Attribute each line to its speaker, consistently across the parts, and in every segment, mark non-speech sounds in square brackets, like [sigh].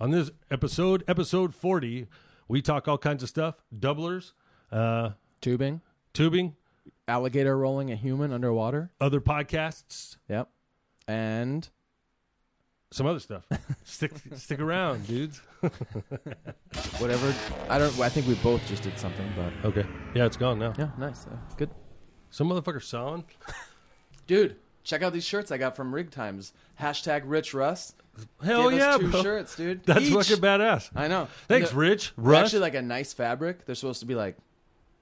Speaker 1: On this episode, episode 40, we talk all kinds of stuff doublers, uh,
Speaker 2: Tubing,
Speaker 1: tubing,
Speaker 2: alligator rolling a human underwater.
Speaker 1: other podcasts,
Speaker 2: Yep. And
Speaker 1: some other [laughs] stuff. stick, stick around, dudes.
Speaker 2: whatever. I don't. I think we both just did something, but
Speaker 1: Okay. Yeah, it's gone now.
Speaker 2: yeah, nice. Uh, good.
Speaker 1: Some motherfucker sawing.
Speaker 2: Dude, check out these shirts I got from Rig Times. Hashtag Rich Russ.
Speaker 1: Hell
Speaker 2: Gave us
Speaker 1: yeah,
Speaker 2: two
Speaker 1: bro.
Speaker 2: shirts, dude.
Speaker 1: [laughs] That's
Speaker 2: Each.
Speaker 1: fucking badass.
Speaker 2: I know.
Speaker 1: Thanks,
Speaker 2: No,
Speaker 1: Rich.
Speaker 2: they're
Speaker 1: Russ.
Speaker 2: Actually, like a nice fabric. They're supposed to be like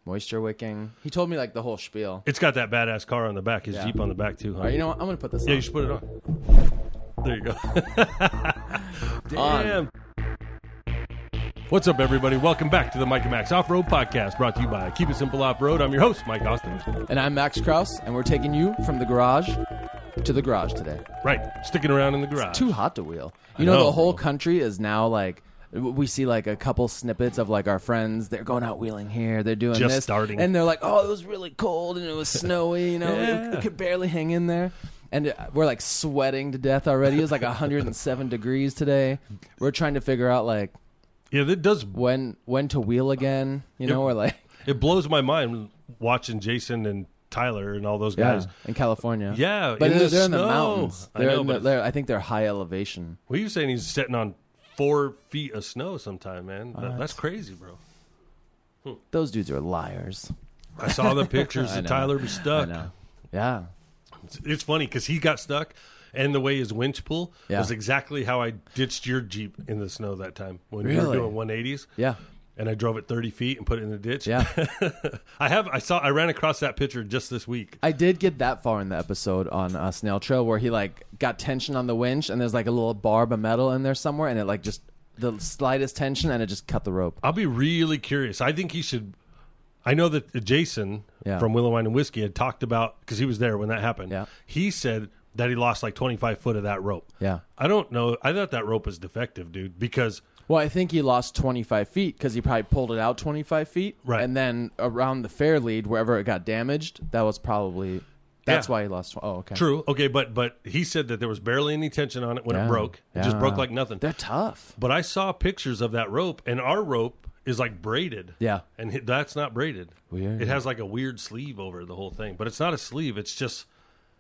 Speaker 2: moisture wicking. He told me like the whole spiel.
Speaker 1: it's got that badass car on the back, his
Speaker 2: Yeah.
Speaker 1: Jeep on the back, too, huh?
Speaker 2: All right, you know what? I'm gonna put this
Speaker 1: yeah,
Speaker 2: on.
Speaker 1: you should put it on. There
Speaker 2: [laughs]
Speaker 1: you go.
Speaker 2: On.
Speaker 1: Damn. What's up, everybody? Welcome back to the Mike and Max Off Road Podcast, brought to you by Keep It Simple Off Road. I'm your host, Mike Austin.
Speaker 2: And I'm Max Kraus, and we're taking you from the garage to the garage today.
Speaker 1: Right, sticking around in the garage.
Speaker 2: Too hot to wheel. You
Speaker 1: I
Speaker 2: know,
Speaker 1: know,
Speaker 2: the whole
Speaker 1: bro.
Speaker 2: country is now like w- we see like a couple snippets of like our friends. They're going out wheeling here. They're doing
Speaker 1: Just
Speaker 2: this,
Speaker 1: starting.
Speaker 2: and they're like, "Oh, it was really cold and it was snowy. You know,
Speaker 1: Yeah.
Speaker 2: we, we could barely hang in there." And uh, we're like sweating to death already. It's like 107 degrees today. We're trying to figure out like
Speaker 1: Yeah, that does.
Speaker 2: when when to wheel again. You know, or like
Speaker 1: It blows my mind watching Jason and Tyler and all those
Speaker 2: yeah,
Speaker 1: guys.
Speaker 2: in California.
Speaker 1: Yeah,
Speaker 2: but
Speaker 1: in
Speaker 2: they're,
Speaker 1: the
Speaker 2: they're in the
Speaker 1: snow.
Speaker 2: mountains.
Speaker 1: I
Speaker 2: They're
Speaker 1: know,
Speaker 2: in the-
Speaker 1: but-
Speaker 2: they're- I think they're high elevation.
Speaker 1: Well, you're saying he's sitting on four feet of snow sometime, man. That- that's crazy, bro.
Speaker 2: Those dudes are liars.
Speaker 1: I saw
Speaker 2: [laughs]
Speaker 1: the pictures
Speaker 2: I
Speaker 1: of
Speaker 2: know.
Speaker 1: Tyler was
Speaker 2: I
Speaker 1: stuck.
Speaker 2: know. Yeah.
Speaker 1: It's, it's funny because he got stuck, and the way his winch pull
Speaker 2: Yeah.
Speaker 1: was exactly how I ditched your Jeep in the snow that time when we were
Speaker 2: Really?
Speaker 1: doing 180s.
Speaker 2: Yeah.
Speaker 1: And I drove it 30 feet and put it in the ditch.
Speaker 2: Yeah.
Speaker 1: [laughs] I have. I saw. I ran across that picture just this week.
Speaker 2: I did get that far in the episode on uh, Snail Trail where he like got tension on the winch and there's like a little barb of metal in there somewhere and it like just the slightest tension and it just cut the rope.
Speaker 1: I'll be really curious. I think he should. I know that Jason
Speaker 2: Yeah.
Speaker 1: from Willow Wine and Whiskey had talked about because he was there when that happened.
Speaker 2: Yeah.
Speaker 1: He said that he lost like 25 foot of that rope.
Speaker 2: Yeah.
Speaker 1: I don't know. I thought that rope was defective, dude, because
Speaker 2: Well, I think he lost 25 feet because he probably pulled it out 25 feet.
Speaker 1: Right.
Speaker 2: And then around the fair lead, wherever it got damaged, that was probably. That's
Speaker 1: Yeah.
Speaker 2: why he lost. Oh, okay.
Speaker 1: true. Okay, but but he said that there was barely any tension on it when
Speaker 2: Yeah.
Speaker 1: it broke. It just broke
Speaker 2: Yeah.
Speaker 1: like nothing.
Speaker 2: They're tough.
Speaker 1: but I saw pictures of that rope and our rope is like braided.
Speaker 2: Yeah.
Speaker 1: And it- that's not braided.
Speaker 2: Weird.
Speaker 1: It has like a weird sleeve over the whole thing, but it's not a sleeve. It's just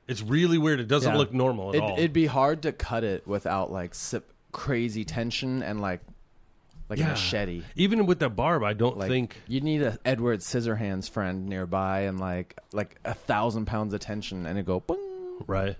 Speaker 1: it's really weird. It doesn't
Speaker 2: Yeah.
Speaker 1: look normal at
Speaker 2: It'd,
Speaker 1: all.
Speaker 2: it'd be hard to cut it without like sip crazy tension and like like a
Speaker 1: Yeah.
Speaker 2: machete.
Speaker 1: Even with that barb, I don't
Speaker 2: Like
Speaker 1: think.
Speaker 2: you need a Edward Scissorhands friend nearby and like like a thousand pounds of tension and it go boom.
Speaker 1: Right.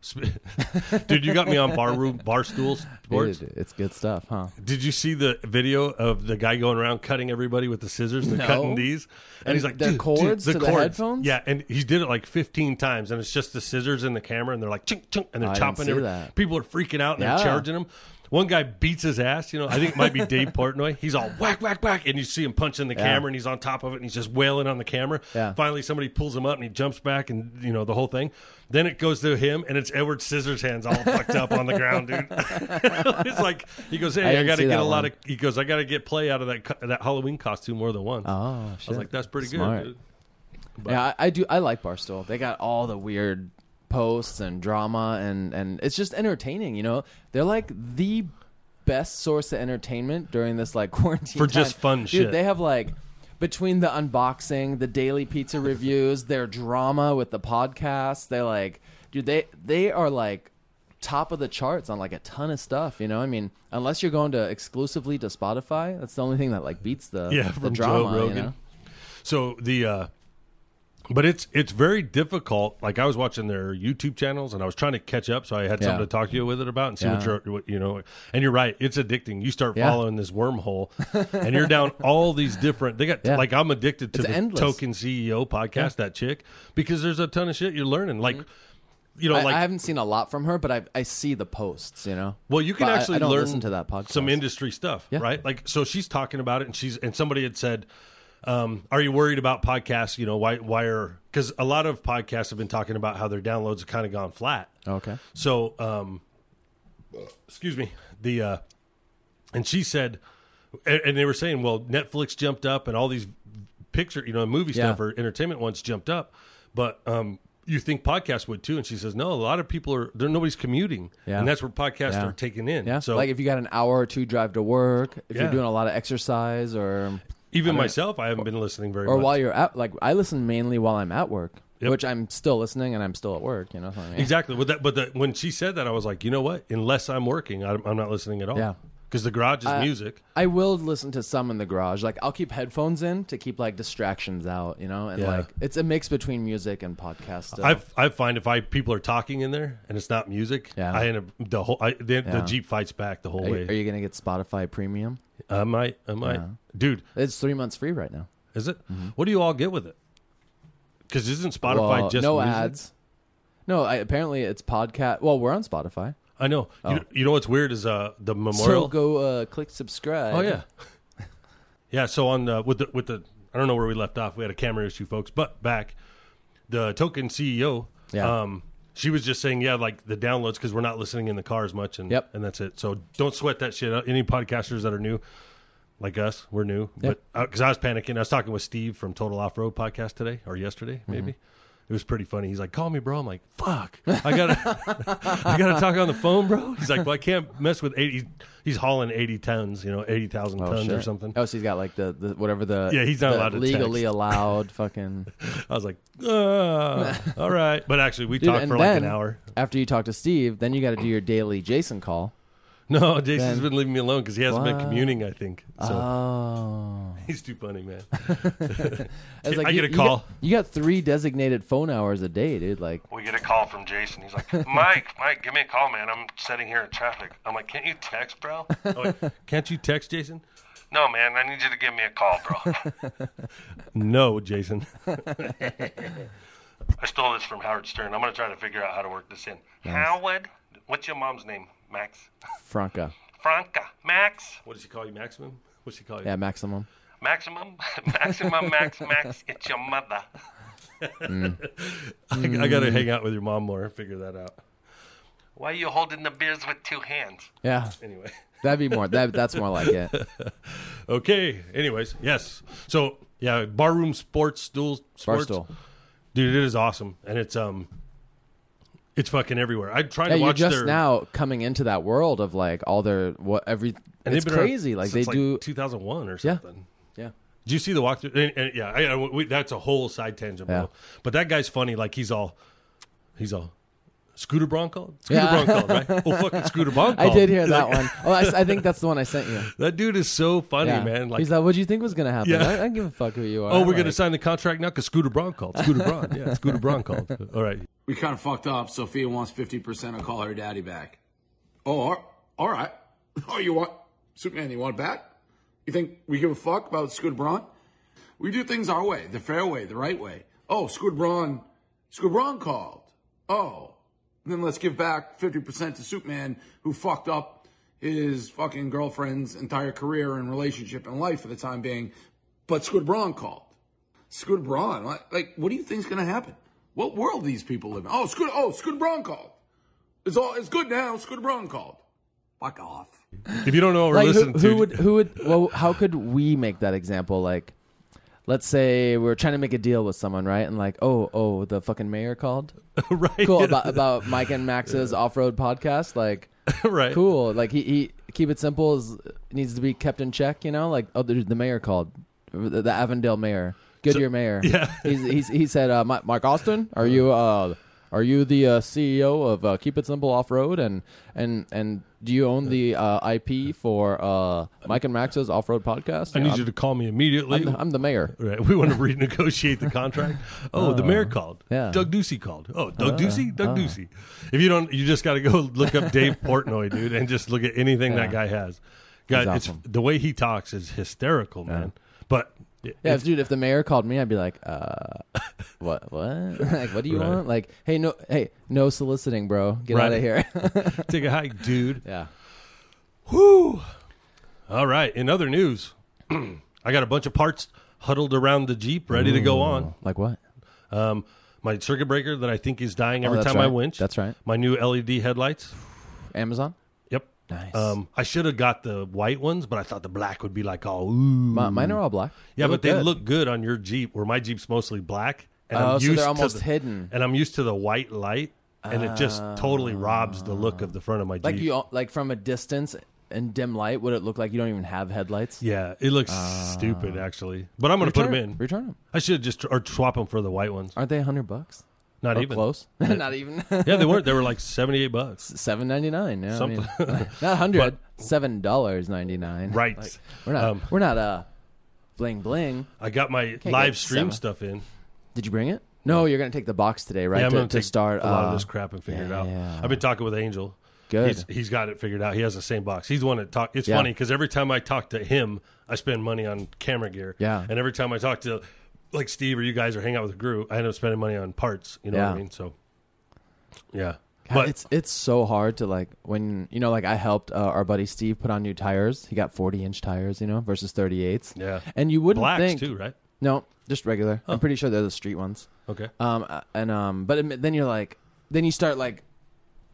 Speaker 1: Sp- [laughs] Dude, you got me on bar room bar stool sports.
Speaker 2: [laughs] Dude, it's good stuff, huh?
Speaker 1: Did you see the video of the guy going around cutting everybody with the scissors? They're
Speaker 2: No.
Speaker 1: cutting these, and, he's like,
Speaker 2: the
Speaker 1: dude, dude,
Speaker 2: cords
Speaker 1: the
Speaker 2: to the
Speaker 1: cords.
Speaker 2: headphones?
Speaker 1: Yeah, and he did it like fifteen times, and it's just the scissors and the camera, and they're like, chink, chink, and they're
Speaker 2: I didn't
Speaker 1: chopping.
Speaker 2: see
Speaker 1: every-
Speaker 2: that.
Speaker 1: People are freaking out and
Speaker 2: Yeah.
Speaker 1: they're charging him. One guy beats his ass. You know, I think it might be
Speaker 2: [laughs]
Speaker 1: Dave Portnoy. He's all whack, whack, whack, and you see him punching the camera, and he's on top of it, and he's just wailing on the camera.
Speaker 2: Yeah.
Speaker 1: Finally, somebody pulls him up, and he jumps back, and you know the whole thing. Then it goes to him, and it's Edward Scissorhands all fucked up on the ground, dude. it's like he goes, "Hey, I,
Speaker 2: didn't
Speaker 1: got to
Speaker 2: see
Speaker 1: get
Speaker 2: that
Speaker 1: a lot of."
Speaker 2: one.
Speaker 1: He goes, "I got to get play out of that co- that Halloween costume more than once."
Speaker 2: Oh,
Speaker 1: I was like, "That's pretty
Speaker 2: Smart.
Speaker 1: good." Dude.
Speaker 2: yeah, I, I do. I like Barstool. They got all the weird posts and drama and and it's just entertaining. You know, they're like the best source of entertainment during this like [laughs] quarantine
Speaker 1: For
Speaker 2: time.
Speaker 1: just fun
Speaker 2: Dude,
Speaker 1: shit.
Speaker 2: They have like. Between the unboxing, the daily pizza [laughs] reviews, their drama with the podcast, they like, dude, they they are like top of the charts on like a ton of stuff. You know, I mean, unless you're going to exclusively to Spotify, that's the only thing that like beats the
Speaker 1: Yeah,
Speaker 2: the
Speaker 1: from Joe
Speaker 2: drama.
Speaker 1: Rogan.
Speaker 2: You know?
Speaker 1: So the, uh, but it's it's very difficult. Like I was watching their YouTube channels, and I was trying to catch up, so I had
Speaker 2: Yeah.
Speaker 1: something to talk to you with it about and see what
Speaker 2: Yeah.
Speaker 1: you're what, you know. And you're right, it's addicting. You start
Speaker 2: Yeah.
Speaker 1: following this wormhole, and you're
Speaker 2: [laughs]
Speaker 1: down all these different. They got
Speaker 2: Yeah.
Speaker 1: like I'm addicted to
Speaker 2: It's
Speaker 1: the
Speaker 2: endless.
Speaker 1: Token CEO podcast, that chick, because there's a ton of shit you're learning. Like, you know,
Speaker 2: Mm-hmm. I,
Speaker 1: like
Speaker 2: I haven't seen a lot from her, but I I see the posts. You know.
Speaker 1: Well, you can
Speaker 2: But I-
Speaker 1: actually
Speaker 2: I, don't
Speaker 1: learn
Speaker 2: listen to that podcast.
Speaker 1: some industry stuff,
Speaker 2: Yeah.
Speaker 1: right? Like, so she's talking about it, and she's and somebody had said, um, "Are you worried about podcasts? You know, why why are because a lot of podcasts have been talking about how their downloads have kind of gone flat.
Speaker 2: Okay.
Speaker 1: So, um, excuse me, the uh, and she said, and, and they were saying, well, Netflix jumped up, and all these picture, you know, movie
Speaker 2: Yeah.
Speaker 1: stuff or entertainment ones jumped up, but um, you think podcasts would too. And she says, no, a lot of people are there. Nobody's commuting,
Speaker 2: Yeah.
Speaker 1: and that's where podcasts
Speaker 2: Yeah.
Speaker 1: are taken in.
Speaker 2: Yeah.
Speaker 1: So
Speaker 2: like if you got an hour or two drive to work, if
Speaker 1: Yeah.
Speaker 2: you're doing a lot of exercise or
Speaker 1: even myself, I haven't been listening very
Speaker 2: or
Speaker 1: much.
Speaker 2: while you're at like I listen mainly while I'm at work,
Speaker 1: Yep.
Speaker 2: which I'm still listening and I'm still at work, you know. so I mean,
Speaker 1: Exactly. With that, but the, when she said that, I was like, you know what? Unless I'm working, I'm, I'm not listening at all.
Speaker 2: Yeah.
Speaker 1: Because the garage is music.
Speaker 2: I will listen to some in the garage. Like I'll keep headphones in to keep like distractions out, you know, and
Speaker 1: Yeah.
Speaker 2: like it's a mix between music and podcast. Stuff.
Speaker 1: I I find if I people are talking in there and it's not music,
Speaker 2: Yeah.
Speaker 1: I end up the whole I, the, the
Speaker 2: Yeah.
Speaker 1: Jeep fights back the whole
Speaker 2: are, you,
Speaker 1: way.
Speaker 2: are you gonna get Spotify Premium?
Speaker 1: I might, I might, dude.
Speaker 2: It's three months free right now.
Speaker 1: Is it? What do you all get with it? Because isn't Spotify
Speaker 2: Mm-hmm. Well,
Speaker 1: just
Speaker 2: no
Speaker 1: music?
Speaker 2: ads. No, I, apparently it's podcast. Well, we're on Spotify.
Speaker 1: I know. You, you know what's weird is uh the
Speaker 2: Oh. So
Speaker 1: memorial.
Speaker 2: go uh, click subscribe.
Speaker 1: oh yeah, [laughs] yeah. So on the with the with the I don't know where we left off. We had a camera issue, folks. But back the token CEO.
Speaker 2: Yeah.
Speaker 1: Um, she was just saying, yeah, like the downloads because we're not listening in the car as much, and
Speaker 2: Yep.
Speaker 1: and that's it. So don't sweat that shit. out. Any podcasters that are new, like us, we're new. But because I was panicking, I was talking with Steve from Total Off Road Podcast today or yesterday,
Speaker 2: Mm-hmm.
Speaker 1: maybe. It was pretty funny. He's like, "Call me, bro." I'm like, "Fuck, I gotta, [laughs] I gotta talk on the phone, bro." He's like, "Well, I can't mess with 80." He's hauling 80 tons, you know, 80,000
Speaker 2: Oh,
Speaker 1: tons or
Speaker 2: shit.
Speaker 1: something.
Speaker 2: Oh, so he's got like the, the whatever the
Speaker 1: Yeah, he's not
Speaker 2: the
Speaker 1: allowed to [laughs]
Speaker 2: legally allowed fucking.
Speaker 1: I was like,
Speaker 2: [laughs]
Speaker 1: uh, "All right," but actually, we
Speaker 2: Dude,
Speaker 1: talked
Speaker 2: and
Speaker 1: for like
Speaker 2: then-
Speaker 1: an hour. [laughs]
Speaker 2: After you talk to Steve, then you got to do your daily Jason call.
Speaker 1: No, Jason's
Speaker 2: Then- Uh-huh.
Speaker 1: been leaving me alone because he hasn't been
Speaker 2: Wow.
Speaker 1: commuting. I think so.
Speaker 2: Oh,
Speaker 1: [laughs] he's too funny, man.
Speaker 2: It's
Speaker 1: I
Speaker 2: you-
Speaker 1: get a
Speaker 2: you
Speaker 1: call.
Speaker 2: got- You got, three designated phone hours a day, dude. Like,
Speaker 1: We get a call from Jason. He's like, Mike, [laughs] Mike, give me a call, man. I'm sitting here in traffic. I'm like, can't you text, [laughs] bro? I'm like, Oh, can't you text, Jason? No, man. I need you to give me a call, bro. [laughs] no, Jason. [laughs] I stole this from Howard Stern. I'm going to try to figure out how to work this in. Howard, what's your mom's name? Max?
Speaker 2: Franca,
Speaker 3: Franca, Max,
Speaker 1: What does she call you, Maximum? What's she call you?
Speaker 2: yeah, maximum.
Speaker 3: Maximum, [laughs] Maximum, Max, Max, it's your
Speaker 1: [laughs]
Speaker 3: mother.
Speaker 1: I, I got to hang out with your mom more and figure that out.
Speaker 3: Why are you holding the beers with two hands?
Speaker 2: Yeah,
Speaker 1: Anyway. [laughs]
Speaker 2: that'd be more. That that's more like it.
Speaker 1: Okay. Anyways, yes. So yeah, barroom sports, dual sports.
Speaker 2: Barstool.
Speaker 1: Dude, it is awesome, and it's um, it's fucking everywhere. I tried
Speaker 2: Yeah,
Speaker 1: to
Speaker 2: you're
Speaker 1: watch
Speaker 2: just
Speaker 1: their
Speaker 2: now coming into that world of like all their what every.
Speaker 1: and they've
Speaker 2: it's
Speaker 1: been around
Speaker 2: crazy. Like they
Speaker 1: since,
Speaker 2: do.
Speaker 1: 2001 or
Speaker 2: Yeah.
Speaker 1: something.
Speaker 2: yeah.
Speaker 1: Do you see the walkthrough? And, and, yeah, I, I- we, that's a whole side tangent, bro.
Speaker 2: Yeah.
Speaker 1: But that guy's funny. Like he's all, he's all, Scooter Braun called, Scooter
Speaker 2: Yeah.
Speaker 1: Braun called,
Speaker 2: [laughs]
Speaker 1: right? Oh fucking Scooter Braun
Speaker 2: I
Speaker 1: called.
Speaker 2: did hear
Speaker 1: He's
Speaker 2: that
Speaker 1: like, [laughs]
Speaker 2: one. Oh, I, s- I think that's the one I sent you.
Speaker 1: That dude is so funny,
Speaker 2: Yeah.
Speaker 1: man. Like
Speaker 2: He's like, what do you think was gonna happen?
Speaker 1: Yeah.
Speaker 2: I, I don't give a fuck who you are.
Speaker 1: Oh, we're
Speaker 2: Like,
Speaker 1: gonna sign the contract now because Scooter Braun called. Scooter Braun, yeah, Scooter Braun
Speaker 2: [laughs]
Speaker 1: called. All right,
Speaker 4: We kind of fucked up. Sophia wants 50% of call her daddy back. Oh, all- all right. Oh, you want Superman? You want it back? You think we give a fuck about Scooter Braun? We do things our way, the fair way, the right way. Oh, Scooter Braun, Scooter Braun called. Oh, then let's give back 50% to Superman who fucked up his fucking girlfriend's entire career and relationship and life for the time being. But Scooter Braun called. Scooter Braun. Like, like, what do you think's gonna happen? What world these people live in? Oh, Scooter. Oh, Scooter Braun called. It's all. It's good now. Scooter Braun called. Fuck off.
Speaker 1: if you don't know what we're
Speaker 2: Like who,
Speaker 1: listening to,
Speaker 2: who would who would well how could we make that example like let's say we're trying to make a deal with someone right and like oh oh the fucking mayor called
Speaker 1: [laughs] right?
Speaker 2: cool about, about Mike and Max's off-road podcast like
Speaker 1: [laughs] right.
Speaker 2: cool like he, he keep it simple is needs to be kept in check you know like oh the, the mayor called the, the Avondale mayor Goodyear mayor
Speaker 1: yeah.
Speaker 2: [laughs] he's, he's he said uh, Mi- Mike Austin are you uh are you the uh, CEO of uh, Keep It Simple Off Road and and and do you own the uh, IP for uh, Mike and Max's Off Road podcast?
Speaker 1: I
Speaker 2: Yeah,
Speaker 1: need
Speaker 2: I'm-
Speaker 1: you to call me immediately.
Speaker 2: I'm, the, I'm the mayor.
Speaker 1: right. We
Speaker 2: [laughs]
Speaker 1: want to renegotiate the contract. Oh, the mayor called.
Speaker 2: yeah.
Speaker 1: Doug Ducey called. Oh, Doug Ducey. Doug Ducey. If you don't, you just got to go [laughs] look up Dave
Speaker 2: [laughs]
Speaker 1: Portnoy, dude, and just look at anything that guy has. God,
Speaker 2: He's
Speaker 1: it's
Speaker 2: awesome.
Speaker 1: the way he talks is hysterical, man. But
Speaker 2: Yeah, if, dude, if the mayor called me, I'd be like, uh, what, what? [laughs] like, what do you
Speaker 1: Right.
Speaker 2: want? Like, hey, no, hey, no soliciting, bro. Get
Speaker 1: Right.
Speaker 2: out of here. [laughs]
Speaker 1: take a hike, dude.
Speaker 2: yeah.
Speaker 1: Whew. All right. In other news, [clears throat] I got a bunch of parts huddled around the Jeep, ready to go on.
Speaker 2: Like what?
Speaker 1: Um, my circuit breaker that I think is dying every
Speaker 2: Oh, that's
Speaker 1: time I
Speaker 2: right.
Speaker 1: winch.
Speaker 2: That's right.
Speaker 1: My new LED headlights.
Speaker 2: Amazon.
Speaker 1: Yep.
Speaker 2: Nice.
Speaker 1: Um, I should have got the white ones, but I thought the black would be like all ooh.
Speaker 2: Mi- mine are all black.
Speaker 1: yeah, but they
Speaker 2: good.
Speaker 1: look good on your Jeep, where my Jeep's mostly black. and
Speaker 2: Oh,
Speaker 1: I'm
Speaker 2: so
Speaker 1: used
Speaker 2: they're
Speaker 1: to
Speaker 2: almost
Speaker 1: the-
Speaker 2: hidden.
Speaker 1: and I'm used to the white light, and it just totally robs the look of the front of my
Speaker 2: Like
Speaker 1: Jeep.
Speaker 2: you, like from a distance in dim light, would it look like you don't even have headlights?
Speaker 1: yeah, it looks
Speaker 2: Ah.
Speaker 1: stupid actually. But I'm gonna put them
Speaker 2: Return-
Speaker 1: in.
Speaker 2: Return them.
Speaker 1: I should just or swap them for the white ones.
Speaker 2: Aren't they a hundred bucks?
Speaker 1: [laughs] Not
Speaker 2: Or
Speaker 1: even
Speaker 2: close. [laughs] Not even.
Speaker 1: Yeah, they weren't. They were like seventy eight
Speaker 2: [laughs]
Speaker 1: bucks.
Speaker 2: Seven ninety nine. Yeah,
Speaker 1: Something.
Speaker 2: I mean, [laughs] not hundred. Seven dollars ninety nine.
Speaker 1: Right.
Speaker 2: We're not.
Speaker 1: Um,
Speaker 2: we're not. Uh, bling bling.
Speaker 1: I got my live
Speaker 2: get
Speaker 1: stream
Speaker 2: seven.
Speaker 1: stuff in.
Speaker 2: Did you bring it? No, you're gonna take the box today, right?
Speaker 1: Yeah, I'm
Speaker 2: to,
Speaker 1: gonna
Speaker 2: to
Speaker 1: take
Speaker 2: start
Speaker 1: a lot of
Speaker 2: uh,
Speaker 1: this crap and figure it
Speaker 2: yeah.
Speaker 1: out. I've been talking with Angel.
Speaker 2: Good.
Speaker 1: He's, he's got it figured out. He has the same box. He's the one that talk. It's
Speaker 2: Yeah.
Speaker 1: funny because every time I talk to him, I spend money on camera gear.
Speaker 2: Yeah.
Speaker 1: And every time I talk to like Steve or you guys or hang out with Gru, I end up spending money on parts. You know what
Speaker 2: Yeah.
Speaker 1: I mean? So, yeah.
Speaker 2: God, it's it's so hard to like when you know like I helped uh, our buddy Steve put on new tires. He got 40 inch tires, you know, versus 38s.
Speaker 1: Yeah.
Speaker 2: and you wouldn't
Speaker 1: blacks
Speaker 2: think
Speaker 1: too, right?
Speaker 2: no, just regular. I'm pretty sure they're the street ones.
Speaker 1: Okay.
Speaker 2: Um, uh, and um, but it- then you're like, then you start like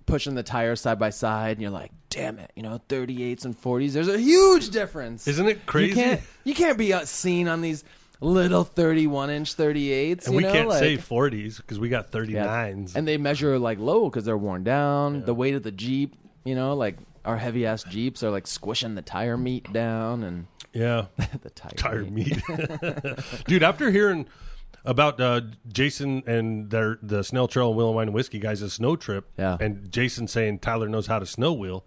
Speaker 2: pushing the tires side by side, and you're like, damn it, you know, 38s and 40s. There's a huge difference.
Speaker 1: Isn't it
Speaker 2: You
Speaker 1: crazy?
Speaker 2: can't you can't be uh, seen on these little 31 inch 38s.
Speaker 1: and
Speaker 2: you
Speaker 1: we
Speaker 2: know,
Speaker 1: can't
Speaker 2: like-
Speaker 1: say 40s because we got 39s.
Speaker 2: and they measure like low because they're worn down. The weight of the Jeep, you know, like our heavy ass Jeeps are like squishing the tire meat down and [laughs]
Speaker 1: yeah.
Speaker 2: the tire,
Speaker 1: tire meat.
Speaker 2: [laughs]
Speaker 1: Dude, after hearing about uh, Jason and their the Snail Trail and Wheel and Wine and Whiskey guys' snow trip,
Speaker 2: Yeah. Mm-hmm.
Speaker 1: and Jason saying Tyler knows how to snow wheel,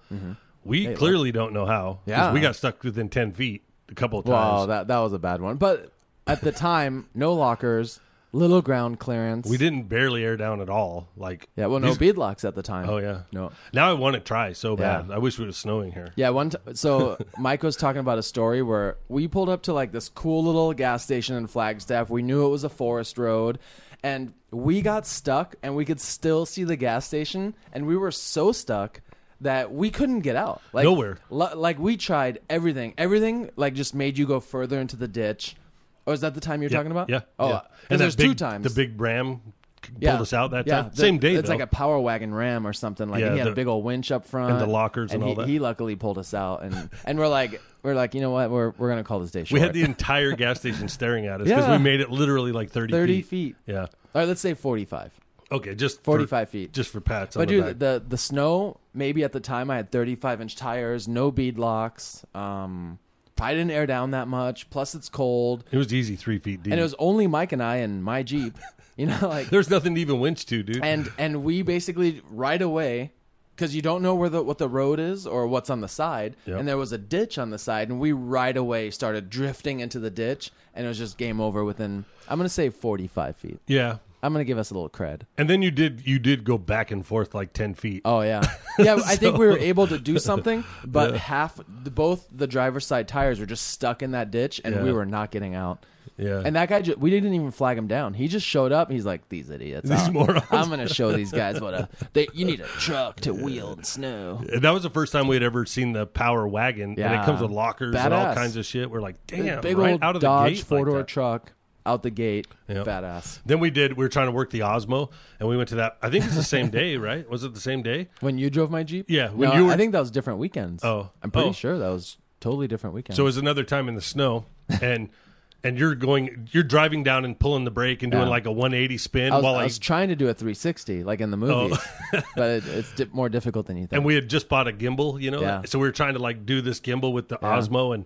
Speaker 1: we clearly don't know how. 'cause
Speaker 2: Yeah.
Speaker 1: we got stuck within ten feet a couple of
Speaker 2: Wow,
Speaker 1: times.
Speaker 2: that that was a bad one. But at the time, no lockers, little ground clearance.
Speaker 1: we didn't barely air down at all. Like
Speaker 2: Yeah, well, no
Speaker 1: these-
Speaker 2: bead locks at the time.
Speaker 1: Oh yeah,
Speaker 2: no.
Speaker 1: Now I want to try so
Speaker 2: Yeah.
Speaker 1: bad. I wish it was snowing here.
Speaker 2: Yeah, one. T- so
Speaker 1: [laughs]
Speaker 2: Mike was talking about a story where we pulled up to like this cool little gas station in Flagstaff. We knew it was a forest road, and we got stuck, and we could still see the gas station, and we were so stuck that we couldn't get out. Like
Speaker 1: Nowhere.
Speaker 2: li- like we tried everything. Everything like just made you go further into the ditch. Or is that the time you're talking about?
Speaker 1: Yeah.
Speaker 2: Oh,
Speaker 1: yeah.
Speaker 2: uh, 'cause
Speaker 1: and that
Speaker 2: there's
Speaker 1: big,
Speaker 2: two times.
Speaker 1: the big Bram c- pulled us out that
Speaker 2: yeah,
Speaker 1: time.
Speaker 2: the-
Speaker 1: Same day.
Speaker 2: It's
Speaker 1: though.
Speaker 2: like a power wagon ram or something. Like
Speaker 1: Yeah,
Speaker 2: he had
Speaker 1: the-
Speaker 2: a big old winch up front
Speaker 1: and the lockers and
Speaker 2: he,
Speaker 1: all that.
Speaker 2: He luckily pulled us
Speaker 1: [laughs]
Speaker 2: out, and and we're like we're like you know what we're we're gonna call this day
Speaker 1: We
Speaker 2: short.
Speaker 1: had the entire gas station staring at us because
Speaker 2: Yeah.
Speaker 1: we made it literally like 30,
Speaker 2: 30
Speaker 1: feet.
Speaker 2: feet.
Speaker 1: Yeah.
Speaker 2: All right, let's say forty five.
Speaker 1: Okay, just
Speaker 2: 45
Speaker 1: for,
Speaker 2: feet.
Speaker 1: Just for pats. on
Speaker 2: But
Speaker 1: the
Speaker 2: dude,
Speaker 1: back.
Speaker 2: the the snow. Maybe at the time I had thirty five inch tires, no bead locks. Um, I didn't air down that much. Plus it's cold,
Speaker 1: it was easy three feet deep.
Speaker 2: and it was only Mike and I and
Speaker 1: [laughs]
Speaker 2: my Jeep. You know, like
Speaker 1: There's nothing to even winch to, dude.
Speaker 2: and and we basically right away because you don't know where the what the road is or what's on the side
Speaker 1: Yep.
Speaker 2: and there was a ditch on the side and we right away started drifting into the ditch and it was just game over within i'm gonna say 45 feet
Speaker 1: yeah.
Speaker 2: i'm gonna give us a little cred
Speaker 1: And then you did you did go back and forth like ten feet.
Speaker 2: oh
Speaker 1: [laughs]
Speaker 2: yeah yeah i think we were able to do something but half the, both the driver's side tires were just stuck in that ditch and we
Speaker 1: Yeah.
Speaker 2: were not getting out
Speaker 1: yeah.
Speaker 2: and that guy, ju- we didn't even flag him down. He just showed up. He's like, "These idiots,
Speaker 1: These
Speaker 2: I'm-
Speaker 1: morons."
Speaker 2: I'm gonna show these guys what a
Speaker 1: [laughs]
Speaker 2: they, you need a truck to wield snow."
Speaker 1: And that was the first time we had ever seen the power wagon, and
Speaker 2: Yeah.
Speaker 1: it comes with lockers and all
Speaker 2: Badass.
Speaker 1: kinds of shit. We're like, damn,
Speaker 2: big
Speaker 1: right
Speaker 2: old
Speaker 1: out of
Speaker 2: Dodge
Speaker 1: the gate,
Speaker 2: four door
Speaker 1: like that.
Speaker 2: truck out the gate,
Speaker 1: Yep.
Speaker 2: badass.
Speaker 1: Then we did. We were trying to work the Osmo, and we went to that. I think it's the
Speaker 2: [laughs]
Speaker 1: same day, right? Was it the same day?
Speaker 2: When you drove my Jeep,
Speaker 1: Yeah, when
Speaker 2: No,
Speaker 1: you were-
Speaker 2: I think that was different weekends.
Speaker 1: Oh.
Speaker 2: I'm pretty
Speaker 1: Oh.
Speaker 2: sure that was totally different weekends.
Speaker 1: So it was another time in the snow, and and you're going, you're driving down and pulling the brake and doing
Speaker 2: Yeah.
Speaker 1: like a 180 spin
Speaker 2: I was,
Speaker 1: while
Speaker 2: I
Speaker 1: I, Oh.
Speaker 2: was trying to do a 360 like in the movies, but it, it's di- more difficult than you think.
Speaker 1: and we had just bought a gimbal, you know,
Speaker 2: Yeah.
Speaker 1: so we were trying to like do this gimbal with the Osmo, and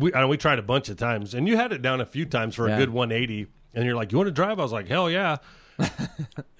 Speaker 1: we and we tried a bunch of times, and you had it down a few times for a
Speaker 2: Yeah.
Speaker 1: good 180, and you're like, you want to drive? I was like, hell
Speaker 2: [laughs]
Speaker 1: yeah.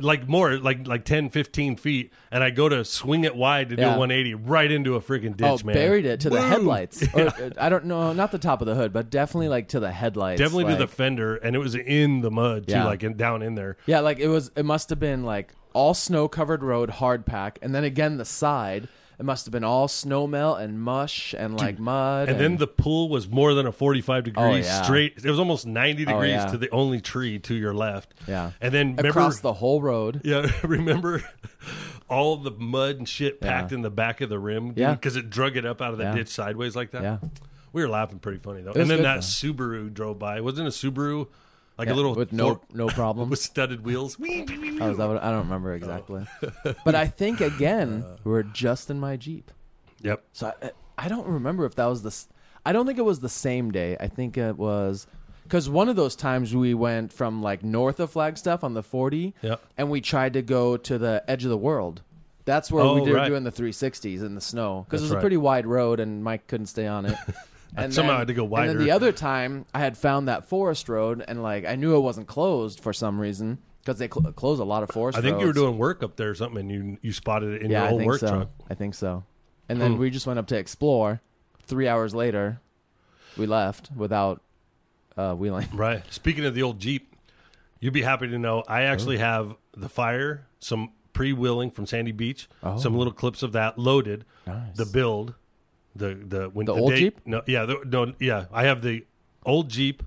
Speaker 1: like more like like 10 15 feet and i go to swing it wide to do
Speaker 2: Yeah.
Speaker 1: 180 right into a freaking
Speaker 2: oh,
Speaker 1: ditch man
Speaker 2: buried it to the
Speaker 1: Woo! [laughs]
Speaker 2: headlights. Or, uh, I don't know, not the top of the hood, but definitely like to the headlights.
Speaker 1: definitely to the
Speaker 2: like-
Speaker 1: fender and it was in the mud too
Speaker 2: Yeah.
Speaker 1: like in, down in there
Speaker 2: Yeah, like it was. It must have been like all snow covered road, hard pack, and then again the side. It must have been all snow melt and mush and like mud.
Speaker 1: And then the pool was more than a 45 degree
Speaker 2: Oh, yeah. Oh,
Speaker 1: straight. It was almost 90 degrees
Speaker 2: yeah.
Speaker 1: to the only tree to your left.
Speaker 2: Yeah.
Speaker 1: And then remember,
Speaker 2: across the whole road.
Speaker 1: [laughs] yeah, remember all the mud and shit packed in the back of the rim
Speaker 2: Yeah.
Speaker 1: because it drug it up out of the
Speaker 2: Yeah.
Speaker 1: ditch sideways like that.
Speaker 2: Yeah.
Speaker 1: We were laughing pretty funny though.
Speaker 2: was
Speaker 1: And then
Speaker 2: good,
Speaker 1: that
Speaker 2: though.
Speaker 1: Subaru drove by. Wasn't it a Subaru like a little
Speaker 2: with no [laughs]
Speaker 1: four-
Speaker 2: no
Speaker 1: [laughs]
Speaker 2: problem.
Speaker 1: with studded wheels?
Speaker 2: Oh, is that what- I don't remember
Speaker 1: [laughs]
Speaker 2: exactly, but I think again we were just in my jeep.
Speaker 1: yep.
Speaker 2: So I, I don't remember if that was the. s- I don't think it was the same day. I think it was Because one of those times we went from like north of Flagstaff on the 40,
Speaker 1: Yeah.
Speaker 2: and we tried to go to the edge of the world. That's where we
Speaker 1: Oh,
Speaker 2: did
Speaker 1: right.
Speaker 2: doing the 360s in the snow because it was
Speaker 1: That's
Speaker 2: a
Speaker 1: right.
Speaker 2: pretty wide road, and Mike couldn't stay
Speaker 1: [laughs]
Speaker 2: on it. And
Speaker 1: Somehow I had to go
Speaker 2: And
Speaker 1: wider.
Speaker 2: then the other time, I had found that forest road, and like I knew it wasn't closed for some reason because they cl- close a lot of forest.
Speaker 1: I think you were
Speaker 2: roads.
Speaker 1: doing work up there or something, and you you spotted it in
Speaker 2: yeah,
Speaker 1: your
Speaker 2: I
Speaker 1: old
Speaker 2: think
Speaker 1: work
Speaker 2: so.
Speaker 1: truck. Hmm.
Speaker 2: I think so. And then we just went up to explore. Three hours later, we left without uh, wheeling. [laughs]
Speaker 1: Right. Speaking of the old Jeep, you'd be happy to know I actually have the fire, some pre wheeling from Sandy Beach,
Speaker 2: Oh.
Speaker 1: some little clips of that loaded, the build, the the when
Speaker 2: The old
Speaker 1: date-
Speaker 2: Jeep?
Speaker 1: No, yeah, the, no, yeah. I have the old Jeep,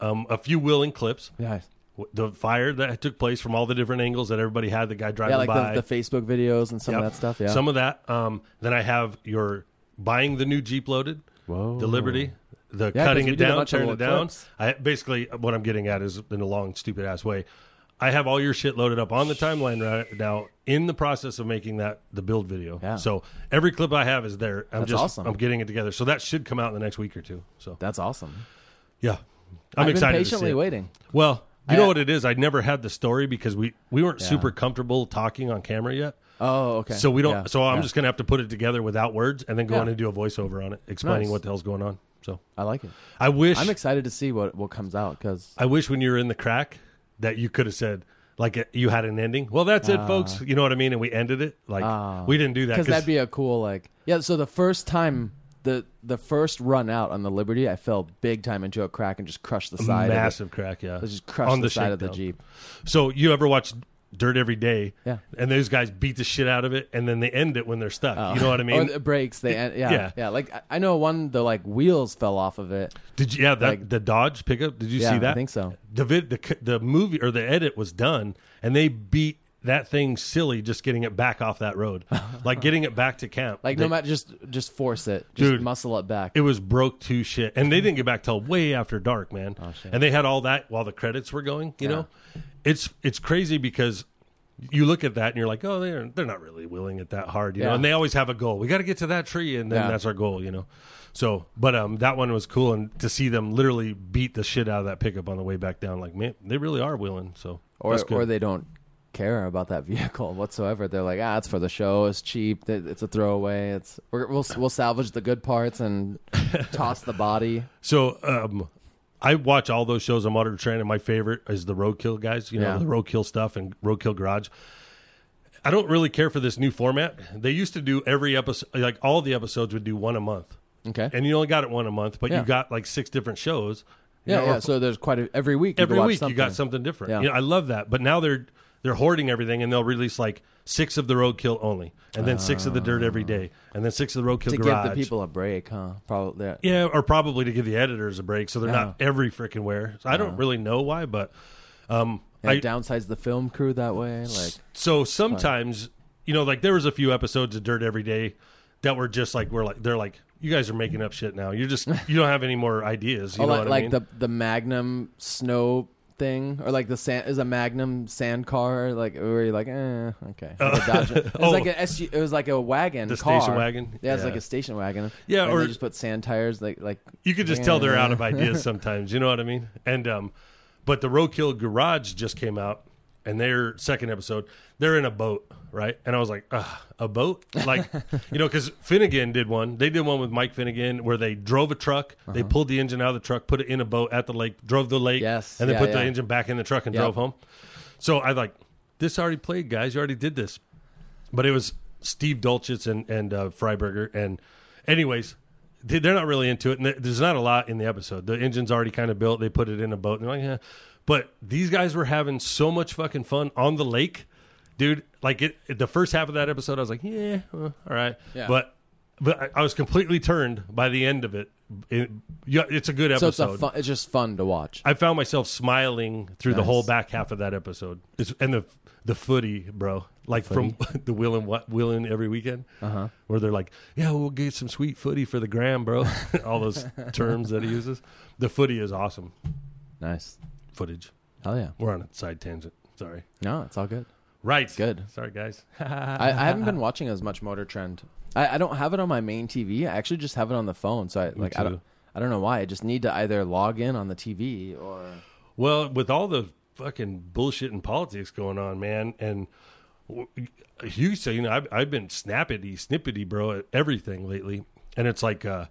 Speaker 1: um, a few wheeling clips,
Speaker 2: Nice.
Speaker 1: w- the fire that took place from all the different angles that everybody had. The guy driving
Speaker 2: Yeah, like
Speaker 1: by,
Speaker 2: the, the Facebook videos and some of
Speaker 1: Yep.
Speaker 2: that stuff. Yeah.
Speaker 1: Some of that. Um, then I have your buying the new Jeep loaded. The Liberty. The
Speaker 2: 'cause
Speaker 1: cutting
Speaker 2: we
Speaker 1: it
Speaker 2: did a
Speaker 1: down,
Speaker 2: bunch of
Speaker 1: tearing it
Speaker 2: little
Speaker 1: down.
Speaker 2: clips.
Speaker 1: I basically what I'm getting at is in a long, stupid ass way. I have all your shit loaded up on the timeline right now. In the process of making that the build video,
Speaker 2: Yeah.
Speaker 1: so every clip I have is there. I'm
Speaker 2: That's
Speaker 1: just
Speaker 2: awesome.
Speaker 1: I'm getting it together. So that should come out in the next week or two. So
Speaker 2: That's awesome.
Speaker 1: yeah, I'm
Speaker 2: have
Speaker 1: excited. to
Speaker 2: Been
Speaker 1: see
Speaker 2: patiently
Speaker 1: it.
Speaker 2: waiting.
Speaker 1: Well, you
Speaker 2: I-
Speaker 1: know what it is. I never had the story because we we weren't super comfortable talking on camera yet.
Speaker 2: Oh, okay.
Speaker 1: So we don't.
Speaker 2: Yeah.
Speaker 1: So I'm
Speaker 2: Yeah.
Speaker 1: just gonna have to put it together without words, and then go
Speaker 2: Yeah.
Speaker 1: in and do a voiceover on it, explaining
Speaker 2: Nice.
Speaker 1: what the hell's going on. So
Speaker 2: I like it.
Speaker 1: I wish.
Speaker 2: I'm excited to see what what comes out because
Speaker 1: I wish when you were in the crack that you could have said like uh, you had an ending. Well, that's it, folks. You know what I mean? And we ended it like we didn't do that
Speaker 2: because Ah. that'd be a cool like yeah. So the first time the the first run out on the Liberty, I fell big time into a crack and just crushed the side. Of it.
Speaker 1: massive crack. Yeah,
Speaker 2: I just crushed
Speaker 1: On
Speaker 2: the, side of the
Speaker 1: shakedown.
Speaker 2: Jeep.
Speaker 1: So you ever watch Dirt Every Day?
Speaker 2: Yeah.
Speaker 1: And those guys beat the shit out of it, and then they end it when they're stuck. You
Speaker 2: [laughs]
Speaker 1: know what I
Speaker 2: Or
Speaker 1: mean?
Speaker 2: Oh, the brakes, they end, yeah,
Speaker 1: yeah.
Speaker 2: yeah, Like I- I know one, the like wheels fell off of it.
Speaker 1: Did you? Yeah, that
Speaker 2: Like-
Speaker 1: the Dodge pickup. Did you
Speaker 2: Yeah,
Speaker 1: see
Speaker 2: I
Speaker 1: that?
Speaker 2: think so.
Speaker 1: The vid, the c- the movie or the edit was done, and they beat that thing silly just getting it back off that
Speaker 2: [laughs]
Speaker 1: road, like getting it back to camp.
Speaker 2: Like
Speaker 1: They-
Speaker 2: no matter, just just force it, just
Speaker 1: Dude,
Speaker 2: muscle it back.
Speaker 1: It was broke to shit, and they didn't get back till way after dark, man.
Speaker 2: Oh,
Speaker 1: and they had all that while the credits were going. You know, it's it's crazy because you look at that and you're like, oh, they're they're not really willing it that hard, you know.
Speaker 2: Yeah.
Speaker 1: And they always have a goal. We got to get to that tree, and then
Speaker 2: Yeah.
Speaker 1: that's our goal, you know. So, but um, that one was cool, and to see them literally beat the shit out of that pickup on the way back down, like man, they really are willing. So,
Speaker 2: or
Speaker 1: that's good.
Speaker 2: or they don't care about that [laughs] vehicle whatsoever. They're like, ah, it's for the show. It's cheap. Th- It's a throwaway. It's we're, we'll we'll salvage the good
Speaker 1: [laughs]
Speaker 2: parts and toss the body.
Speaker 1: So um, I watch all those shows on Modern Train, and my favorite is the Roadkill guys. You know,
Speaker 2: Yeah.
Speaker 1: the Roadkill stuff and Roadkill Garage. I don't really care for this new format. They used to do every episode, like all the episodes would do one a month,
Speaker 2: Okay.
Speaker 1: and you only got it one a month, but
Speaker 2: Yeah.
Speaker 1: you got like six different shows. you
Speaker 2: yeah,
Speaker 1: know, or
Speaker 2: yeah. So there's quite a, every week. you
Speaker 1: every
Speaker 2: can watch
Speaker 1: week
Speaker 2: something.
Speaker 1: you got something different.
Speaker 2: Yeah.
Speaker 1: You know, I love that. But now they're they're hoarding everything, and they'll release like six of the Roadkill only, and then six of the Dirt every day, and then six of the Roadkill
Speaker 2: to
Speaker 1: Garage.
Speaker 2: give the people a break, huh? Probably. Yeah.
Speaker 1: Yeah, or probably to give the editors a break, so they're not every freaking where. So I don't really know why, but um,
Speaker 2: And
Speaker 1: I
Speaker 2: it downsize the film crew that way. Like
Speaker 1: so sometimes you know, like there was a few episodes of Dirt Every Day that were just like we're like they're like you guys are making up shit now. You're just you don't have any more ideas. You
Speaker 2: Oh,
Speaker 1: know
Speaker 2: like,
Speaker 1: what I
Speaker 2: like
Speaker 1: mean?
Speaker 2: the the Magnum snow thing, or like the sand is a Magnum sand car, like where you're like, eh, okay. Like
Speaker 1: [laughs]
Speaker 2: a Dodge- It was
Speaker 1: Oh.
Speaker 2: like an SU, it was like a wagon,
Speaker 1: The
Speaker 2: car.
Speaker 1: station wagon?
Speaker 2: Yeah, it's like
Speaker 1: Yeah.
Speaker 2: a station wagon.
Speaker 1: Yeah,
Speaker 2: and
Speaker 1: or-
Speaker 2: they just put sand tires, like like
Speaker 1: you could just tell they're out of
Speaker 2: [laughs]
Speaker 1: ideas sometimes. You know what I mean? And um, but the Roadkill Garage just came out, and their second episode, they're in a boat, right? And I was like, Ugh, a boat,
Speaker 2: [laughs]
Speaker 1: like you know, because Finnegan did one. They did one with Mike Finnegan where they drove a truck, they
Speaker 2: Uh-huh.
Speaker 1: pulled the engine out of the truck, put it in a boat at the lake, drove the lake,
Speaker 2: Yes.
Speaker 1: and then
Speaker 2: Yeah,
Speaker 1: put the
Speaker 2: yeah.
Speaker 1: engine back in the truck and
Speaker 2: Yep.
Speaker 1: drove home. So I like this already played, guys. You already did this, but it was Steve Dolchitz and and uh, Freiberger. And anyways, they- they're not really into it, and th- there's not a lot in the episode. The engine's already kind of built. They put it in a boat, and they're like, yeah. But these guys were having so much fucking fun on the lake, dude. Like it, the first half of that episode, I was like, yeah, well, all right,
Speaker 2: Yeah.
Speaker 1: but. But I- I was completely turned by the end of it. It- yeah, it's a good
Speaker 2: so
Speaker 1: episode.
Speaker 2: it's a fun, it's just fun to watch.
Speaker 1: I found myself smiling through the
Speaker 2: Nice.
Speaker 1: whole back half of that episode. It's, and the the footy, bro, like from [laughs] the Will and what Will and every weekend, uh-huh. where they're like, "Yeah, we'll get some sweet footy for the gram, bro." [laughs] All those terms that he uses. The footy is awesome
Speaker 2: Nice,
Speaker 1: footage.
Speaker 2: hell yeah.
Speaker 1: We're on a side tangent. Sorry.
Speaker 2: No, it's all good.
Speaker 1: Right.
Speaker 2: Good.
Speaker 1: Sorry, guys.
Speaker 2: I, I haven't been watching as much Motor Trend. I, I don't have it on my main TV. I actually just have it on the phone. So I like I
Speaker 1: too.
Speaker 2: don't. I don't know why. I just need to either log in on the TV or
Speaker 1: Well, with all the fucking bullshit and politics going on, man, and w- you say, you know, I've, I've been snappity, snippety, bro, at everything lately, and it's like, uh,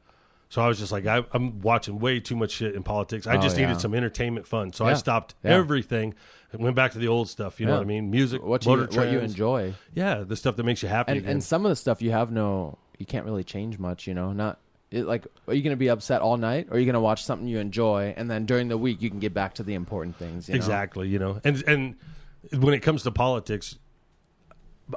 Speaker 1: so I was just like, I, I'm watching way too much shit in politics. I
Speaker 2: Oh,
Speaker 1: just
Speaker 2: yeah.
Speaker 1: needed some entertainment fun, so I
Speaker 2: Yeah.
Speaker 1: stopped
Speaker 2: Yeah.
Speaker 1: everything and went back to the old stuff. You know
Speaker 2: Yeah.
Speaker 1: what I mean? Music,
Speaker 2: what you,
Speaker 1: voter
Speaker 2: what you
Speaker 1: trends.
Speaker 2: enjoy.
Speaker 1: yeah, the stuff that makes you happy.
Speaker 2: And
Speaker 1: again.
Speaker 2: and some of the stuff you have no, you can't really change much. You know, not it, like are you going to be upset all night, or are you going to watch something you enjoy, and then during the week you can get back to the important things. You know?
Speaker 1: exactly you know and and when it comes to politics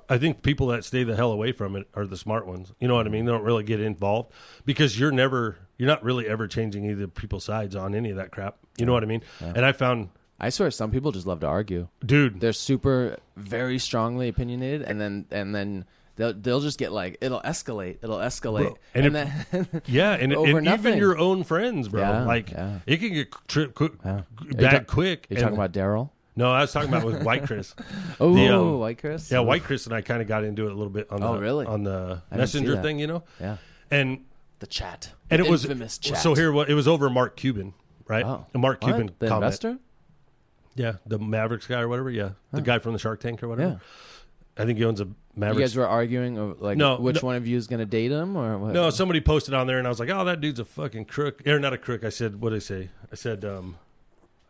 Speaker 1: i think people that stay the hell away from it are the smart ones you know what i mean they don't really get involved because you're never you're not really ever changing either people's sides on any of that crap you know what i mean and i found
Speaker 2: I swear, some people just love to argue.
Speaker 1: dude
Speaker 2: They're super, very strongly opinionated, and then and then they'll they'll just get like it'll escalate, it'll escalate,
Speaker 1: Bro, and
Speaker 2: and,
Speaker 1: if-
Speaker 2: then
Speaker 1: [laughs]
Speaker 2: [laughs]
Speaker 1: yeah and,
Speaker 2: over
Speaker 1: and even
Speaker 2: nothing.
Speaker 1: your own friends bro
Speaker 2: Yeah,
Speaker 1: like
Speaker 2: yeah.
Speaker 1: it can get tri- quick
Speaker 2: Are you
Speaker 1: bad
Speaker 2: ta-
Speaker 1: quick
Speaker 2: you're
Speaker 1: and-
Speaker 2: talking about Daryl.
Speaker 1: no i was talking about with white
Speaker 2: [laughs]
Speaker 1: chris
Speaker 2: Oh,
Speaker 1: The, um,
Speaker 2: like Chris.
Speaker 1: yeah white chris and i kind of got into it a little bit on
Speaker 2: Oh,
Speaker 1: the
Speaker 2: really?
Speaker 1: on the
Speaker 2: I didn't see
Speaker 1: messenger
Speaker 2: that.
Speaker 1: thing you know
Speaker 2: Yeah.
Speaker 1: and
Speaker 2: the chat,
Speaker 1: and
Speaker 2: The
Speaker 1: it was
Speaker 2: infamous chat.
Speaker 1: so here what it was over Mark Cuban, right?
Speaker 2: Oh.
Speaker 1: And Mark
Speaker 2: What?
Speaker 1: Cuban,
Speaker 2: the
Speaker 1: comment.
Speaker 2: investor.
Speaker 1: yeah, the Mavericks guy or whatever, yeah, the guy from the Shark Tank or whatever. I think he owns a
Speaker 2: You
Speaker 1: Mavericks.
Speaker 2: guys were arguing uh, like
Speaker 1: No,
Speaker 2: which
Speaker 1: no.
Speaker 2: one of you is going to date him or what?
Speaker 1: no, somebody posted on there, and I was like, "Oh, that dude's a fucking crook." Or not a crook. I said, "What did I say?" I said, um,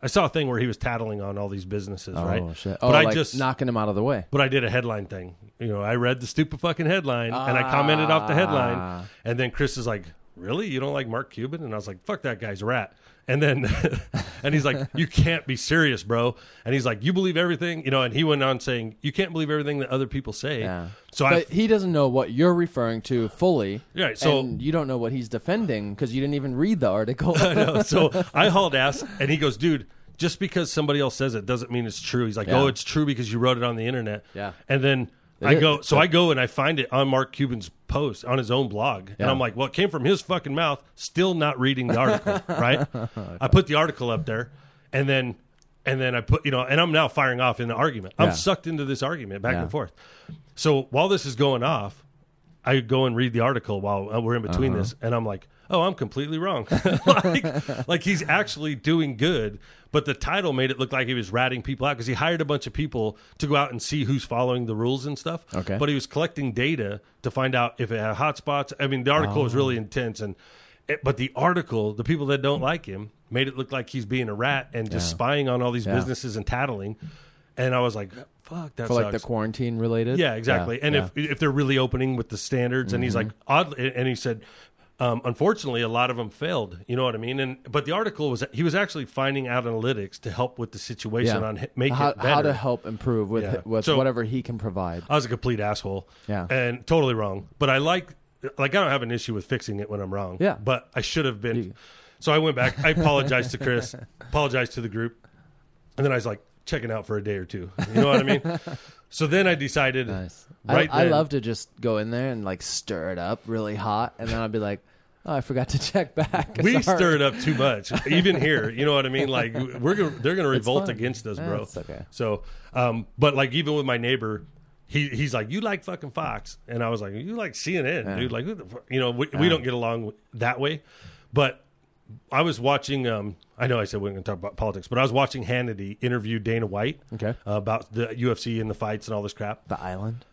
Speaker 1: "I saw a thing where he was tattling on all these businesses,
Speaker 2: oh,
Speaker 1: right?"
Speaker 2: shit. Oh,
Speaker 1: But I
Speaker 2: like
Speaker 1: just
Speaker 2: knocking him out of the way.
Speaker 1: But I did a headline thing. You know, I read the stupid fucking headline and I commented off the headline.
Speaker 2: Ah.
Speaker 1: And then Chris is like, Really? You don't like Mark Cuban? And I was like, Fuck that guy's a rat. And then, [laughs] and he's like, You can't be serious, bro. And he's like, You believe everything? You know, and he went on saying, You can't believe everything that other people say.
Speaker 2: Yeah.
Speaker 1: So I,
Speaker 2: But he doesn't know what you're referring to fully.
Speaker 1: Right, so-
Speaker 2: and you don't know what he's defending because you didn't even read
Speaker 1: [laughs]
Speaker 2: the article.
Speaker 1: know. So I hauled ass, and he goes, dude. Just because somebody else says it doesn't mean it's true. He's like,
Speaker 2: Yeah.
Speaker 1: oh, it's true because you wrote it on the internet.
Speaker 2: Yeah.
Speaker 1: And then I go, so I go and I find it on Mark Cuban's post on his own blog, and I'm like, well, it came from his fucking mouth. Still not reading the
Speaker 2: [laughs]
Speaker 1: article, right? I put the article up there, and then. And then I put, you know, and I'm now firing off in the argument. I'm
Speaker 2: Yeah.
Speaker 1: sucked into this argument back
Speaker 2: Yeah.
Speaker 1: and forth. So while this is going off, I go and read the article while uh, we're in between
Speaker 2: Uh-huh.
Speaker 1: this, and I'm like, oh, I'm completely wrong. [laughs] like, like he's actually doing good, but the title made it look like he was ratting people out because he hired a bunch of people to go out and see who's following the rules and stuff.
Speaker 2: Okay.
Speaker 1: But he was collecting data to find out if it had hotspots. I mean, the article was
Speaker 2: Oh.
Speaker 1: really intense, and it, but the article, the people that don't like him, made it look like he's being a rat and just spying on all these businesses and tattling. And I was like, fuck, that
Speaker 2: for like the
Speaker 1: sucks.
Speaker 2: quarantine related.
Speaker 1: Yeah, exactly. and
Speaker 2: yeah. Mm-hmm.
Speaker 1: if if they're really opening with the standards, and he's like, oddly, and he said, um, unfortunately, a lot of them failed. You know what I mean? And but the article was he was actually finding out analytics to help with the situation on on hi- make
Speaker 2: how,
Speaker 1: it better.
Speaker 2: how to help improve with
Speaker 1: Yeah.
Speaker 2: with
Speaker 1: So- Uh,
Speaker 2: whatever he can provide.
Speaker 1: I was a complete asshole.
Speaker 2: Yeah.
Speaker 1: and totally wrong. But I like like I don't have an issue with fixing it when I'm wrong.
Speaker 2: Yeah.
Speaker 1: but I should have been. So I went back. I apologized to
Speaker 2: [laughs]
Speaker 1: Chris. Apologized to the group, and then I was like checking out for a day or two. You know what I
Speaker 2: [laughs]
Speaker 1: mean? So then I decided.
Speaker 2: Nice.
Speaker 1: Right
Speaker 2: I, I
Speaker 1: then-
Speaker 2: love to just go in there and like stir it up really hot, and then I'd be like, "Oh, I forgot to check back."
Speaker 1: we
Speaker 2: [laughs] Sorry.
Speaker 1: stir it up too much, even here. You know what I mean?
Speaker 2: [laughs]
Speaker 1: Like we're gonna, they're going to revolt
Speaker 2: fun.
Speaker 1: against us,
Speaker 2: Yeah,
Speaker 1: bro.
Speaker 2: it's okay.
Speaker 1: So, um, but like even with my neighbor, he he's like, you like fucking Fox, and I was like, you like CNN, dude. Like, who the fu-" you know, we, we don't get along that way. But I was watching. Um, I know I said we we're going to talk about politics, but I was watching Hannity interview Dana White
Speaker 2: Okay.
Speaker 1: about the UFC and the fights and all this crap.
Speaker 2: The island,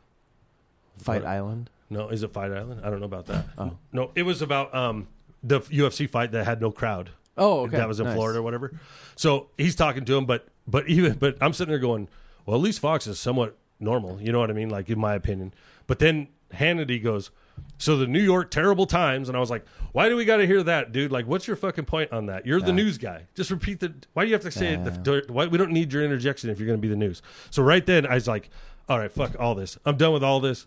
Speaker 2: fight island.
Speaker 1: No, is it Fight Island? I don't know about that.
Speaker 2: Oh.
Speaker 1: No, it was about um, the UFC fight that had no crowd.
Speaker 2: Oh, okay.
Speaker 1: That was in
Speaker 2: Nice.
Speaker 1: Florida or whatever. So he's talking to him, but but even but I'm sitting there going, well, at least Fox is somewhat normal. You know what I mean? Like in my opinion. But then Hannity goes, so the New York terrible times, and I was like, why do we got to hear that, dude? Like, what's your fucking point on that? You're the news guy. Just repeat the. Why do you have to say the? Why we don't need your interjection if you're going to be the news? So right then I was like, all right, fuck all this. I'm done with all this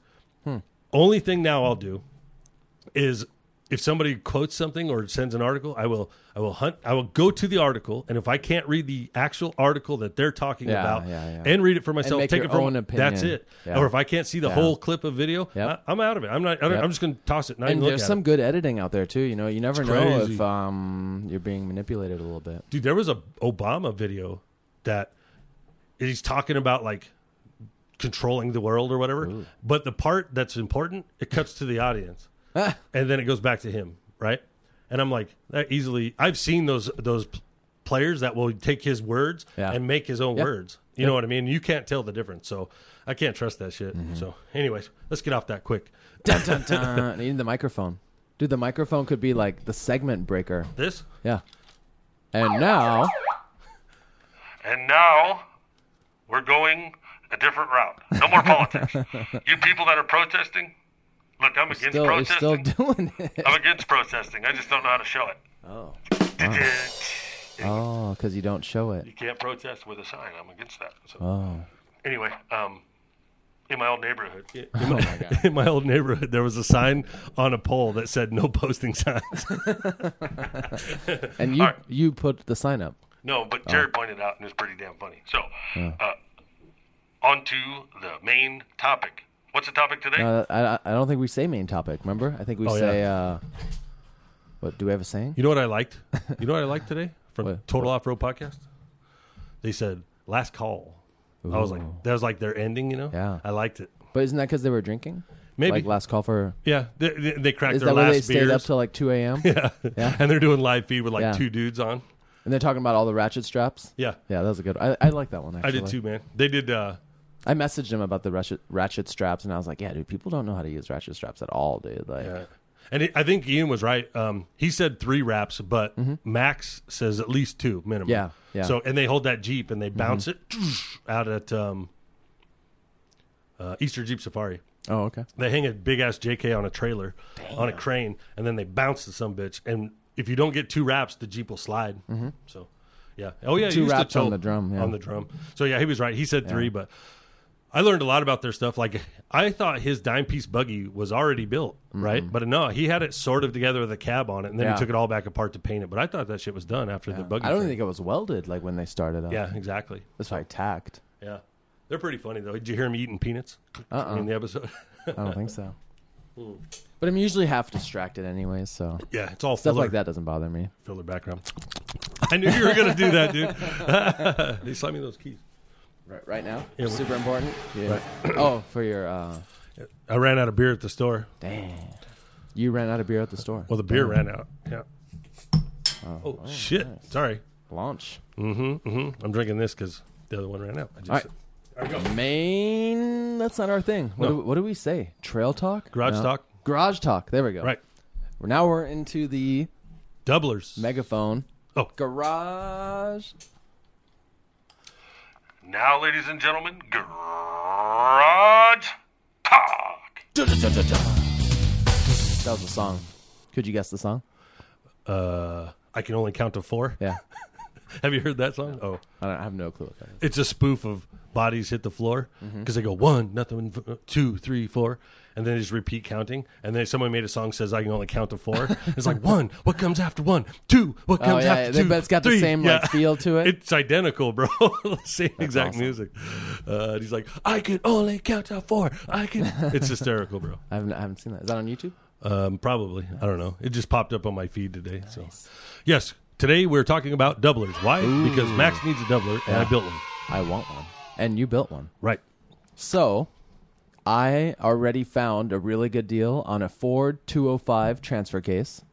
Speaker 1: only thing now I'll do is if somebody quotes something or sends an article, I will I will hunt I will go to the article and if I can't read the actual article that they're talking
Speaker 2: Yeah,
Speaker 1: about
Speaker 2: yeah, yeah.
Speaker 1: and read it for myself,
Speaker 2: make
Speaker 1: take
Speaker 2: your
Speaker 1: it from
Speaker 2: own opinion.
Speaker 1: that's it.
Speaker 2: Yeah.
Speaker 1: Or if I can't see the whole clip of video,
Speaker 2: Yep.
Speaker 1: I, I'm out of it. I'm not. I don't,
Speaker 2: Yep.
Speaker 1: I'm just going to toss it. Not
Speaker 2: And
Speaker 1: even look at
Speaker 2: there's some
Speaker 1: it.
Speaker 2: good editing out there too. You know, you never know
Speaker 1: crazy.
Speaker 2: if um, you're being manipulated a little bit.
Speaker 1: dude. There was a Obama video that he's talking about like controlling the world or whatever.
Speaker 2: [laughs]
Speaker 1: But the part that's important, it cuts to the audience. and then it goes back to him, right? And I'm like, that easily. I've seen those those p- players that will take his words
Speaker 2: Yeah.
Speaker 1: and make his own
Speaker 2: Yep.
Speaker 1: words. You know what I mean? You can't tell the difference. So I can't trust that shit.
Speaker 2: Mm-hmm.
Speaker 1: So, anyways, let's get off that quick.
Speaker 2: Dun, dun, dun. Even the microphone. Dude, the microphone could be like the segment breaker.
Speaker 1: This
Speaker 2: Yeah. And now,
Speaker 3: And now we're going a different route. No more
Speaker 2: [laughs]
Speaker 3: politics. you people that are protesting, look, I'm against
Speaker 2: still, we're still [laughs]
Speaker 3: protesting.
Speaker 2: doing it.
Speaker 3: I'm against protesting. I just don't know how to show it.
Speaker 2: Oh.
Speaker 3: You
Speaker 2: Oh, because you don't show it.
Speaker 3: can't protest with a sign. I'm against that. So
Speaker 2: Oh.
Speaker 3: anyway, um, in my old neighborhood,
Speaker 2: [laughs] Oh, my God.
Speaker 1: [laughs] in my old neighborhood, there was a sign on a pole that said "No posting signs." [laughs]
Speaker 2: And you, you put the sign up.
Speaker 3: No, but
Speaker 2: Oh.
Speaker 3: Jared pointed out, and it's pretty damn funny. So, uh, on to the main topic. What's the topic today?
Speaker 2: Uh, I, I- I don't think we say main topic, remember? I think we
Speaker 1: Oh,
Speaker 2: say, uh, what, do we have a saying?
Speaker 1: You know what I liked? You know what I liked today from
Speaker 2: What?
Speaker 1: Total Off Road Podcast? They said last call. I was like, that was like their ending, you know?
Speaker 2: Yeah.
Speaker 1: I liked it.
Speaker 2: But isn't that because they were drinking?
Speaker 1: Maybe.
Speaker 2: Like last call for.
Speaker 1: yeah. They, they, they cracked
Speaker 2: Is
Speaker 1: their
Speaker 2: that where they
Speaker 1: last
Speaker 2: stayed up
Speaker 1: beers.
Speaker 2: till like 2 a.m.?
Speaker 1: [laughs] yeah. And they're doing live feed with like
Speaker 2: Yeah.
Speaker 1: two dudes on.
Speaker 2: And they're talking about all the ratchet straps?
Speaker 1: Yeah.
Speaker 2: Yeah, that was a good I, I like that one, actually.
Speaker 1: I did too, man. They did, uh,
Speaker 2: I messaged him about the ratchet, ratchet straps, and I was like, "Yeah, dude, people don't know how to use ratchet straps at all, dude." Like,
Speaker 1: uh, and it, I think Ian was right. Um, he said three raps, but Max says at least two minimum.
Speaker 2: Mm-hmm. Yeah, yeah. Mm-hmm.
Speaker 1: So, and they hold that Jeep and they bounce it out at um, uh, Easter Jeep Safari.
Speaker 2: oh, okay.
Speaker 1: They hang a big ass JK on a trailer, on a crane, and then they bounce to some bitch. And if you don't get two wraps, the Jeep will slide. So, yeah. Oh yeah,
Speaker 2: Mm-hmm. Two
Speaker 1: you used to
Speaker 2: wraps on
Speaker 1: tell-
Speaker 2: the drum, yeah.
Speaker 1: On the drum. So yeah, he was right. He said three, but I learned a lot about their stuff. Like I thought his dime piece buggy was already built, right? But no, he had it sort of together with a cab on it, and then
Speaker 2: Mm-hmm. Yeah.
Speaker 1: he took it all back apart to paint it. But I thought that shit was done after the buggy.
Speaker 2: I don't
Speaker 1: thing.
Speaker 2: think it was welded like when they started up.
Speaker 1: Yeah, exactly.
Speaker 2: it's probably tacked.
Speaker 1: Yeah, they're pretty funny though. Did you hear him eating peanuts
Speaker 2: Uh-uh.
Speaker 1: in the episode? [laughs]
Speaker 2: I don't think so.
Speaker 1: Hmm.
Speaker 2: But I'm usually half distracted anyways, so
Speaker 1: yeah, it's all
Speaker 2: stuff
Speaker 1: filler.
Speaker 2: like that doesn't bother me.
Speaker 1: filler background. [laughs] I knew you were gonna do that, dude. [laughs] they slide me those keys.
Speaker 2: Right, right now,
Speaker 1: Yeah, we-
Speaker 2: super important. Yeah. [clears throat] oh, for your uh,
Speaker 1: I ran out of beer at the store.
Speaker 2: damn, you ran out of beer at the store.
Speaker 1: Well, the beer ran out. Yeah. Oh, shit! Sorry.
Speaker 2: launch
Speaker 1: Hmm. I'm drinking this because the other one ran out. I just,
Speaker 2: All right. main. That's not our thing. What, do, what do we say? Trail talk,
Speaker 1: Garage talk?
Speaker 2: garage talk. There we go.
Speaker 1: Right.
Speaker 2: Well, Now we're into the
Speaker 1: Doublers.
Speaker 2: megaphone.
Speaker 1: Oh.
Speaker 2: Garage.
Speaker 3: now, ladies and gentlemen, garage talk.
Speaker 2: That was the song. Could you guess the song?
Speaker 1: uh, I can only count to four.
Speaker 2: Yeah.
Speaker 1: Have you heard that song? Oh,
Speaker 2: I, don't, I have no clue what that is.
Speaker 1: it's a spoof of bodies hit the floor because
Speaker 2: Mm-hmm.
Speaker 1: they go one, nothing, uh, two, three, four, and then they just repeat counting. And then someone made a song that says I can only count to
Speaker 2: [laughs]
Speaker 1: four. it's like one, what comes after one, two, what
Speaker 2: Oh,
Speaker 1: comes
Speaker 2: yeah,
Speaker 1: after
Speaker 2: yeah,
Speaker 1: two,
Speaker 2: but it's got the
Speaker 1: three.
Speaker 2: same, like, feel to
Speaker 1: [laughs]
Speaker 2: it.
Speaker 1: It's identical, bro. [laughs] same exact
Speaker 2: awesome.
Speaker 1: music. Uh, and he's like, I can only count to four. I can.
Speaker 2: [laughs]
Speaker 1: It's hysterical, bro.
Speaker 2: I haven't, I haven't seen that. Is that on YouTube?
Speaker 1: Um, probably. I don't know. It just popped up on my feed today. So, yes, today we're talking about doublers. Why? Because Max needs a doubler, and I built one.
Speaker 2: I want one. And you built one.
Speaker 1: Right.
Speaker 2: So I already found a really good deal on a Ford 205 transfer case,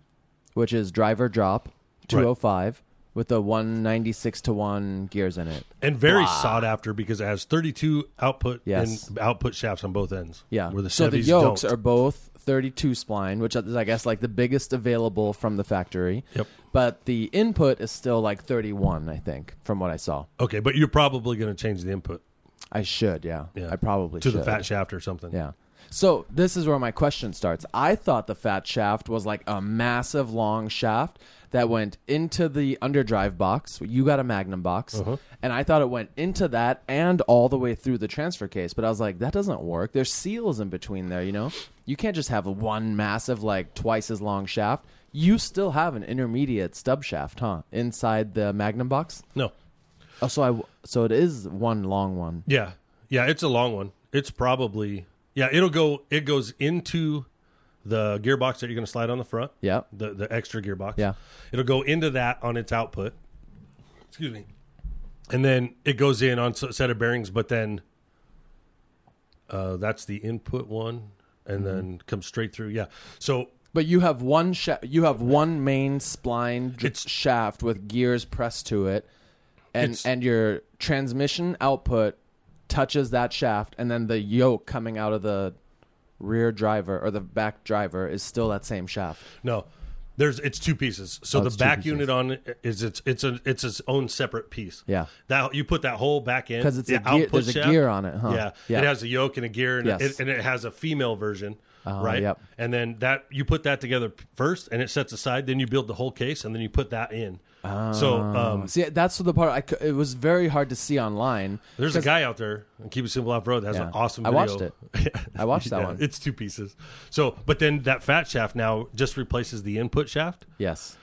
Speaker 2: which is driver drop 205 with the 196 to 1 gears in it.
Speaker 1: And very sought after because it has 32 output
Speaker 2: Yes.
Speaker 1: and output shafts on both ends.
Speaker 2: Yeah.
Speaker 1: Where the
Speaker 2: so the
Speaker 1: 70s
Speaker 2: yokes
Speaker 1: don't.
Speaker 2: are both 32 spline, which is, I guess, like the biggest available from the factory.
Speaker 1: Yep.
Speaker 2: But the input is still like 31, I think, from what I saw.
Speaker 1: Okay, but you're probably going to change the input.
Speaker 2: I should, yeah.
Speaker 1: Yeah.
Speaker 2: I probably
Speaker 1: to
Speaker 2: should.
Speaker 1: the fat shaft or something.
Speaker 2: Yeah. So this is where my question starts. I thought the fat shaft was like a massive long shaft that went into the underdrive box. You got a magnum box. And I thought it went into that and all the way through the transfer case. But I was like, that doesn't work. There's seals in between there, you know? You can't just have one massive, like twice as long shaft. You still have an intermediate stub shaft, huh? Inside the magnum box.
Speaker 1: No.
Speaker 2: Oh, so I so it is one long one.
Speaker 1: Yeah. Yeah, it's a long one. It's probably Yeah, it'll go it goes into the gearbox that you're going to slide on the front.
Speaker 2: Yep.
Speaker 1: The the extra gearbox.
Speaker 2: Yeah.
Speaker 1: It'll go into that on its output. Excuse me. And then it goes in on s- set of bearings, but then
Speaker 2: Mm-hmm.
Speaker 1: uh that's the input one and then comes straight through. Yeah. So
Speaker 2: But you have one sha- you have one main spline dr-
Speaker 1: It's-
Speaker 2: shaft with gears pressed to it, and
Speaker 1: It's-
Speaker 2: and your transmission output touches that shaft, and then the yoke coming out of the rear driver or the back driver is still that same shaft.
Speaker 1: No, there's it's two pieces. So
Speaker 2: Oh, it's
Speaker 1: the
Speaker 2: two
Speaker 1: back
Speaker 2: pieces.
Speaker 1: unit on it is it's it's a it's its own separate piece.
Speaker 2: Yeah.
Speaker 1: that you put that whole back end
Speaker 2: 'Cause it's
Speaker 1: the
Speaker 2: a gear- there's a gear on it, huh?
Speaker 1: Yeah.
Speaker 2: Yeah.
Speaker 1: it has a yoke and a gear, and
Speaker 2: Yes. Uh-huh,
Speaker 1: it, and it has a female version. right,
Speaker 2: yep.
Speaker 1: and then that you put that together p- first, and it sets aside. Then you build the whole case, and then you put that in. so um,
Speaker 2: See, that's the part I cou- it was very hard to see online.
Speaker 1: there's a guy out there on Keep It Simple Off Road that has an
Speaker 2: Yeah.
Speaker 1: awesome
Speaker 2: I
Speaker 1: video.
Speaker 2: watched it.
Speaker 1: [laughs]
Speaker 2: I watched that
Speaker 1: Yeah,
Speaker 2: one.
Speaker 1: It's two pieces. So, but then that fat shaft now just replaces the input shaft.
Speaker 2: Yes.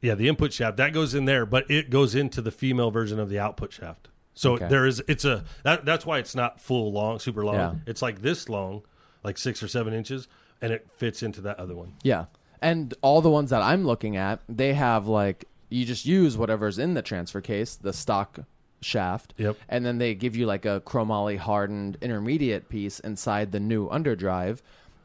Speaker 1: Yeah, the input shaft that goes in there, but it goes into the female version of the output shaft. So
Speaker 2: Okay.
Speaker 1: there is it's a that, that's why it's not full long, super long.
Speaker 2: Yeah.
Speaker 1: It's like this long, like six or seven inches, and it fits into that other one.
Speaker 2: Yeah. And all the ones that I'm looking at, they have like you just use whatever's in the transfer case, the stock shaft.
Speaker 1: Yep.
Speaker 2: And then they give you like a chromoly hardened intermediate piece inside the new underdrive.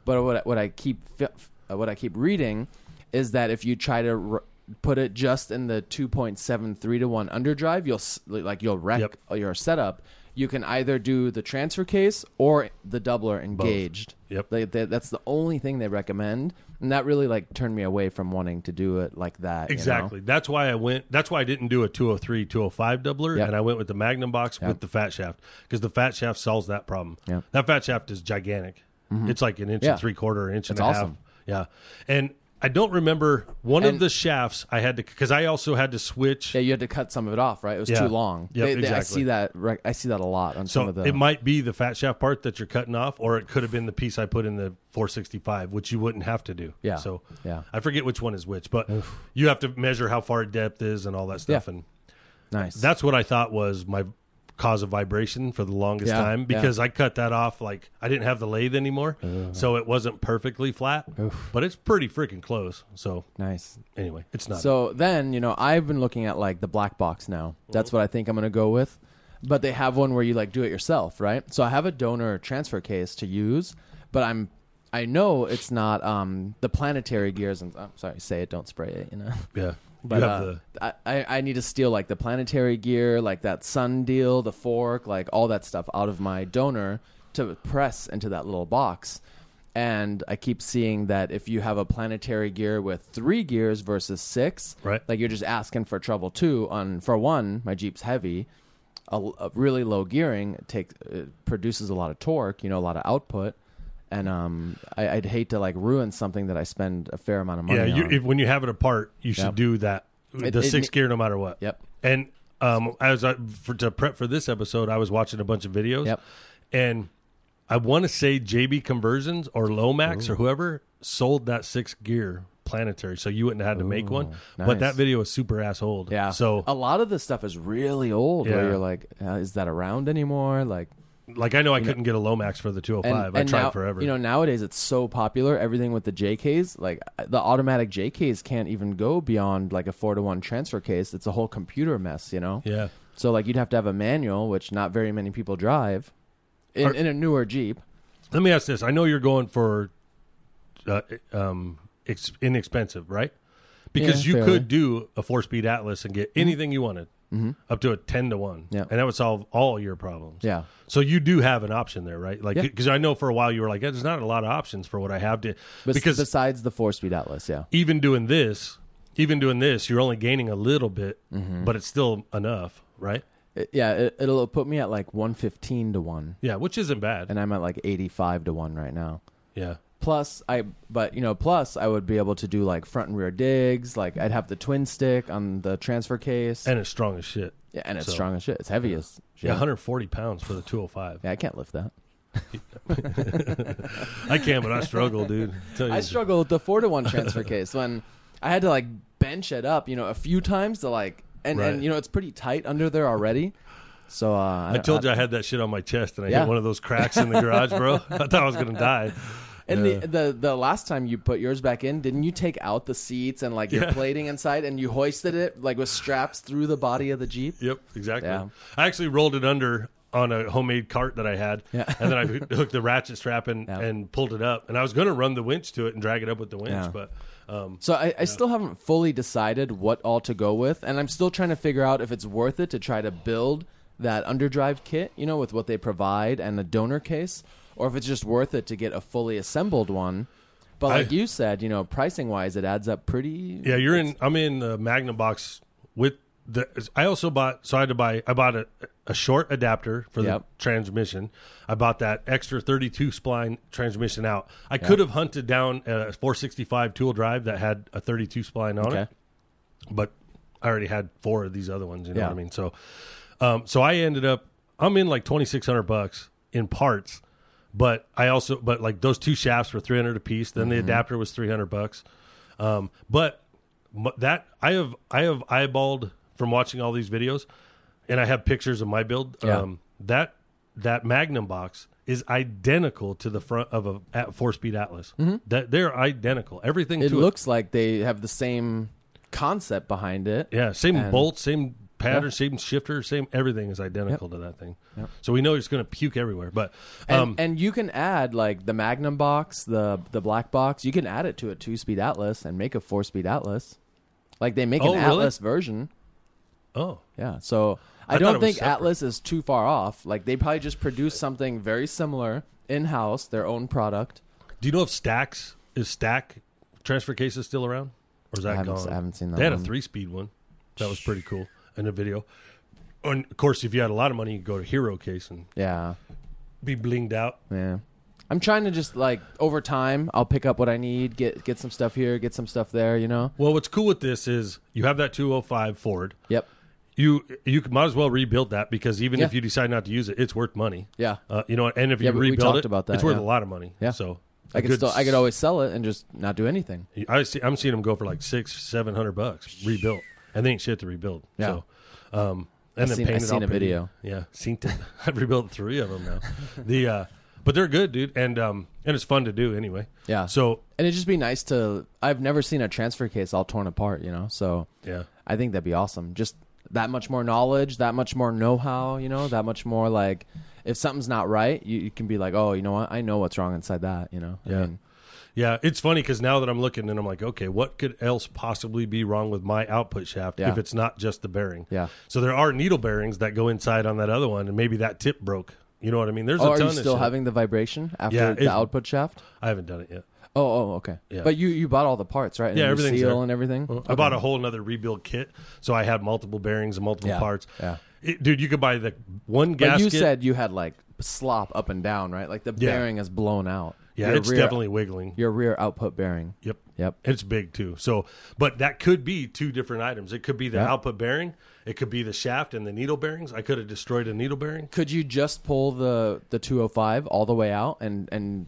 Speaker 2: But what what I keep fi- uh, what I keep reading is that if you try to r- put it just in the 2.73 to 1 underdrive, you'll s- like you'll wreck
Speaker 1: Yep.
Speaker 2: your setup. You can either do the transfer case or the doubler engaged.
Speaker 1: Yep.
Speaker 2: They, they, that's the only thing they recommend, and that really like turned me away from wanting to do it like that. you know?
Speaker 1: Exactly. That's why I went. That's why I didn't do a 203, 205 doubler,
Speaker 2: Yep.
Speaker 1: and I went with the Magnum box with the fat shaft because the fat shaft solves that problem.
Speaker 2: Yep. Mm-hmm.
Speaker 1: That fat shaft is gigantic. It's like an inch
Speaker 2: Yeah.
Speaker 1: and three quarter, an inch and
Speaker 2: It's
Speaker 1: a
Speaker 2: awesome.
Speaker 1: half. Yeah, and I don't remember one of
Speaker 2: And-
Speaker 1: the shafts I had to because I also had to switch.
Speaker 2: Yeah, you had to cut some of it off, right? It was
Speaker 1: Yeah.
Speaker 2: too long.
Speaker 1: Yep,
Speaker 2: They- they- I
Speaker 1: exactly.
Speaker 2: see that. Rec- I see that a lot on some
Speaker 1: So
Speaker 2: of the.
Speaker 1: it might be the fat shaft part that you're cutting off, or it could have been the piece I put in the 465, which you wouldn't have to do.
Speaker 2: Yeah.
Speaker 1: So
Speaker 2: Yeah.
Speaker 1: I forget which one is which, but you have to measure how far depth is and all that stuff.
Speaker 2: Yeah.
Speaker 1: And
Speaker 2: nice.
Speaker 1: that's what I thought was my cause of vibration for the longest
Speaker 2: Yeah,
Speaker 1: time because I cut that off. Like I didn't have the lathe anymore, so it wasn't perfectly flat, but it's pretty freaking close. So
Speaker 2: nice.
Speaker 1: anyway, it's not.
Speaker 2: So then, you know, I've been looking at like the black box now. That's
Speaker 1: Mm-hmm.
Speaker 2: what I think I'm going to go with. But they have one where you like do it yourself, right? So I have a donor transfer case to use, but I'm I know it's not um the planetary gears and I'm sorry, say it, don't spray it, you know.
Speaker 1: yeah,
Speaker 2: But
Speaker 1: you have
Speaker 2: uh,
Speaker 1: the
Speaker 2: I, I I need to steal like the planetary gear, like that sun deal, the fork, like all that stuff out of my donor to press into that little box. And I keep seeing that if you have a planetary gear with three gears versus six,
Speaker 1: Right.
Speaker 2: like you're just asking for trouble too. On for one, my Jeep's heavy, a, a really low gearing takes it produces a lot of torque, you know, a lot of output. And um, I, I'd hate to like ruin something that I spend a fair amount of money
Speaker 1: yeah.
Speaker 2: on.
Speaker 1: You, if, when you have it apart, you should
Speaker 2: Yep.
Speaker 1: do that. the
Speaker 2: it-
Speaker 1: six gear, no matter what.
Speaker 2: Yep.
Speaker 1: And um, as I for, to prep for this episode, I was watching a bunch of videos.
Speaker 2: Yep.
Speaker 1: And I want to say JB Conversions or Lomax or whoever sold that six gear planetary, so you wouldn't have had to make one. But
Speaker 2: nice.
Speaker 1: that video is super ass old.
Speaker 2: Yeah. Oh.
Speaker 1: So
Speaker 2: a lot of this stuff is really old.
Speaker 1: Yeah.
Speaker 2: Where you're like, uh, is that around anymore? Like,
Speaker 1: like I know I couldn't get a Lomax for the 205. I tried
Speaker 2: now-
Speaker 1: forever.
Speaker 2: You know, nowadays it's so popular. Everything with the JKs, like uh, the automatic JKs, can't even go beyond like a four to one transfer case. It's a whole computer mess. You know.
Speaker 1: yeah.
Speaker 2: So like you'd have to have a manual, which not very many people drive, in,
Speaker 1: Are-
Speaker 2: in a newer Jeep.
Speaker 1: Let me ask this. I know you're going for uh, um ex- inexpensive, right? Because
Speaker 2: Yeah,
Speaker 1: you
Speaker 2: fairly. Mm-hmm.
Speaker 1: could do a four-speed Atlas and get anything you wanted. Up to a ten to one,
Speaker 2: Yeah.
Speaker 1: and that would solve all your problems.
Speaker 2: Yeah.
Speaker 1: So you do have an option there, right? Like,
Speaker 2: Yeah.
Speaker 1: because I know for a while you were like, "Yeah, "There's not a lot of options for what I have to,"
Speaker 2: Bes-
Speaker 1: because
Speaker 2: besides the four speed Atlas, yeah.
Speaker 1: even doing this, even doing this, you're only gaining a little bit,
Speaker 2: Mm-hmm.
Speaker 1: but it's still enough, right?
Speaker 2: It- yeah, it, it'll put me at like 115 to 1
Speaker 1: Yeah, which isn't bad.
Speaker 2: and I'm at like 85 to 1 right now.
Speaker 1: yeah,
Speaker 2: plus i but you know plus i would be able to do like front and rear digs like i'd have the twin stick on the transfer case and,
Speaker 1: and it's strong as shit.
Speaker 2: yeah, and it's
Speaker 1: so-
Speaker 2: strong as shit it's heavy as shit
Speaker 1: Yeah, 140 pounds for the 205.
Speaker 2: yeah i can't lift that
Speaker 1: I can, but I struggle, dude. Tell you
Speaker 2: i
Speaker 1: the-
Speaker 2: struggled with the four to
Speaker 1: [laughs]
Speaker 2: one transfer case when i had to like bench it up you know a few times to like and
Speaker 1: Right.
Speaker 2: and you know it's pretty tight under there already so uh
Speaker 1: I told you I had that shit on my chest, and I
Speaker 2: Yeah.
Speaker 1: hit one of those cracks in the garage,
Speaker 2: [laughs]
Speaker 1: bro. I thought I was gonna die.
Speaker 2: and
Speaker 1: Yeah.
Speaker 2: the, the the last time you put yours back in didn't you take out the seats and like your
Speaker 1: Yeah.
Speaker 2: plating inside and you hoisted it like with straps through the body of the jeep
Speaker 1: Yep, exactly.
Speaker 2: Yeah.
Speaker 1: I actually rolled it under on a homemade cart that I had.
Speaker 2: Yeah.
Speaker 1: And then I
Speaker 2: [laughs]
Speaker 1: hooked the ratchet strap and,
Speaker 2: Yeah.
Speaker 1: and pulled it up. And I was going to run the winch to it and drag it up with the winch,
Speaker 2: Yeah.
Speaker 1: but um,
Speaker 2: So I, I still haven't fully decided what all to go with, and I'm still trying to figure out if it's worth it to try to build that underdrive kit, you know, with what they provide and the donor case, or if it's just worth it to get a fully assembled one. But
Speaker 1: I-
Speaker 2: like you said, you know, pricing wise, it adds up pretty.
Speaker 1: yeah, you're in. I'm in the Magnum box with the. I also bought. So I had to buy. I bought a, a short adapter for
Speaker 2: Yep.
Speaker 1: the transmission. I bought that extra 32 spline transmission out. I could have hunted down a 465 tool drive that had a 32 spline on
Speaker 2: Okay.
Speaker 1: it, but I already had four of these other ones. You know
Speaker 2: Yeah.
Speaker 1: what I mean? So, um, so I ended up. I'm in like 2,600 bucks in parts. But I also, but like those two shafts were 300 a piece. Then
Speaker 2: Mm-hmm.
Speaker 1: the adapter was 300 bucks. Um, but m- that I have I have eyeballed from watching all these videos, and I have pictures of my build.
Speaker 2: Yeah.
Speaker 1: Um, that that Magnum box is identical to the front of a at four speed Atlas. That they're identical. Everything
Speaker 2: Mm-hmm. It
Speaker 1: to
Speaker 2: looks like they have the same concept behind it.
Speaker 1: yeah, same
Speaker 2: and-
Speaker 1: bolt, same pattern, same shifter, same everything is identical to that thing. So we know it's going to puke everywhere. But
Speaker 2: And,
Speaker 1: um,
Speaker 2: and you can add like the Magnum box, the the black box. You can add it to a two speed Atlas and make a four speed Atlas. Like they make
Speaker 1: Oh,
Speaker 2: an
Speaker 1: really?
Speaker 2: Atlas version.
Speaker 1: oh,
Speaker 2: Yeah. So
Speaker 1: I thought
Speaker 2: I,
Speaker 1: it
Speaker 2: don't
Speaker 1: was
Speaker 2: think
Speaker 1: separate.
Speaker 2: Atlas is too far off. Like they probably just produce something very similar in house, their own product.
Speaker 1: do you know if Stacks is Stack transfer cases still around, or is that
Speaker 2: haven't-
Speaker 1: gone?
Speaker 2: I haven't seen that
Speaker 1: They had a
Speaker 2: one.
Speaker 1: three speed one, that was pretty cool in a video. And of course, if you had a lot of money, you could go to Hero Case and
Speaker 2: Yeah.
Speaker 1: be blinged out.
Speaker 2: Yeah. I'm trying to just like over time, I'll pick up what I need, get get some stuff here, get some stuff there. You know.
Speaker 1: Well, what's cool with this is you have that 205 Ford.
Speaker 2: Yep.
Speaker 1: You you could- might as well rebuild that because even if
Speaker 2: Yeah.
Speaker 1: you decide not to use it, it's worth money.
Speaker 2: Yeah.
Speaker 1: Uh, you know, and if
Speaker 2: Yeah,
Speaker 1: you
Speaker 2: but we
Speaker 1: rebuild
Speaker 2: talked
Speaker 1: it,
Speaker 2: about that,
Speaker 1: it's worth
Speaker 2: yeah.
Speaker 1: a lot of money.
Speaker 2: Yeah.
Speaker 1: So
Speaker 2: I
Speaker 1: a
Speaker 2: could
Speaker 1: good
Speaker 2: still I could
Speaker 1: s-
Speaker 2: always sell it and just not do anything.
Speaker 1: I see, I'm seeing them go for like six, seven hundred bucks rebuilt, and they ain't shit to rebuild.
Speaker 2: Yeah.
Speaker 1: So, um, and then
Speaker 2: seen- I
Speaker 1: painted
Speaker 2: seen
Speaker 1: all
Speaker 2: a
Speaker 1: pretty.
Speaker 2: video.
Speaker 1: Yeah, seen it. [laughs] I've rebuilt three of them now. the uh, but they're good, dude, and um, and it's fun to do anyway.
Speaker 2: Yeah.
Speaker 1: So
Speaker 2: And it'd just be nice to. I've never seen a transfer case all torn apart, you know? So
Speaker 1: yeah,
Speaker 2: I think that'd be awesome. Just that much more knowledge, that much more know how, you know? That much more like if something's not right, you, you can be like, oh, you know what? I know what's wrong inside that, you know?
Speaker 1: Yeah.
Speaker 2: I mean,
Speaker 1: yeah, it's funny because now that I'm looking and I'm like, okay, what could else possibly be wrong with my output shaft
Speaker 2: Yeah.
Speaker 1: if it's not just the bearing?
Speaker 2: Yeah.
Speaker 1: So there are needle bearings that go inside on that other one, and maybe that tip broke. You know what I mean? There's
Speaker 2: oh,
Speaker 1: a
Speaker 2: are
Speaker 1: ton
Speaker 2: you
Speaker 1: of
Speaker 2: still
Speaker 1: shit.
Speaker 2: having the vibration after
Speaker 1: Yeah,
Speaker 2: the
Speaker 1: it's-
Speaker 2: output shaft?
Speaker 1: I haven't done it yet.
Speaker 2: Oh, oh, okay.
Speaker 1: Yeah.
Speaker 2: But you, you bought all the parts, right? And
Speaker 1: Yeah,
Speaker 2: your
Speaker 1: everything's
Speaker 2: seal
Speaker 1: there.
Speaker 2: and everything?
Speaker 1: I bought a whole another rebuild kit, so I had multiple bearings and multiple
Speaker 2: Yeah,
Speaker 1: parts.
Speaker 2: yeah.
Speaker 1: It- dude, you could buy the one
Speaker 2: But you
Speaker 1: gasket.
Speaker 2: said you had like slop up and down, right? Like the
Speaker 1: Yeah.
Speaker 2: bearing is blown out.
Speaker 1: yeah,
Speaker 2: Your
Speaker 1: it's
Speaker 2: rear-
Speaker 1: definitely wiggling.
Speaker 2: Your rear output bearing.
Speaker 1: Yep,
Speaker 2: Yep.
Speaker 1: it's big too. So, but that could be two different items. It could be the
Speaker 2: Yeah.
Speaker 1: output bearing. It could be the shaft and the needle bearings. I could have destroyed a needle bearing.
Speaker 2: could you just pull the the 205 all the way out and and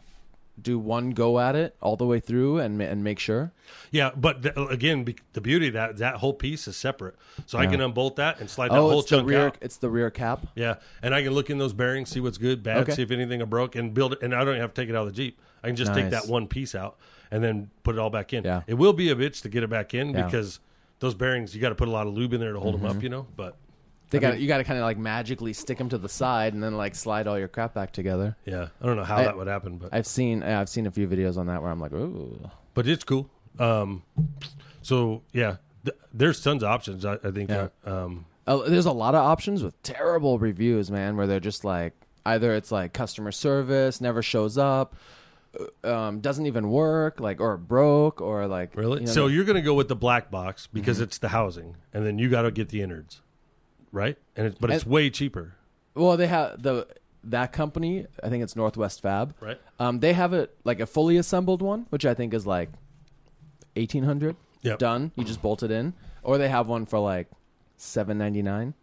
Speaker 2: do one go at it all the way through and ma- and make sure
Speaker 1: Yeah, but the, again, be, the beauty of that that whole piece is separate, so I can unbolt that and slide that
Speaker 2: oh
Speaker 1: whole
Speaker 2: it's the
Speaker 1: chunk
Speaker 2: rear
Speaker 1: out.
Speaker 2: it's the rear cap
Speaker 1: Yeah, and I can look in those bearings, see what's good, bad,
Speaker 2: Okay.
Speaker 1: see if anything are broke, and build it. And I don't even have to take it out of the Jeep. I can just take
Speaker 2: Nice.
Speaker 1: that one piece out and then put it all back in.
Speaker 2: Yeah.
Speaker 1: It will be a bitch to get it back in
Speaker 2: Yeah. Mm-hmm.
Speaker 1: because those bearings, you got to put a lot of lube in there to hold them up, you know? But
Speaker 2: they got you got to kind of like magically stick them to the side and then like slide all your crap back together
Speaker 1: yeah, I don't know how that would happen, but
Speaker 2: i've seen yeah, i've seen a few videos on that where i'm like ooh
Speaker 1: but it's cool. Um, so, yeah, th- there's tons of options, I, I think.
Speaker 2: Yeah.
Speaker 1: uh, um,
Speaker 2: Uh, there's a lot of options with terrible reviews, man, where they're just like either it's like customer service never shows up, uh, um, doesn't even work, like or broke or like
Speaker 1: really?
Speaker 2: you know, Mm-hmm.
Speaker 1: so, you're going to go with the black box because it's the housing, and then you got to get the innards, right? And it's, But it's
Speaker 2: And-
Speaker 1: way cheaper,
Speaker 2: Well, they have the that company. I think it's Northwest Fab.
Speaker 1: right?
Speaker 2: Um, they have it like a fully assembled one, which I think is like eighteen hundred.
Speaker 1: Yep.
Speaker 2: Done. You just bolt it in, or they have one for like seven ninety nine,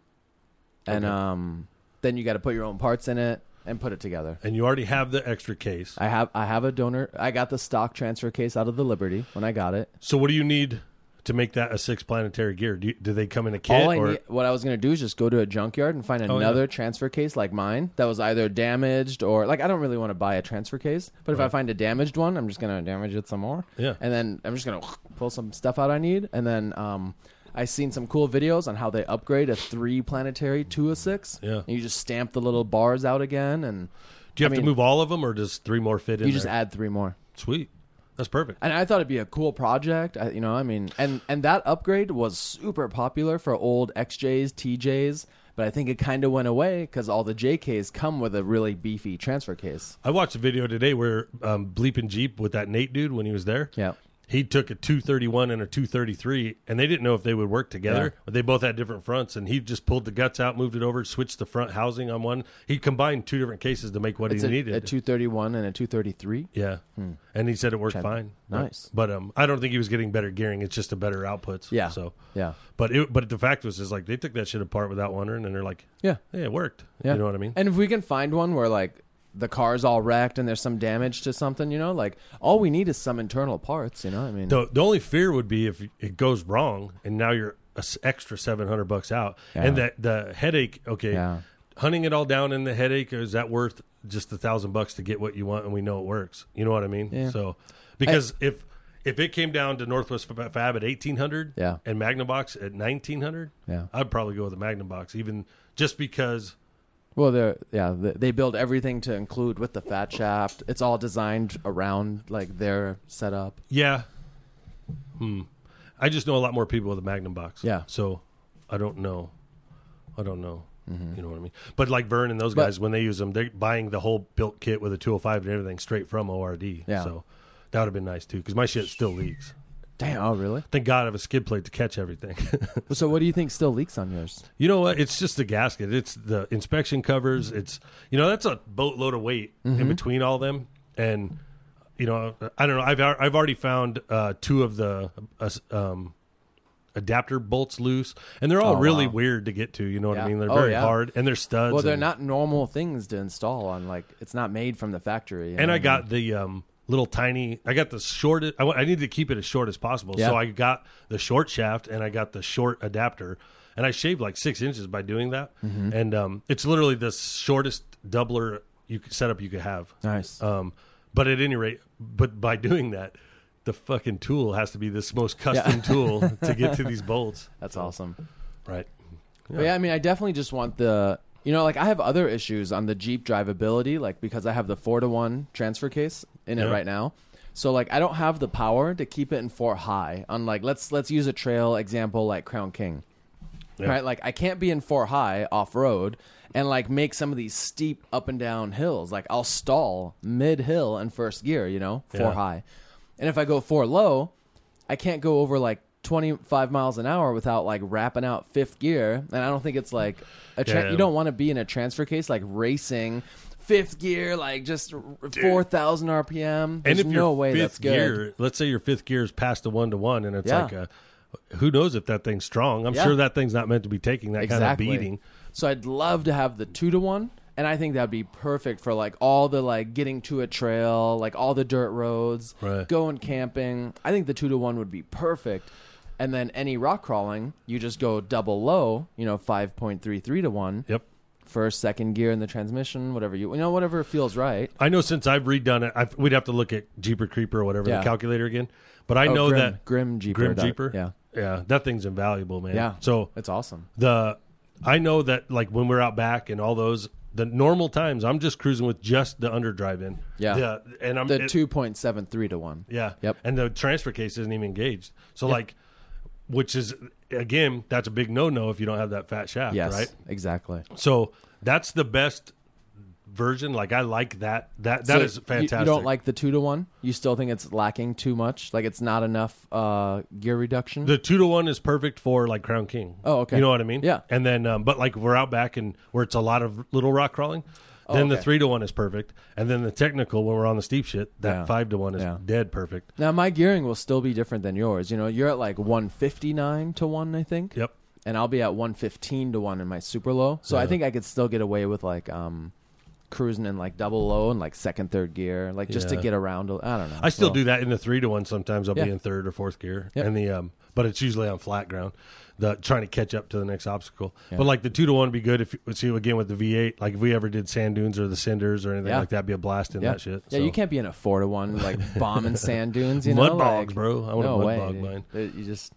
Speaker 2: and um, then you got to put your own parts in it and put it together.
Speaker 1: And you already have the extra case.
Speaker 2: I have I have a donor. I got the stock transfer case out of the Liberty when I got it.
Speaker 1: So what do you need to make that a six planetary gear? Do, you, do they come in a kit?
Speaker 2: All I
Speaker 1: or, Oh,
Speaker 2: need, what I was gonna do is just go to a junkyard and find
Speaker 1: yeah.
Speaker 2: another transfer case like mine that was either damaged or like I don't really want to buy a transfer case, but if I find a damaged one, I'm just gonna [sniffs] damage it some more.
Speaker 1: Yeah.
Speaker 2: and then I'm just gonna pull some stuff out I need, and then um, I seen some cool videos on how they upgrade a three planetary to a six.
Speaker 1: Yeah.
Speaker 2: and you just stamp the little bars out again, and
Speaker 1: Do you have
Speaker 2: mean-
Speaker 1: to move all of them, or does three more fit in?
Speaker 2: you just
Speaker 1: there?
Speaker 2: add three more.
Speaker 1: Sweet, that's perfect.
Speaker 2: And I thought it'd be a cool project. I, you know, I mean, and and that upgrade was super popular for old XJs, TJs, but I think it kind of went away because all the JKs come with a really beefy transfer case.
Speaker 1: I watched a video today where um, Bleeping Jeep with that Nate dude when he was there.
Speaker 2: Yeah.
Speaker 1: He took a 231 and a 233, and they didn't know if they would work together.
Speaker 2: Yeah.
Speaker 1: But They both had different fronts, and he just pulled the guts out, moved it over, switched the front housing on one. He combined two different cases to make what
Speaker 2: It's
Speaker 1: he
Speaker 2: a,
Speaker 1: needed.
Speaker 2: a two thirty one and a two thirty three.
Speaker 1: yeah. And he said it worked fine.
Speaker 2: Nice.
Speaker 1: But, um, I don't think he was getting better gearing. It's just a better outputs.
Speaker 2: Yeah.
Speaker 1: So,
Speaker 2: Yeah.
Speaker 1: But it, but the fact was, is like they took that shit apart without wondering, and they're like,
Speaker 2: Yeah.
Speaker 1: hey, it worked.
Speaker 2: Yeah.
Speaker 1: You know what I mean?
Speaker 2: And if we can find one where like the car's all wrecked and there's some damage to something, you know, like all we need is some internal parts, you know? I mean,
Speaker 1: The the only fear would be if it goes wrong and now you're a s extra seven hundred bucks out, and that the headache. Okay,
Speaker 2: Yeah.
Speaker 1: hunting it all down and the headache is that worth just a thousand bucks to get what you want, and we know it works. You know what I mean?
Speaker 2: Yeah.
Speaker 1: So because if if it came down to Northwest Fa- Fab at eighteen hundred,
Speaker 2: Yeah.
Speaker 1: and Magnum Box at nineteen hundred,
Speaker 2: Yeah.
Speaker 1: I'd probably go with the Magnum Box even just because.
Speaker 2: well, they're, yeah, they, they build everything to include with the fat shaft. It's all designed around like their setup.
Speaker 1: Yeah. Hmm. I just know a lot more people with a Magnum box.
Speaker 2: Yeah.
Speaker 1: So I don't know. I don't know. You know what I mean? But like Vern and those
Speaker 2: Mm-hmm. But-
Speaker 1: guys, when they use them, they're buying the whole built kit with a 205 and everything straight from ORD.
Speaker 2: Yeah.
Speaker 1: So that would have been nice too, because my shit still leaks.
Speaker 2: Damn. Oh, really?
Speaker 1: Thank God I have a skid plate to catch everything. [laughs]
Speaker 2: So what do you think still leaks on yours?
Speaker 1: you know what? It's just the gasket. It's the inspection covers. It's you know that's a boatload of weight
Speaker 2: Mm-hmm.
Speaker 1: in between all them, and you know I don't know. I've al- I've already found uh, two of the uh, s- um, adapter bolts loose, and they're all
Speaker 2: Oh,
Speaker 1: really
Speaker 2: wow.
Speaker 1: weird to get to. You know what
Speaker 2: Yeah.
Speaker 1: I mean? They're
Speaker 2: Oh,
Speaker 1: very
Speaker 2: yeah.
Speaker 1: hard, and they're studs.
Speaker 2: Well, they're
Speaker 1: and-
Speaker 2: not normal things to install on like, it's not made from the factory. you
Speaker 1: and
Speaker 2: know
Speaker 1: I
Speaker 2: what mean?
Speaker 1: got the um, little tiny. I got the shortest. I, wa- I needed to keep it as short as possible,
Speaker 2: Yeah.
Speaker 1: so I got the short shaft and I got the short adapter, and I shaved like six inches by doing that.
Speaker 2: Mm-hmm.
Speaker 1: And um, it's literally the shortest doubler you could, setup you could have.
Speaker 2: Nice.
Speaker 1: Um, but at any rate, but by doing that, the fucking tool has to be this most custom tool to
Speaker 2: [laughs]
Speaker 1: get to these bolts.
Speaker 2: That's awesome.
Speaker 1: Right.
Speaker 2: But yeah, I mean, I definitely just want the you know, like I have other issues on the Jeep drivability, like because I have the four to one transfer case in it
Speaker 1: Yeah.
Speaker 2: right now. So like I don't have the power to keep it in four high. On like let's let's use a trail example like Crown King.
Speaker 1: Yeah.
Speaker 2: Right? Like I can't be in four high off road and like make some of these steep up and down hills. Like I'll stall mid hill in first gear, you know, four
Speaker 1: Yeah.
Speaker 2: high. And if I go four low, I can't go over like 25 miles an hour without like wrapping out fifth gear. And I don't think it's like a tra-
Speaker 1: Yeah.
Speaker 2: you don't want to be in a transfer case like racing fifth gear, like just r- 4,000 RPM.
Speaker 1: and
Speaker 2: There's
Speaker 1: if
Speaker 2: no
Speaker 1: your
Speaker 2: way
Speaker 1: fifth
Speaker 2: that's good.
Speaker 1: gear, let's say your fifth gear is past the one to one, and it's
Speaker 2: Yeah.
Speaker 1: like a, who knows if that thing's strong? I'm
Speaker 2: Yeah.
Speaker 1: sure that thing's not meant to be taking that
Speaker 2: exactly.
Speaker 1: kind of beating.
Speaker 2: So I'd love to have the two to one. And I think that'd be perfect for like all the like getting to a trail, like all the dirt roads,
Speaker 1: Right.
Speaker 2: going camping. I think the two to one would be perfect. And then any rock crawling, you just go double low, you know, five point three three to one.
Speaker 1: Yep.
Speaker 2: first, second gear in the transmission, whatever you, you know, whatever feels right.
Speaker 1: I know since I've redone it, I've, we'd have to look at Jeeper Creeper or whatever
Speaker 2: Yeah.
Speaker 1: the calculator again. But I
Speaker 2: Oh,
Speaker 1: know
Speaker 2: Grim-
Speaker 1: that
Speaker 2: Grim Jeeper
Speaker 1: Grim
Speaker 2: dot-
Speaker 1: Jeeper,
Speaker 2: yeah.
Speaker 1: yeah, that thing's invaluable, man.
Speaker 2: Yeah.
Speaker 1: So
Speaker 2: It's awesome.
Speaker 1: the I know that like when we're out back and all those the normal times, I'm just cruising with just the underdrive in.
Speaker 2: Yeah.
Speaker 1: and I'm
Speaker 2: The
Speaker 1: Mm, it-
Speaker 2: 2.73 to 1.
Speaker 1: Yeah.
Speaker 2: Yep.
Speaker 1: And the transfer case isn't even engaged. So like, which is again, that's a big no no if you don't have that fat shaft,
Speaker 2: Yes.
Speaker 1: right?
Speaker 2: Exactly.
Speaker 1: So that's the best version. Like I like that. That that
Speaker 2: So
Speaker 1: is
Speaker 2: you-
Speaker 1: fantastic.
Speaker 2: You, don't like the two to one? You still think it's lacking too much? Like it's not enough uh, gear reduction?
Speaker 1: the two to one is perfect for like Crown King.
Speaker 2: Oh, okay.
Speaker 1: You know what I mean?
Speaker 2: Yeah.
Speaker 1: And then, um, but like we're out back and where it's a lot of little rock crawling. Then the
Speaker 2: Oh, okay.
Speaker 1: three to one is perfect, and then the technical when we're on the steep shit, that
Speaker 2: Yeah.
Speaker 1: five to one is
Speaker 2: Yeah.
Speaker 1: dead perfect.
Speaker 2: now my gearing will still be different than yours. You know, you're at like one fifty nine to one, I think.
Speaker 1: Yep.
Speaker 2: And I'll be at one fifteen to one in my super low. So I think I could still get away with like um cruising in like double low and like second, third gear, like just to
Speaker 1: Yeah.
Speaker 2: get around. a- I don't know.
Speaker 1: I still
Speaker 2: Well,
Speaker 1: do that in the three to one. Sometimes I'll
Speaker 2: Yeah.
Speaker 1: be in third or fourth gear,
Speaker 2: Yep.
Speaker 1: and the um, but it's usually on flat ground, the trying to catch up to the next obstacle. But like the two to one would be good if see again with the V eight. Like if we ever did sand dunes or the cinders or anything
Speaker 2: Yeah.
Speaker 1: like that, be a blast in
Speaker 2: Yeah.
Speaker 1: that shit.
Speaker 2: Yeah,
Speaker 1: So-
Speaker 2: you can't be in a four to
Speaker 1: [laughs]
Speaker 2: one like bombing sand dunes. You know,
Speaker 1: Mud bogs,
Speaker 2: like-
Speaker 1: bro. I want a
Speaker 2: no
Speaker 1: mud
Speaker 2: way,
Speaker 1: bog
Speaker 2: dude.
Speaker 1: mine.
Speaker 2: It- You just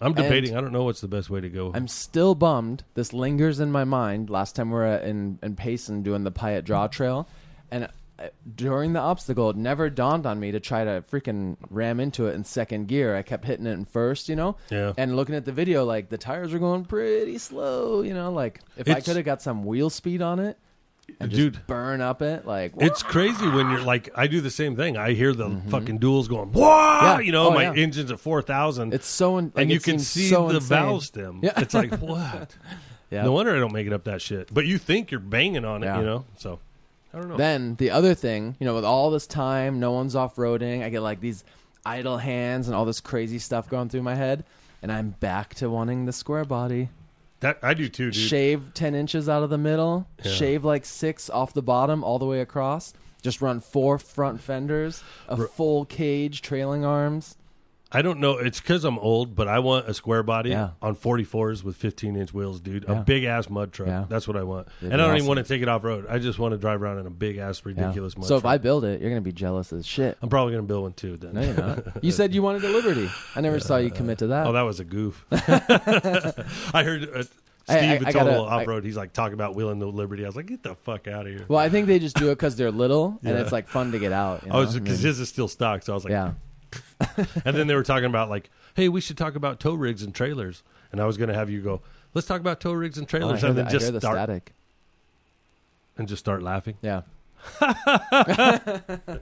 Speaker 1: I'm debating. I don't know what's the best way to go.
Speaker 2: I'm still bummed. This lingers in my mind. Last time we were at- in in Payson doing the Pyatt Draw Trail, and uh, during the obstacle, it never dawned on me to try to freaking ram into it in second gear. I kept hitting it in first, you know.
Speaker 1: Yeah.
Speaker 2: And looking at the video, like the tires were going pretty slow, you know. Like if I
Speaker 1: It's-
Speaker 2: could have got some wheel speed on it and just
Speaker 1: Dude.
Speaker 2: burn up it, like
Speaker 1: It's crazy when you're like, I do the same thing. I hear the fucking duels going, whoa,
Speaker 2: Mm-hmm. Yeah.
Speaker 1: you know,
Speaker 2: Oh,
Speaker 1: my
Speaker 2: yeah.
Speaker 1: engine's at 4,000.
Speaker 2: It's so in- like,
Speaker 1: and
Speaker 2: it
Speaker 1: you can
Speaker 2: seems
Speaker 1: see
Speaker 2: so
Speaker 1: the
Speaker 2: insane.
Speaker 1: valve
Speaker 2: [laughs]
Speaker 1: stem.
Speaker 2: Yeah.
Speaker 1: It's like, what?
Speaker 2: [laughs] Yeah.
Speaker 1: No wonder I don't make it up that shit. But you think you're banging on it,
Speaker 2: Yeah.
Speaker 1: you know? So, I don't know.
Speaker 2: Then the other thing, you know, with all this time, no one's off roading. I get like these idle hands and all this crazy stuff going through my head, and I'm back to wanting the square body.
Speaker 1: that I do too, dude.
Speaker 2: Shave ten inches out of the middle, shave like six off the bottom all the way across. Just run four front fenders, a full cage, trailing arms.
Speaker 1: I don't know. It's because I'm old, but I want a square body
Speaker 2: Yeah.
Speaker 1: on 44s with 15 inch wheels, dude.
Speaker 2: Yeah.
Speaker 1: A big ass mud truck.
Speaker 2: Yeah.
Speaker 1: That's what I want.
Speaker 2: That'd
Speaker 1: and
Speaker 2: be
Speaker 1: I don't
Speaker 2: awesome.
Speaker 1: even want to take it off road. I just want to drive around in a big ass
Speaker 2: Yeah.
Speaker 1: ridiculous mud
Speaker 2: So if
Speaker 1: truck.
Speaker 2: I build it, you're gonna be jealous
Speaker 1: [laughs]
Speaker 2: as shit.
Speaker 1: I'm probably gonna build one too. Then
Speaker 2: No, you're not. you said you wanted a Liberty. I never saw you commit to that.
Speaker 1: Oh, that was a
Speaker 2: [laughs]
Speaker 1: goof. [laughs] I heard uh, Steve
Speaker 2: I- I- I
Speaker 1: at
Speaker 2: gotta-
Speaker 1: Total
Speaker 2: I-
Speaker 1: Off Road. He's like talking about wheeling the Liberty. I was like, get the fuck out of here.
Speaker 2: well, I think they just do it because they're little
Speaker 1: [laughs]
Speaker 2: and
Speaker 1: Yeah.
Speaker 2: it's like fun to get out. You know?
Speaker 1: I was
Speaker 2: I mean,
Speaker 1: because Oh, his is still stock, so I was like,
Speaker 2: yeah.
Speaker 1: And then they were talking about like, hey, we should talk about tow rigs and trailers. And I was gonna have you go, let's talk about tow rigs and
Speaker 2: Oh, I
Speaker 1: trailers,
Speaker 2: hear
Speaker 1: and
Speaker 2: the,
Speaker 1: then
Speaker 2: I
Speaker 1: just
Speaker 2: hear the
Speaker 1: start
Speaker 2: static.
Speaker 1: and just start laughing. [laughs]
Speaker 2: Yeah.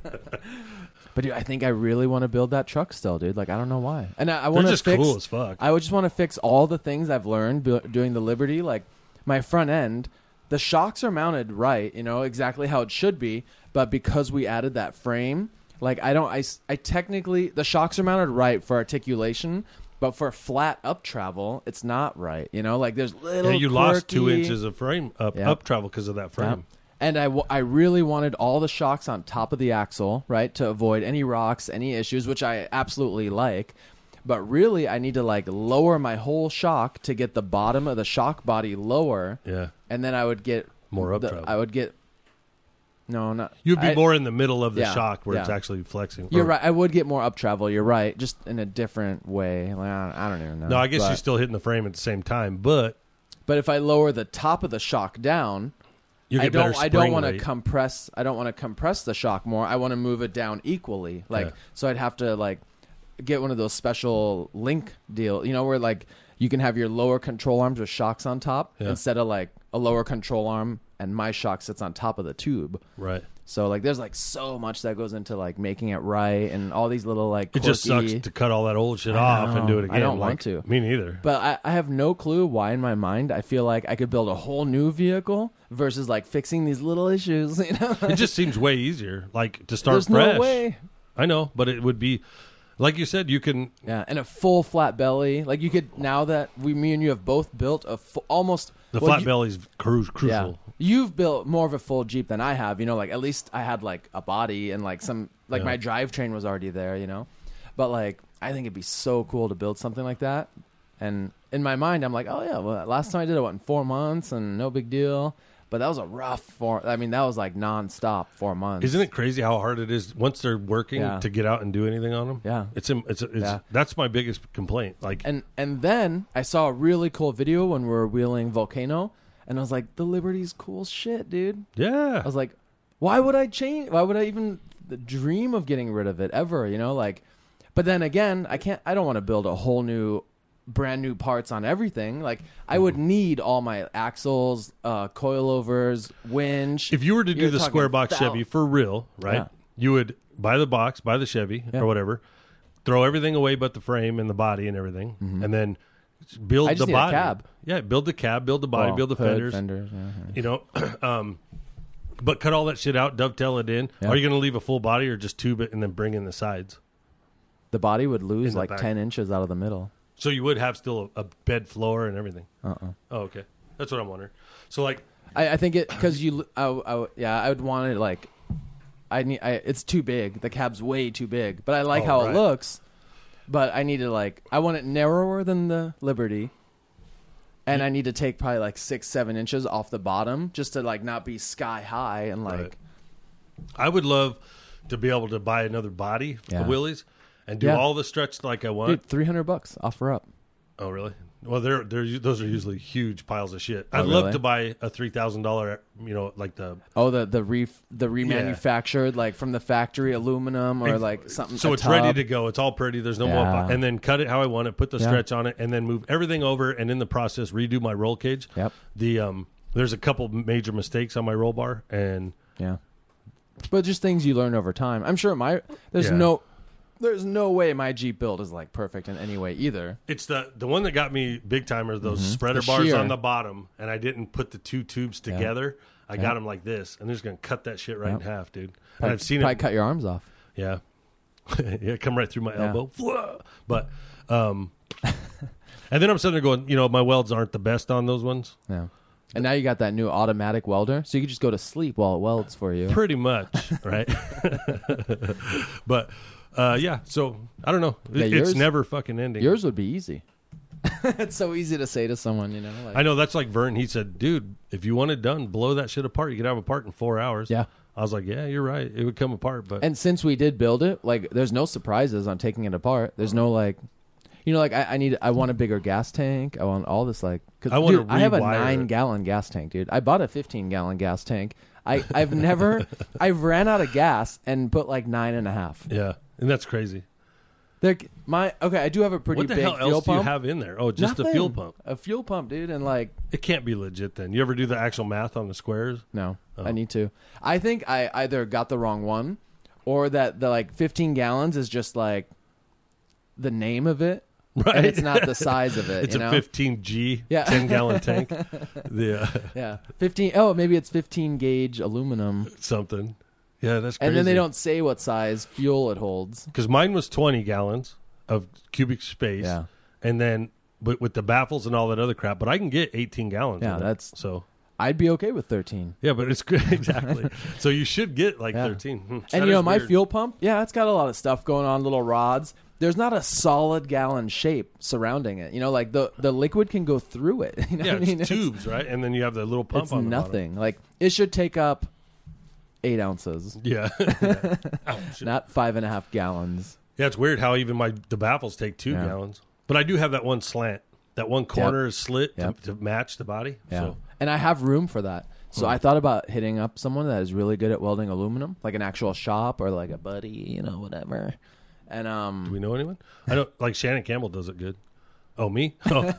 Speaker 2: but dude, I think I really want to build that truck still, dude. Like I don't know why. And I, I
Speaker 1: They're
Speaker 2: want to
Speaker 1: just
Speaker 2: fix.
Speaker 1: cool as fuck.
Speaker 2: I would just want to fix all the things I've learned bu- doing the Liberty, like my front end. The shocks are mounted right, you know exactly how it should be, but because we added that frame, like I don't, I, s- I technically the shocks are mounted right for articulation, but for flat up travel, it's not right, you know. Like there's little.
Speaker 1: yeah, you lost two
Speaker 2: quirky-
Speaker 1: inches of frame up
Speaker 2: Yeah.
Speaker 1: up travel because of that
Speaker 2: yeah.
Speaker 1: frame.
Speaker 2: Um, And I, w- I really wanted all the shocks on top of the axle, right, to avoid any rocks, any issues, which I absolutely like. But really, I need to like lower my whole shock to get the bottom of the shock body lower,
Speaker 1: Yeah,
Speaker 2: and then I would get
Speaker 1: More up
Speaker 2: The,
Speaker 1: travel.
Speaker 2: I would get no, not
Speaker 1: you'd be
Speaker 2: I-
Speaker 1: more in the middle of the
Speaker 2: Yeah,
Speaker 1: shock where it's
Speaker 2: yeah.
Speaker 1: actually flexing.
Speaker 2: You're
Speaker 1: Or-
Speaker 2: right. I would get more up travel. You're right, just in a different way. Like, I, don't, I don't even know.
Speaker 1: No, I guess
Speaker 2: but,
Speaker 1: you're still hitting the frame at the same time, but
Speaker 2: But if I lower the top of the shock down,
Speaker 1: you get
Speaker 2: I don't.
Speaker 1: better
Speaker 2: I don't
Speaker 1: spring
Speaker 2: want to
Speaker 1: rate.
Speaker 2: compress. I don't want to compress the shock more. I want to move it down equally. Like
Speaker 1: Yeah.
Speaker 2: so, I'd have to like get one of those special link deal. You know where like you can have your lower control arms with shocks on top
Speaker 1: Yeah.
Speaker 2: instead of like a lower control arm and my shock sits on top of the tube.
Speaker 1: Right.
Speaker 2: So like, there's like so much that goes into like making it right and all these little like.
Speaker 1: It just sucks
Speaker 2: quirky-
Speaker 1: to cut all that old shit
Speaker 2: I
Speaker 1: off and
Speaker 2: know.
Speaker 1: do it again.
Speaker 2: I don't
Speaker 1: Like,
Speaker 2: want to.
Speaker 1: Me neither.
Speaker 2: But I, I have no clue why in my mind I feel like I could build a whole new vehicle versus like fixing these little issues, [laughs] you know?
Speaker 1: it just seems way easier, like to start
Speaker 2: There's
Speaker 1: fresh.
Speaker 2: no way.
Speaker 1: I know, but it would be, like you said, you can.
Speaker 2: Yeah, and a full flat belly. Like you could now that we, me and you have both built a fu- almost
Speaker 1: The
Speaker 2: well,
Speaker 1: flat
Speaker 2: you-
Speaker 1: belly's cru-
Speaker 2: Yeah,
Speaker 1: crucial.
Speaker 2: you've built more of a full Jeep than I have. You know, like at least I had like a body and like some like
Speaker 1: Yeah.
Speaker 2: my drivetrain was already there. You know, but like I think it'd be so cool to build something like that. And in my mind, I'm like, oh yeah, well, last time I did it, what in four months, and no big deal. But that was a rough four. I mean, that was like nonstop four months.
Speaker 1: Isn't it crazy how hard it is once they're working
Speaker 2: Yeah.
Speaker 1: to get out and do anything on them?
Speaker 2: Yeah.
Speaker 1: it's im- it's, it's
Speaker 2: Yeah.
Speaker 1: that's my biggest complaint. Like
Speaker 2: and and then I saw a really cool video when we were wheeling volcano, and I was like, the Liberty's cool as shit, dude.
Speaker 1: yeah,
Speaker 2: I was like, why would I change? Why would I even dream of getting rid of it ever? You know, like. But then again, I can't. I don't want to build a whole new, brand new parts on everything. Like I would
Speaker 1: Mm-hmm.
Speaker 2: need all my axles, uh, coilovers, winch.
Speaker 1: if you were to
Speaker 2: You're
Speaker 1: do the
Speaker 2: talking
Speaker 1: square box
Speaker 2: thou-
Speaker 1: Chevy for real, right?
Speaker 2: Yeah.
Speaker 1: You would buy the box, buy the Chevy
Speaker 2: Yeah.
Speaker 1: or whatever, throw everything away but the frame and the body and everything, and then build
Speaker 2: Mm-hmm. I just
Speaker 1: the
Speaker 2: need a
Speaker 1: body.
Speaker 2: cab.
Speaker 1: Yeah, build the cab, build the body,
Speaker 2: Well,
Speaker 1: build the
Speaker 2: Oh, hood,
Speaker 1: fenders,
Speaker 2: fenders, yeah, yeah.
Speaker 1: you know. [clears throat] um, but cut all that shit out, dovetail it in. Are you going to leave a full body or just tube it and then bring in the sides?
Speaker 2: The body would lose
Speaker 1: the
Speaker 2: like
Speaker 1: back.
Speaker 2: ten inches out of the middle.
Speaker 1: So you would have still a, a bed floor and everything. Uh-uh. Oh, okay. That's what I'm wondering. So like,
Speaker 2: I, I think it because you. I, I, yeah, I would want it like. I need. I, it's too big. The cab's way too big. But I like
Speaker 1: Oh,
Speaker 2: how
Speaker 1: right.
Speaker 2: it looks. But I need to like. I want it narrower than the Liberty. And I need to take probably like six, seven inches off the bottom just to like not be sky high and like.
Speaker 1: Right. I would love to be able to buy another body for
Speaker 2: Yeah.
Speaker 1: the Willys and do
Speaker 2: Yeah.
Speaker 1: all the stretch like I want.
Speaker 2: Dude, three hundred bucks. Offer up.
Speaker 1: Oh, really? Well, they're they're u- those are usually huge piles of shit. I'd
Speaker 2: Oh,
Speaker 1: love
Speaker 2: really?
Speaker 1: to buy a three thousand dollar, you know, like the
Speaker 2: Oh, the the re the remanufactured like from the factory aluminum or
Speaker 1: Ex-
Speaker 2: like something.
Speaker 1: so
Speaker 2: a
Speaker 1: it's ready
Speaker 2: tub.
Speaker 1: to go. It's all pretty. There's no more,
Speaker 2: Yeah.
Speaker 1: bo- and then cut it how I want it. Put the
Speaker 2: Yeah.
Speaker 1: stretch on it, and then move everything over, and in the process redo my roll cage.
Speaker 2: Yep.
Speaker 1: The um, there's a couple major mistakes on my roll bar, and
Speaker 2: Yeah. But just things you learn over time. I'm sure my there's
Speaker 1: Yeah.
Speaker 2: no there's no way my Jeep build is like perfect in any way either.
Speaker 1: It's the the one that got me big time are those spreader
Speaker 2: Mm-hmm. The
Speaker 1: bars
Speaker 2: shear.
Speaker 1: on the bottom, and I didn't put the two tubes together. I got them like this, and they're just gonna cut that shit right in half, dude. And I've seen
Speaker 2: Probably
Speaker 1: it,
Speaker 2: cut your arms off.
Speaker 1: yeah, [laughs] yeah, come right through my elbow, Fwah! but
Speaker 2: [laughs]
Speaker 1: um, and then I'm sitting there going, you know, my welds aren't the best on those ones,
Speaker 2: Yeah. And now you got that new automatic welder, so you can just go to sleep while it welds for you.
Speaker 1: pretty much, right? [laughs] but uh, yeah, so I don't know, It-
Speaker 2: Yeah,
Speaker 1: it's
Speaker 2: yours-
Speaker 1: never fucking ending.
Speaker 2: Yours would be easy. [laughs] it's so easy to say to someone, you know, like
Speaker 1: I know that's like Vern. He said, "Dude, if you want it done, blow that shit apart. You could have it apart in four hours."
Speaker 2: Yeah.
Speaker 1: I was like, "Yeah, you're right. It would come apart." But
Speaker 2: And since we did build it, like there's no surprises on taking it apart. There's no like, you know, like I, I need, I want a bigger gas tank. I want all this like, cause
Speaker 1: I wanna
Speaker 2: dude, I have a
Speaker 1: rewire it.
Speaker 2: nine gallon gas tank, dude. I bought a 15 gallon gas tank. I,
Speaker 1: [laughs]
Speaker 2: I've never, I've ran out of gas and put like nine and a half.
Speaker 1: yeah, and that's crazy.
Speaker 2: They're, my okay, I do have a pretty
Speaker 1: What the
Speaker 2: big
Speaker 1: hell
Speaker 2: fuel
Speaker 1: else do
Speaker 2: pump.
Speaker 1: you have in there? Oh, just the fuel
Speaker 2: Nothing.
Speaker 1: pump.
Speaker 2: A fuel pump, dude, and like
Speaker 1: It can't be legit. Then you ever do the actual math on the squares?
Speaker 2: No,
Speaker 1: Oh.
Speaker 2: I need to. I think I either got the wrong one, or that the like 15 gallons is just like the name of it,
Speaker 1: Right.
Speaker 2: And it's
Speaker 1: [laughs]
Speaker 2: not the size of it.
Speaker 1: It's
Speaker 2: you
Speaker 1: a
Speaker 2: know?
Speaker 1: 15 G,
Speaker 2: Yeah.
Speaker 1: 10 gallon
Speaker 2: [laughs]
Speaker 1: tank. The uh,
Speaker 2: Yeah, 15. Oh, maybe it's 15 gauge aluminum,
Speaker 1: [laughs] something. Yeah, that's crazy.
Speaker 2: and then they don't say what size fuel it holds.
Speaker 1: because mine was 20 gallons of cubic space.
Speaker 2: Yeah.
Speaker 1: and then. But with the baffles and all that other crap, but I can get 18 gallons. in
Speaker 2: Yeah,
Speaker 1: it.
Speaker 2: that's-
Speaker 1: so
Speaker 2: I'd be okay with 13.
Speaker 1: Yeah, but it's good. [laughs] Exactly. so you should get like
Speaker 2: Yeah.
Speaker 1: 13. Hmm.
Speaker 2: and
Speaker 1: That
Speaker 2: you know
Speaker 1: is
Speaker 2: my
Speaker 1: weird.
Speaker 2: fuel pump, yeah, it's got a lot of stuff going on, little rods. There's not a solid gallon shape surrounding it. You know, like the the liquid can go through it. [laughs] You know
Speaker 1: Yeah,
Speaker 2: what I mean?
Speaker 1: it's tubes, right? And then you have the little pump
Speaker 2: it's
Speaker 1: on the
Speaker 2: nothing. Like it should take up eight ounces,
Speaker 1: bottom. [laughs] Yeah. yeah. Ow, shit.
Speaker 2: not five and a half gallons.
Speaker 1: yeah, it's weird how even my the baffles take two
Speaker 2: Yeah.
Speaker 1: gallons. But I do have that one slant. That one corner is slit to-
Speaker 2: Yep.
Speaker 1: to, match the body. So Hmm.
Speaker 2: and I have room for that. So I thought about hitting up someone that is really good at welding aluminum, like an actual shop or like a buddy, you know, whatever. And
Speaker 1: do
Speaker 2: um,
Speaker 1: we know anyone? I don't like Shannon Campbell does it good. Oh me? [laughs] Oh.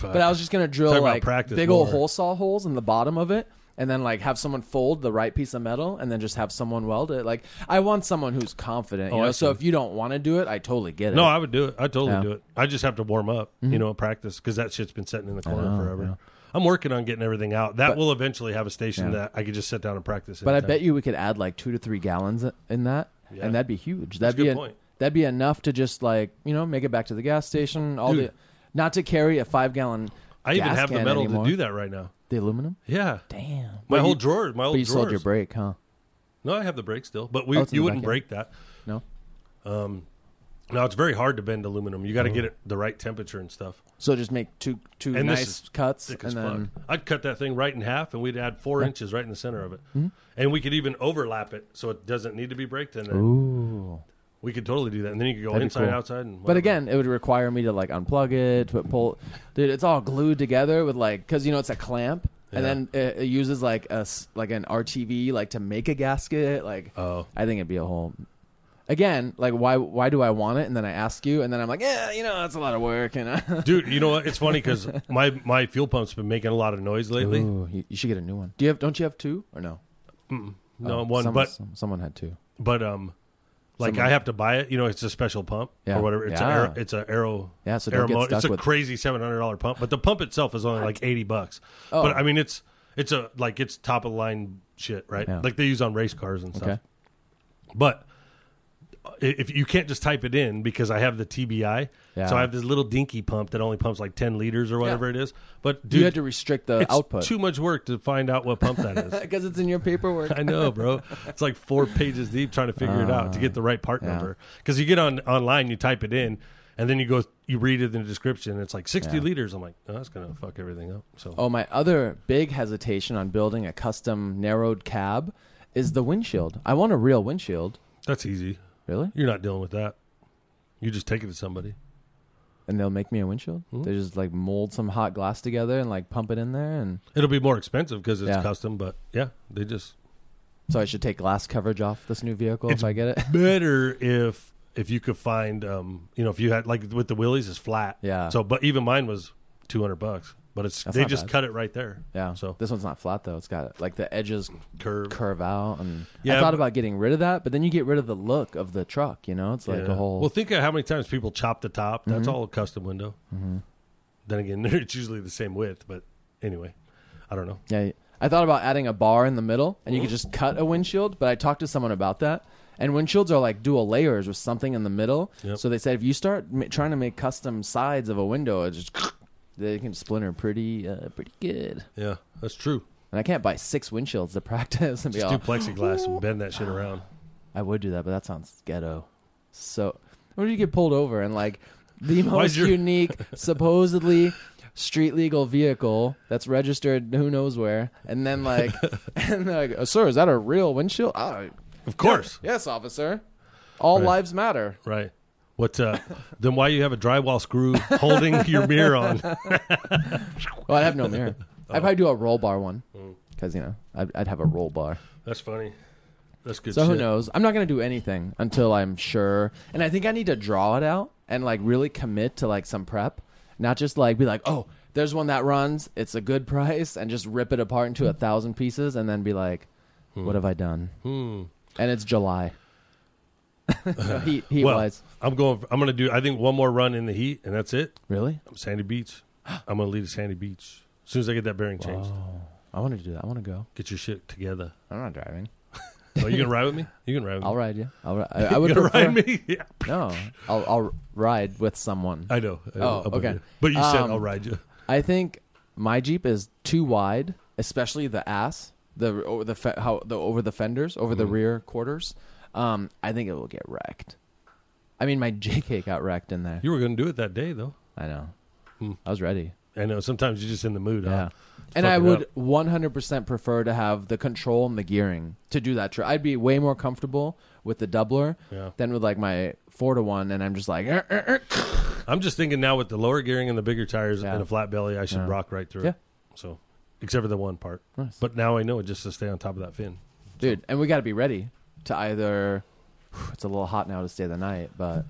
Speaker 2: but I was just gonna drill
Speaker 1: Talk about
Speaker 2: like
Speaker 1: practice
Speaker 2: big old
Speaker 1: more.
Speaker 2: hole saw holes in the bottom of it. And then like have someone fold the right piece of metal, and then just have someone weld it. Like I want someone who's confident, you
Speaker 1: Oh, I
Speaker 2: know. So
Speaker 1: see.
Speaker 2: if you don't want to do it, I totally get it.
Speaker 1: No, I would do it. I totally
Speaker 2: Yeah. Mm-hmm.
Speaker 1: do it. I just have to warm up, you know, practice because that shit's been sitting in the corner forever. I'm working on getting everything out. That will eventually have a station that I could just sit down and practice.
Speaker 2: But I
Speaker 1: anytime.
Speaker 2: bet you we could add like two to three gallons in that,
Speaker 1: Yeah.
Speaker 2: and that'd be huge.
Speaker 1: That's a
Speaker 2: That'd be
Speaker 1: good
Speaker 2: en-
Speaker 1: point.
Speaker 2: that'd be enough to just like you know make it back to the gas station. All
Speaker 1: Dude.
Speaker 2: the not to carry a five gallon.
Speaker 1: I even have the metal
Speaker 2: anymore.
Speaker 1: to do that right now.
Speaker 2: The aluminum.
Speaker 1: Yeah.
Speaker 2: Damn.
Speaker 1: My
Speaker 2: But
Speaker 1: whole
Speaker 2: you,
Speaker 1: drawer, my
Speaker 2: But
Speaker 1: old
Speaker 2: you sold your
Speaker 1: drawers.
Speaker 2: brake, huh?
Speaker 1: No, I have the brake still, but we
Speaker 2: Oh, it's in
Speaker 1: you
Speaker 2: the
Speaker 1: wouldn't
Speaker 2: back, yeah.
Speaker 1: break that.
Speaker 2: No.
Speaker 1: No, it's very hard to bend aluminum. You got
Speaker 2: Oh.
Speaker 1: to get it the right temperature and stuff.
Speaker 2: So just make two two
Speaker 1: And this
Speaker 2: nice
Speaker 1: is
Speaker 2: cuts,
Speaker 1: Thick
Speaker 2: and
Speaker 1: as
Speaker 2: then
Speaker 1: fuck. I'd cut that thing right in half, and we'd add four inches right in the center of it,
Speaker 2: Hmm?
Speaker 1: and we could even overlap it so it doesn't need to be braked. And then we could totally do that. And then you could go
Speaker 2: be
Speaker 1: inside,
Speaker 2: cool.
Speaker 1: outside, and
Speaker 2: But
Speaker 1: whatever.
Speaker 2: again, it would require me to like unplug it, put pull, dude. It's all glued together with like because you know it's a clamp, and then it, it uses like a s- like an RTV like to make a gasket. Like,
Speaker 1: Oh.
Speaker 2: I think it'd be a whole. Again, like why why do I want it? And then I ask you, and then I'm like, yeah, you know, that's a lot of work, and [laughs] uh,
Speaker 1: dude, you know what? It's funny
Speaker 2: [laughs]
Speaker 1: because my my fuel pump's been making a lot of noise lately.
Speaker 2: Ooh, you, you should get a new one. Do you have? Don't you have two or no?
Speaker 1: No one,
Speaker 2: Some-
Speaker 1: but
Speaker 2: some- someone had two.
Speaker 1: but um, like
Speaker 2: Someone-
Speaker 1: I have to buy it. You know, it's a special pump
Speaker 2: Yeah.
Speaker 1: or whatever. It's a
Speaker 2: Yeah.
Speaker 1: aero, it's a arrow.
Speaker 2: Yeah, so don't get
Speaker 1: It's
Speaker 2: stuck
Speaker 1: a
Speaker 2: with-
Speaker 1: crazy seven hundred dollar pump, but the pump itself is only like eighty bucks.
Speaker 2: Oh.
Speaker 1: But I mean, it's it's a like it's top of the line shit, right?
Speaker 2: Yeah.
Speaker 1: Like they use on race cars and stuff.
Speaker 2: Okay.
Speaker 1: But if you can't just type it in because I have the TBI,
Speaker 2: Yeah.
Speaker 1: so I have this little dinky pump that only pumps like ten liters or whatever it is. But dude,
Speaker 2: you had to restrict the
Speaker 1: it's
Speaker 2: output [laughs]
Speaker 1: too much work to find out what pump that is.
Speaker 2: because it's in your paperwork.
Speaker 1: [laughs] I know, bro. It's like four pages deep trying to figure it out to
Speaker 2: Uh,
Speaker 1: get the right part number. Because you get on online, you type it in, and then you go, you read it in the description. And it's like sixty liters. I'm like, oh, that's gonna fuck everything up. So
Speaker 2: Oh, my other big hesitation on building a custom narrowed cab is the windshield. I want a real windshield.
Speaker 1: that's easy.
Speaker 2: Really?
Speaker 1: You're not dealing with that. You just take it to somebody.
Speaker 2: and they'll make me a windshield.
Speaker 1: Hmm?
Speaker 2: They just like mold some hot glass together and like pump it in there, and
Speaker 1: It'll be more expensive because it's
Speaker 2: Yeah.
Speaker 1: custom, but yeah, they just
Speaker 2: so I should take glass coverage off this new vehicle if I get it. [laughs]
Speaker 1: better if if you could find um you know if you had like with the wheelies it's flat
Speaker 2: Yeah.
Speaker 1: so but even mine was two hundred bucks but it's they
Speaker 2: not
Speaker 1: just
Speaker 2: bad.
Speaker 1: cut it right there
Speaker 2: Yeah.
Speaker 1: so
Speaker 2: this one's not flat though. It's got like the edges
Speaker 1: curve
Speaker 2: curve out, and
Speaker 1: Yeah,
Speaker 2: I thought
Speaker 1: but-
Speaker 2: about getting rid of that, but then you get rid of the look of the truck. You know, it's like
Speaker 1: Yeah.
Speaker 2: a whole. Mm-hmm.
Speaker 1: Well, think of how many times people chop the top. That's all a custom window. Then again, [laughs] it's usually the same width, but anyway, I don't know.
Speaker 2: Yeah, I thought about adding a bar in the middle, and you could just cut a windshield. But I talked to someone about that, and windshields are like dual layers with something in the middle.
Speaker 1: Yep.
Speaker 2: So they said if you start ma- trying to make custom sides of a window, it just [laughs] they can splinter pretty, uh, pretty good.
Speaker 1: Yeah, that's true.
Speaker 2: And I can't buy six windshields to [laughs] practice. And be
Speaker 1: Just
Speaker 2: all,
Speaker 1: do plexiglass and bend that shit around.
Speaker 2: I would do that, but that sounds ghetto. So, what if you get pulled over and like [laughs] the most
Speaker 1: your-
Speaker 2: unique, supposedly street legal vehicle that's registered who knows where, and then [laughs] like, and they're like, "Oh, sir, is that a real windshield? Oh,
Speaker 1: Of course,
Speaker 2: yes, officer. All
Speaker 1: Right.
Speaker 2: lives matter.
Speaker 1: right? What? Uh, then why you have a drywall screw holding your mirror on?
Speaker 2: Well, I have no [laughs] mirror. I'd probably do a roll bar one because you know I'd, I'd have a roll bar.
Speaker 1: That's funny. That's good.
Speaker 2: So who
Speaker 1: shit.
Speaker 2: knows? I'm not gonna do anything until I'm sure. And I think I need to draw it out and like really commit to like some prep, not just like be like, oh, there's one that runs. It's a good [laughs] price, and just rip it apart into a thousand pieces, and then be like, what have I done? And it's July. [laughs] no, heat heat
Speaker 1: Well,
Speaker 2: wise,
Speaker 1: I'm going. I'm going to do. I think one more run in the heat, and that's it.
Speaker 2: really?
Speaker 1: Sandy
Speaker 2: [gasps]
Speaker 1: Beach. I'm going to lead to Sandy Beach as soon as I get that bearing changed.
Speaker 2: I want to do that. I want to go.
Speaker 1: Get your shit together.
Speaker 2: I'm not driving.
Speaker 1: Oh, you gonna ride with me? You can ride with me.
Speaker 2: I'll ride [laughs] you. I'll ri- I, I would
Speaker 1: you gonna
Speaker 2: prefer,
Speaker 1: ride me? [laughs] Yeah.
Speaker 2: No, I'll I'll ride with someone.
Speaker 1: I know. I know.
Speaker 2: Oh,
Speaker 1: I'm with
Speaker 2: okay.
Speaker 1: you. But you said
Speaker 2: Um,
Speaker 1: I'll ride you.
Speaker 2: I think my Jeep is too wide, especially the ass, the over the fe- how the over the fenders, over
Speaker 1: Mm-hmm.
Speaker 2: the rear quarters. Um, I think it will get wrecked. I mean, my [laughs] JK got wrecked in there.
Speaker 1: You Hmm. were going to do it that day, though.
Speaker 2: I know. I was ready.
Speaker 1: I know. Sometimes you're just in the mood.
Speaker 2: Yeah.
Speaker 1: Huh?
Speaker 2: And I
Speaker 1: fucking
Speaker 2: would
Speaker 1: up.
Speaker 2: 100% prefer to have the control and the gearing to do that trip. I'd be way more comfortable with the doubler
Speaker 1: Yeah.
Speaker 2: than with like my 4 to 1 and I'm just like "Er, er, er."
Speaker 1: I'm just thinking now with the lower gearing and the bigger tires
Speaker 2: Yeah.
Speaker 1: and a flat belly, I should rock right through
Speaker 2: Yeah.
Speaker 1: it. So, except for the one part.
Speaker 2: Nice.
Speaker 1: But now I know it just to stay on top of that fin.
Speaker 2: dude, and we got to be ready to either. [sighs] It's a little hot now to stay the night, but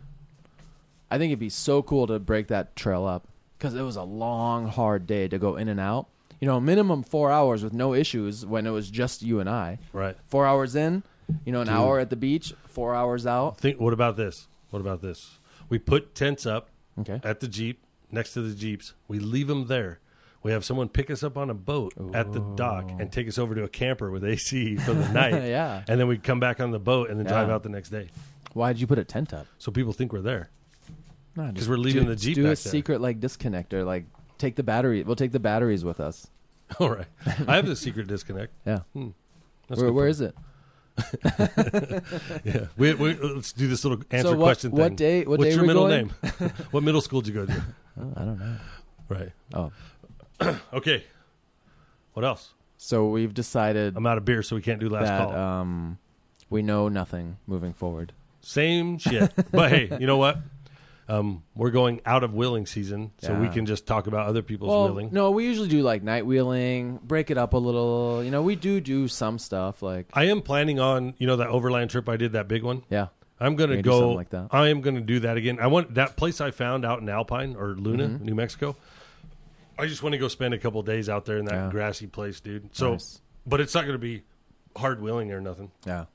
Speaker 2: I think it'd be so cool to break that trail up because it was a long, hard day to go in and out. You know, minimum four hours with no issues when it was just you and I.
Speaker 1: Right.
Speaker 2: Four hours in, you know, an hour at the beach, four hours out.
Speaker 1: Think. What about this? What about this? We put tents up
Speaker 2: Okay.
Speaker 1: at the jeep next to the jeeps. We leave them there. We have someone pick us up on a boat at the dock and take us over to a camper with [laughs] AC for the night.
Speaker 2: [laughs] Yeah.
Speaker 1: And then we come back on the boat and then drive
Speaker 2: Yeah.
Speaker 1: out the next day.
Speaker 2: Why'd you put a tent up?
Speaker 1: So people think we're there. [laughs]
Speaker 2: No, just
Speaker 1: 'Cause we're leaving
Speaker 2: do-
Speaker 1: the Jeep
Speaker 2: Do a
Speaker 1: back there.
Speaker 2: secret like disconnector, like take the battery. We'll take the batteries with us.
Speaker 1: All right. I have the secret disconnect.
Speaker 2: Yeah.
Speaker 1: That's
Speaker 2: Where,
Speaker 1: good
Speaker 2: where is it?
Speaker 1: Yeah. We, we, let's do this little answer
Speaker 2: what-
Speaker 1: question thing.
Speaker 2: what day- what
Speaker 1: What's
Speaker 2: day
Speaker 1: your
Speaker 2: we
Speaker 1: middle
Speaker 2: going? Oh,
Speaker 1: name? [laughs] what middle school did you go
Speaker 2: [laughs]
Speaker 1: to?
Speaker 2: I don't know.
Speaker 1: Right.
Speaker 2: Oh,
Speaker 1: Okay. What else?
Speaker 2: so we've decided
Speaker 1: I'm out of beer, so we can't do last
Speaker 2: that
Speaker 1: call.
Speaker 2: um, we know nothing moving forward.
Speaker 1: Same shit. but hey, you know what? Um, we're going out of wheeling season, so we
Speaker 2: Yeah.
Speaker 1: can just talk about other people's wheeling.
Speaker 2: no, we usually do like night wheeling, break it up a little. You know, we do do some stuff like
Speaker 1: I am planning on you know that overland trip I did that big one.
Speaker 2: yeah,
Speaker 1: I'm gonna
Speaker 2: Maybe
Speaker 1: go.
Speaker 2: something like that.
Speaker 1: I am gonna do that again. I want that place I found out in Alpine or Luna,
Speaker 2: Mm-hmm.
Speaker 1: New Mexico. I just want to go spend a couple days out there in that
Speaker 2: Yeah.
Speaker 1: grassy place, dude. So,
Speaker 2: Nice.
Speaker 1: but it's not gonna be hard wheeling or nothing.
Speaker 2: yeah.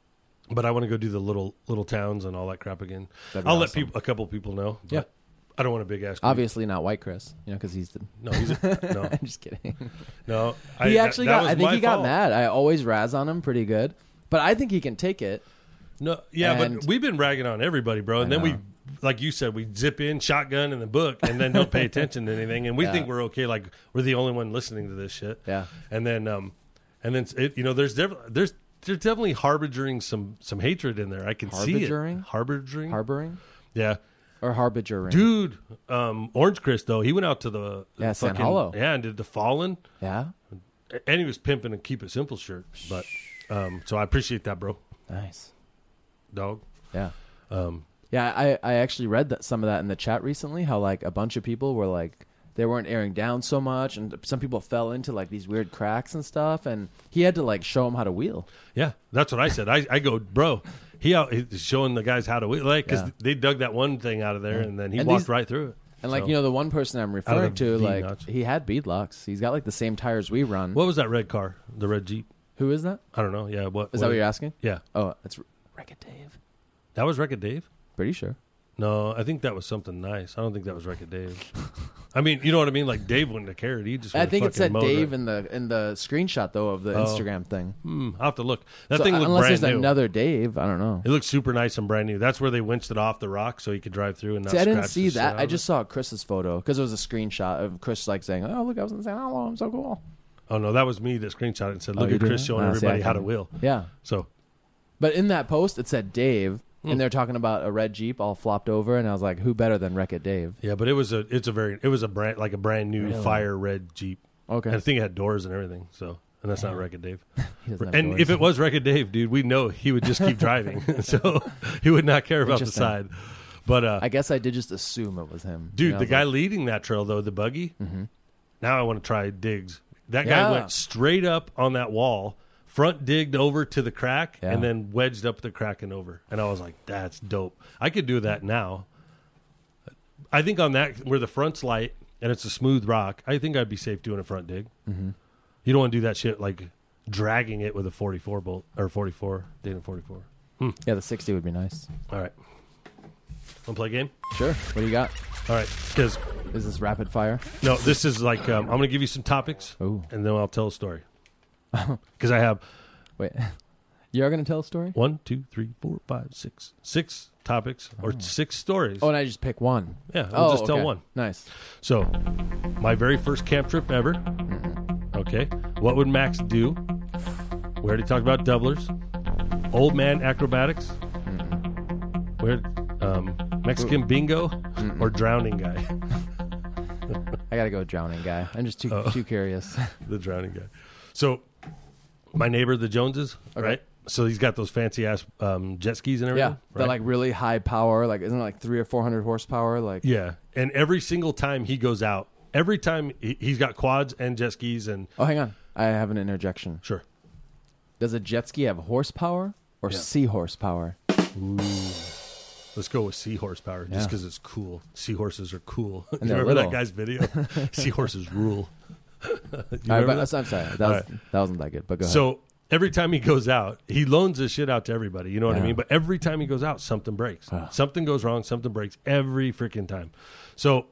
Speaker 1: But I want to go do the little little towns and all that crap again. I'll
Speaker 2: That'd be
Speaker 1: let
Speaker 2: awesome.
Speaker 1: people a couple people know. but
Speaker 2: Yeah.
Speaker 1: I don't want a big ass.
Speaker 2: Obviously not White Chris, you know, because he's the. [laughs]
Speaker 1: No, he's a, no,
Speaker 2: I'm just kidding.
Speaker 1: no.
Speaker 2: he
Speaker 1: that-
Speaker 2: actually
Speaker 1: that
Speaker 2: got.
Speaker 1: was
Speaker 2: I think
Speaker 1: my
Speaker 2: he got
Speaker 1: fault.
Speaker 2: mad. I always razz on him pretty good, but I think he can take it.
Speaker 1: No, yeah,
Speaker 2: And-
Speaker 1: but we've been ragging on everybody, bro. And then we, like you said, we zip in shotgun in the book, and then don't
Speaker 2: [laughs]
Speaker 1: pay attention to anything, and we
Speaker 2: Yeah.
Speaker 1: think we're okay, like we're the only one listening to this shit.
Speaker 2: Yeah.
Speaker 1: and then, um, and then it, you know, there's def- there's they're definitely harboring some some hatred in there. I can see
Speaker 2: Harboring?
Speaker 1: it. Harboring,
Speaker 2: Harboring
Speaker 1: yeah,
Speaker 2: or harbinger ring.
Speaker 1: dude. Um, Orange Chris though, he went out to the
Speaker 2: Yeah, San
Speaker 1: fucking-
Speaker 2: Hollow.
Speaker 1: yeah, and did the Fallen,
Speaker 2: Yeah,
Speaker 1: and he was pimping a keep it simple shirt. But um, so I appreciate that, bro,
Speaker 2: nice.
Speaker 1: dog.
Speaker 2: Yeah, Yeah, I, I actually read that some of that in the chat recently. How like a bunch of people were like they weren't airing down so much, and some people fell into like these weird cracks and stuff. And he had to like show them how to wheel.
Speaker 1: Yeah, that's what I said. I, I go, bro. He out he's showing the guys how to wheel, like because
Speaker 2: Yeah.
Speaker 1: they dug that one thing out of there, and then he
Speaker 2: And
Speaker 1: walked
Speaker 2: these-
Speaker 1: right through it.
Speaker 2: And like
Speaker 1: So-
Speaker 2: you know, the one person I'm referring to, like
Speaker 1: V-notch.
Speaker 2: he had beadlocks. He's got like the same tires we run.
Speaker 1: what was that red car? The red jeep?
Speaker 2: Who is that?
Speaker 1: I don't know. Yeah, what
Speaker 2: Is that what you're asking?
Speaker 1: Yeah,
Speaker 2: Oh, it's Wreck-It Dave.
Speaker 1: that was Wreck-It Dave.
Speaker 2: Pretty sure.
Speaker 1: No, I think that was something nice. I don't think that was Wreck-It
Speaker 2: [laughs]
Speaker 1: Dave. I mean, you know what I mean? Like Dave wouldn't have cared. He just
Speaker 2: I think it
Speaker 1: it's
Speaker 2: said Dave in the in the screenshot though of the Instagram thing.
Speaker 1: Hmm, I'll have to look. Oh. That
Speaker 2: So,
Speaker 1: thing looked
Speaker 2: unless
Speaker 1: brand
Speaker 2: there's
Speaker 1: new.
Speaker 2: another Dave, I don't know.
Speaker 1: It looked super nice and brand new. That's where they winched it off the rock so he could drive through and not.
Speaker 2: See, I didn't
Speaker 1: scratch
Speaker 2: see
Speaker 1: the shit out
Speaker 2: that. I
Speaker 1: of it.
Speaker 2: just saw Chris's photo because it was a screenshot of Chris like saying, "Oh, look, I was in San Paulo. I'm so cool."
Speaker 1: Oh no, that was me that screenshot it and said,
Speaker 2: Oh,
Speaker 1: "Look
Speaker 2: you
Speaker 1: at
Speaker 2: did
Speaker 1: Chris
Speaker 2: that?
Speaker 1: showing
Speaker 2: Ah, see, I
Speaker 1: everybody how to
Speaker 2: couldn't-
Speaker 1: wheel."
Speaker 2: Yeah,
Speaker 1: So
Speaker 2: but in that post it said Dave,
Speaker 1: Hmm.
Speaker 2: and they're talking about a red Jeep all flopped over, and I was like, "Who better than Wreck It Dave?"
Speaker 1: yeah, but it was a it's a very it was a brand like a brand new fire red Jeep.
Speaker 2: Okay.
Speaker 1: and I think it had doors and everything. So and that's not Wreck It Dave.
Speaker 2: [laughs] He doesn't have
Speaker 1: And
Speaker 2: doors.
Speaker 1: if it was Wreck It Dave, dude, we know he would just
Speaker 2: [laughs]
Speaker 1: keep driving. [laughs] so he would not care about the
Speaker 2: Interesting.
Speaker 1: side. But uh,
Speaker 2: I guess I did just assume it was him.
Speaker 1: dude,
Speaker 2: You know,
Speaker 1: the
Speaker 2: I was
Speaker 1: guy
Speaker 2: like,
Speaker 1: leading that trail though, the buggy. Now I want to try digs. That guy
Speaker 2: Mm-hmm. Yeah.
Speaker 1: went straight up on that wall, front digged over to the crack,
Speaker 2: Yeah.
Speaker 1: and then wedged up the crack and over. And I was like, "That's dope. I could do that now." I think on that where the front's light and it's a smooth rock, I think I'd be safe doing a front dig.
Speaker 2: Mm-hmm.
Speaker 1: You don't want to do that shit like dragging it with a forty-four bolt or forty-four, Dayton forty-four.
Speaker 2: yeah, the sixty would be nice.
Speaker 1: All right, want to play a game?
Speaker 2: Sure. What do you got?
Speaker 1: All right, because
Speaker 2: Is this rapid fire?
Speaker 1: No, this is like um, I'm going to give you some topics,
Speaker 2: Ooh.
Speaker 1: and then I'll tell a story. [laughs] Because I have
Speaker 2: Wait, [laughs] you are gonna tell a story?
Speaker 1: one, two, three, four, five, six, six topics or six stories.
Speaker 2: Oh, and I just pick one.
Speaker 1: Yeah, I'll
Speaker 2: oh,
Speaker 1: just tell
Speaker 2: okay.
Speaker 1: one.
Speaker 2: Nice.
Speaker 1: So, my very first camp trip ever.
Speaker 2: Mm-hmm.
Speaker 1: Okay, what would Max do? We already talked about doublers, old man acrobatics,
Speaker 2: Mm-hmm.
Speaker 1: where um, Mexican bingo, or drowning guy. [laughs]
Speaker 2: I gotta go drowning guy. I'm just
Speaker 1: Oh.
Speaker 2: too too curious. [laughs]
Speaker 1: the drowning guy. So, my neighbor, the Joneses, right? So he's got those fancy ass um, jet skis and
Speaker 2: Yeah,
Speaker 1: everything. right?
Speaker 2: they're like really high power. Like isn't it like three or four hundred horsepower? Like
Speaker 1: yeah. And every single time he goes out, every time he, he's got quads and jet skis and
Speaker 2: oh, hang on, I have an interjection.
Speaker 1: sure,
Speaker 2: Does a jet ski have horsepower or sea horsepower?
Speaker 1: let's go with seahorse power just
Speaker 2: Yeah.
Speaker 1: because it's cool. Seahorses are cool. [laughs] you
Speaker 2: they're
Speaker 1: remember
Speaker 2: little.
Speaker 1: that guy's video?
Speaker 2: [laughs]
Speaker 1: Seahorses rule. [laughs] You
Speaker 2: All right,
Speaker 1: remember
Speaker 2: but
Speaker 1: that?
Speaker 2: I'm sorry, that,
Speaker 1: All
Speaker 2: was, that wasn't that good. But go ahead.
Speaker 1: So every time he goes out, he loans his shit out to everybody. You know what
Speaker 2: Yeah.
Speaker 1: I mean? But every time he goes out, something breaks. Something goes wrong. Something breaks every freaking time. So,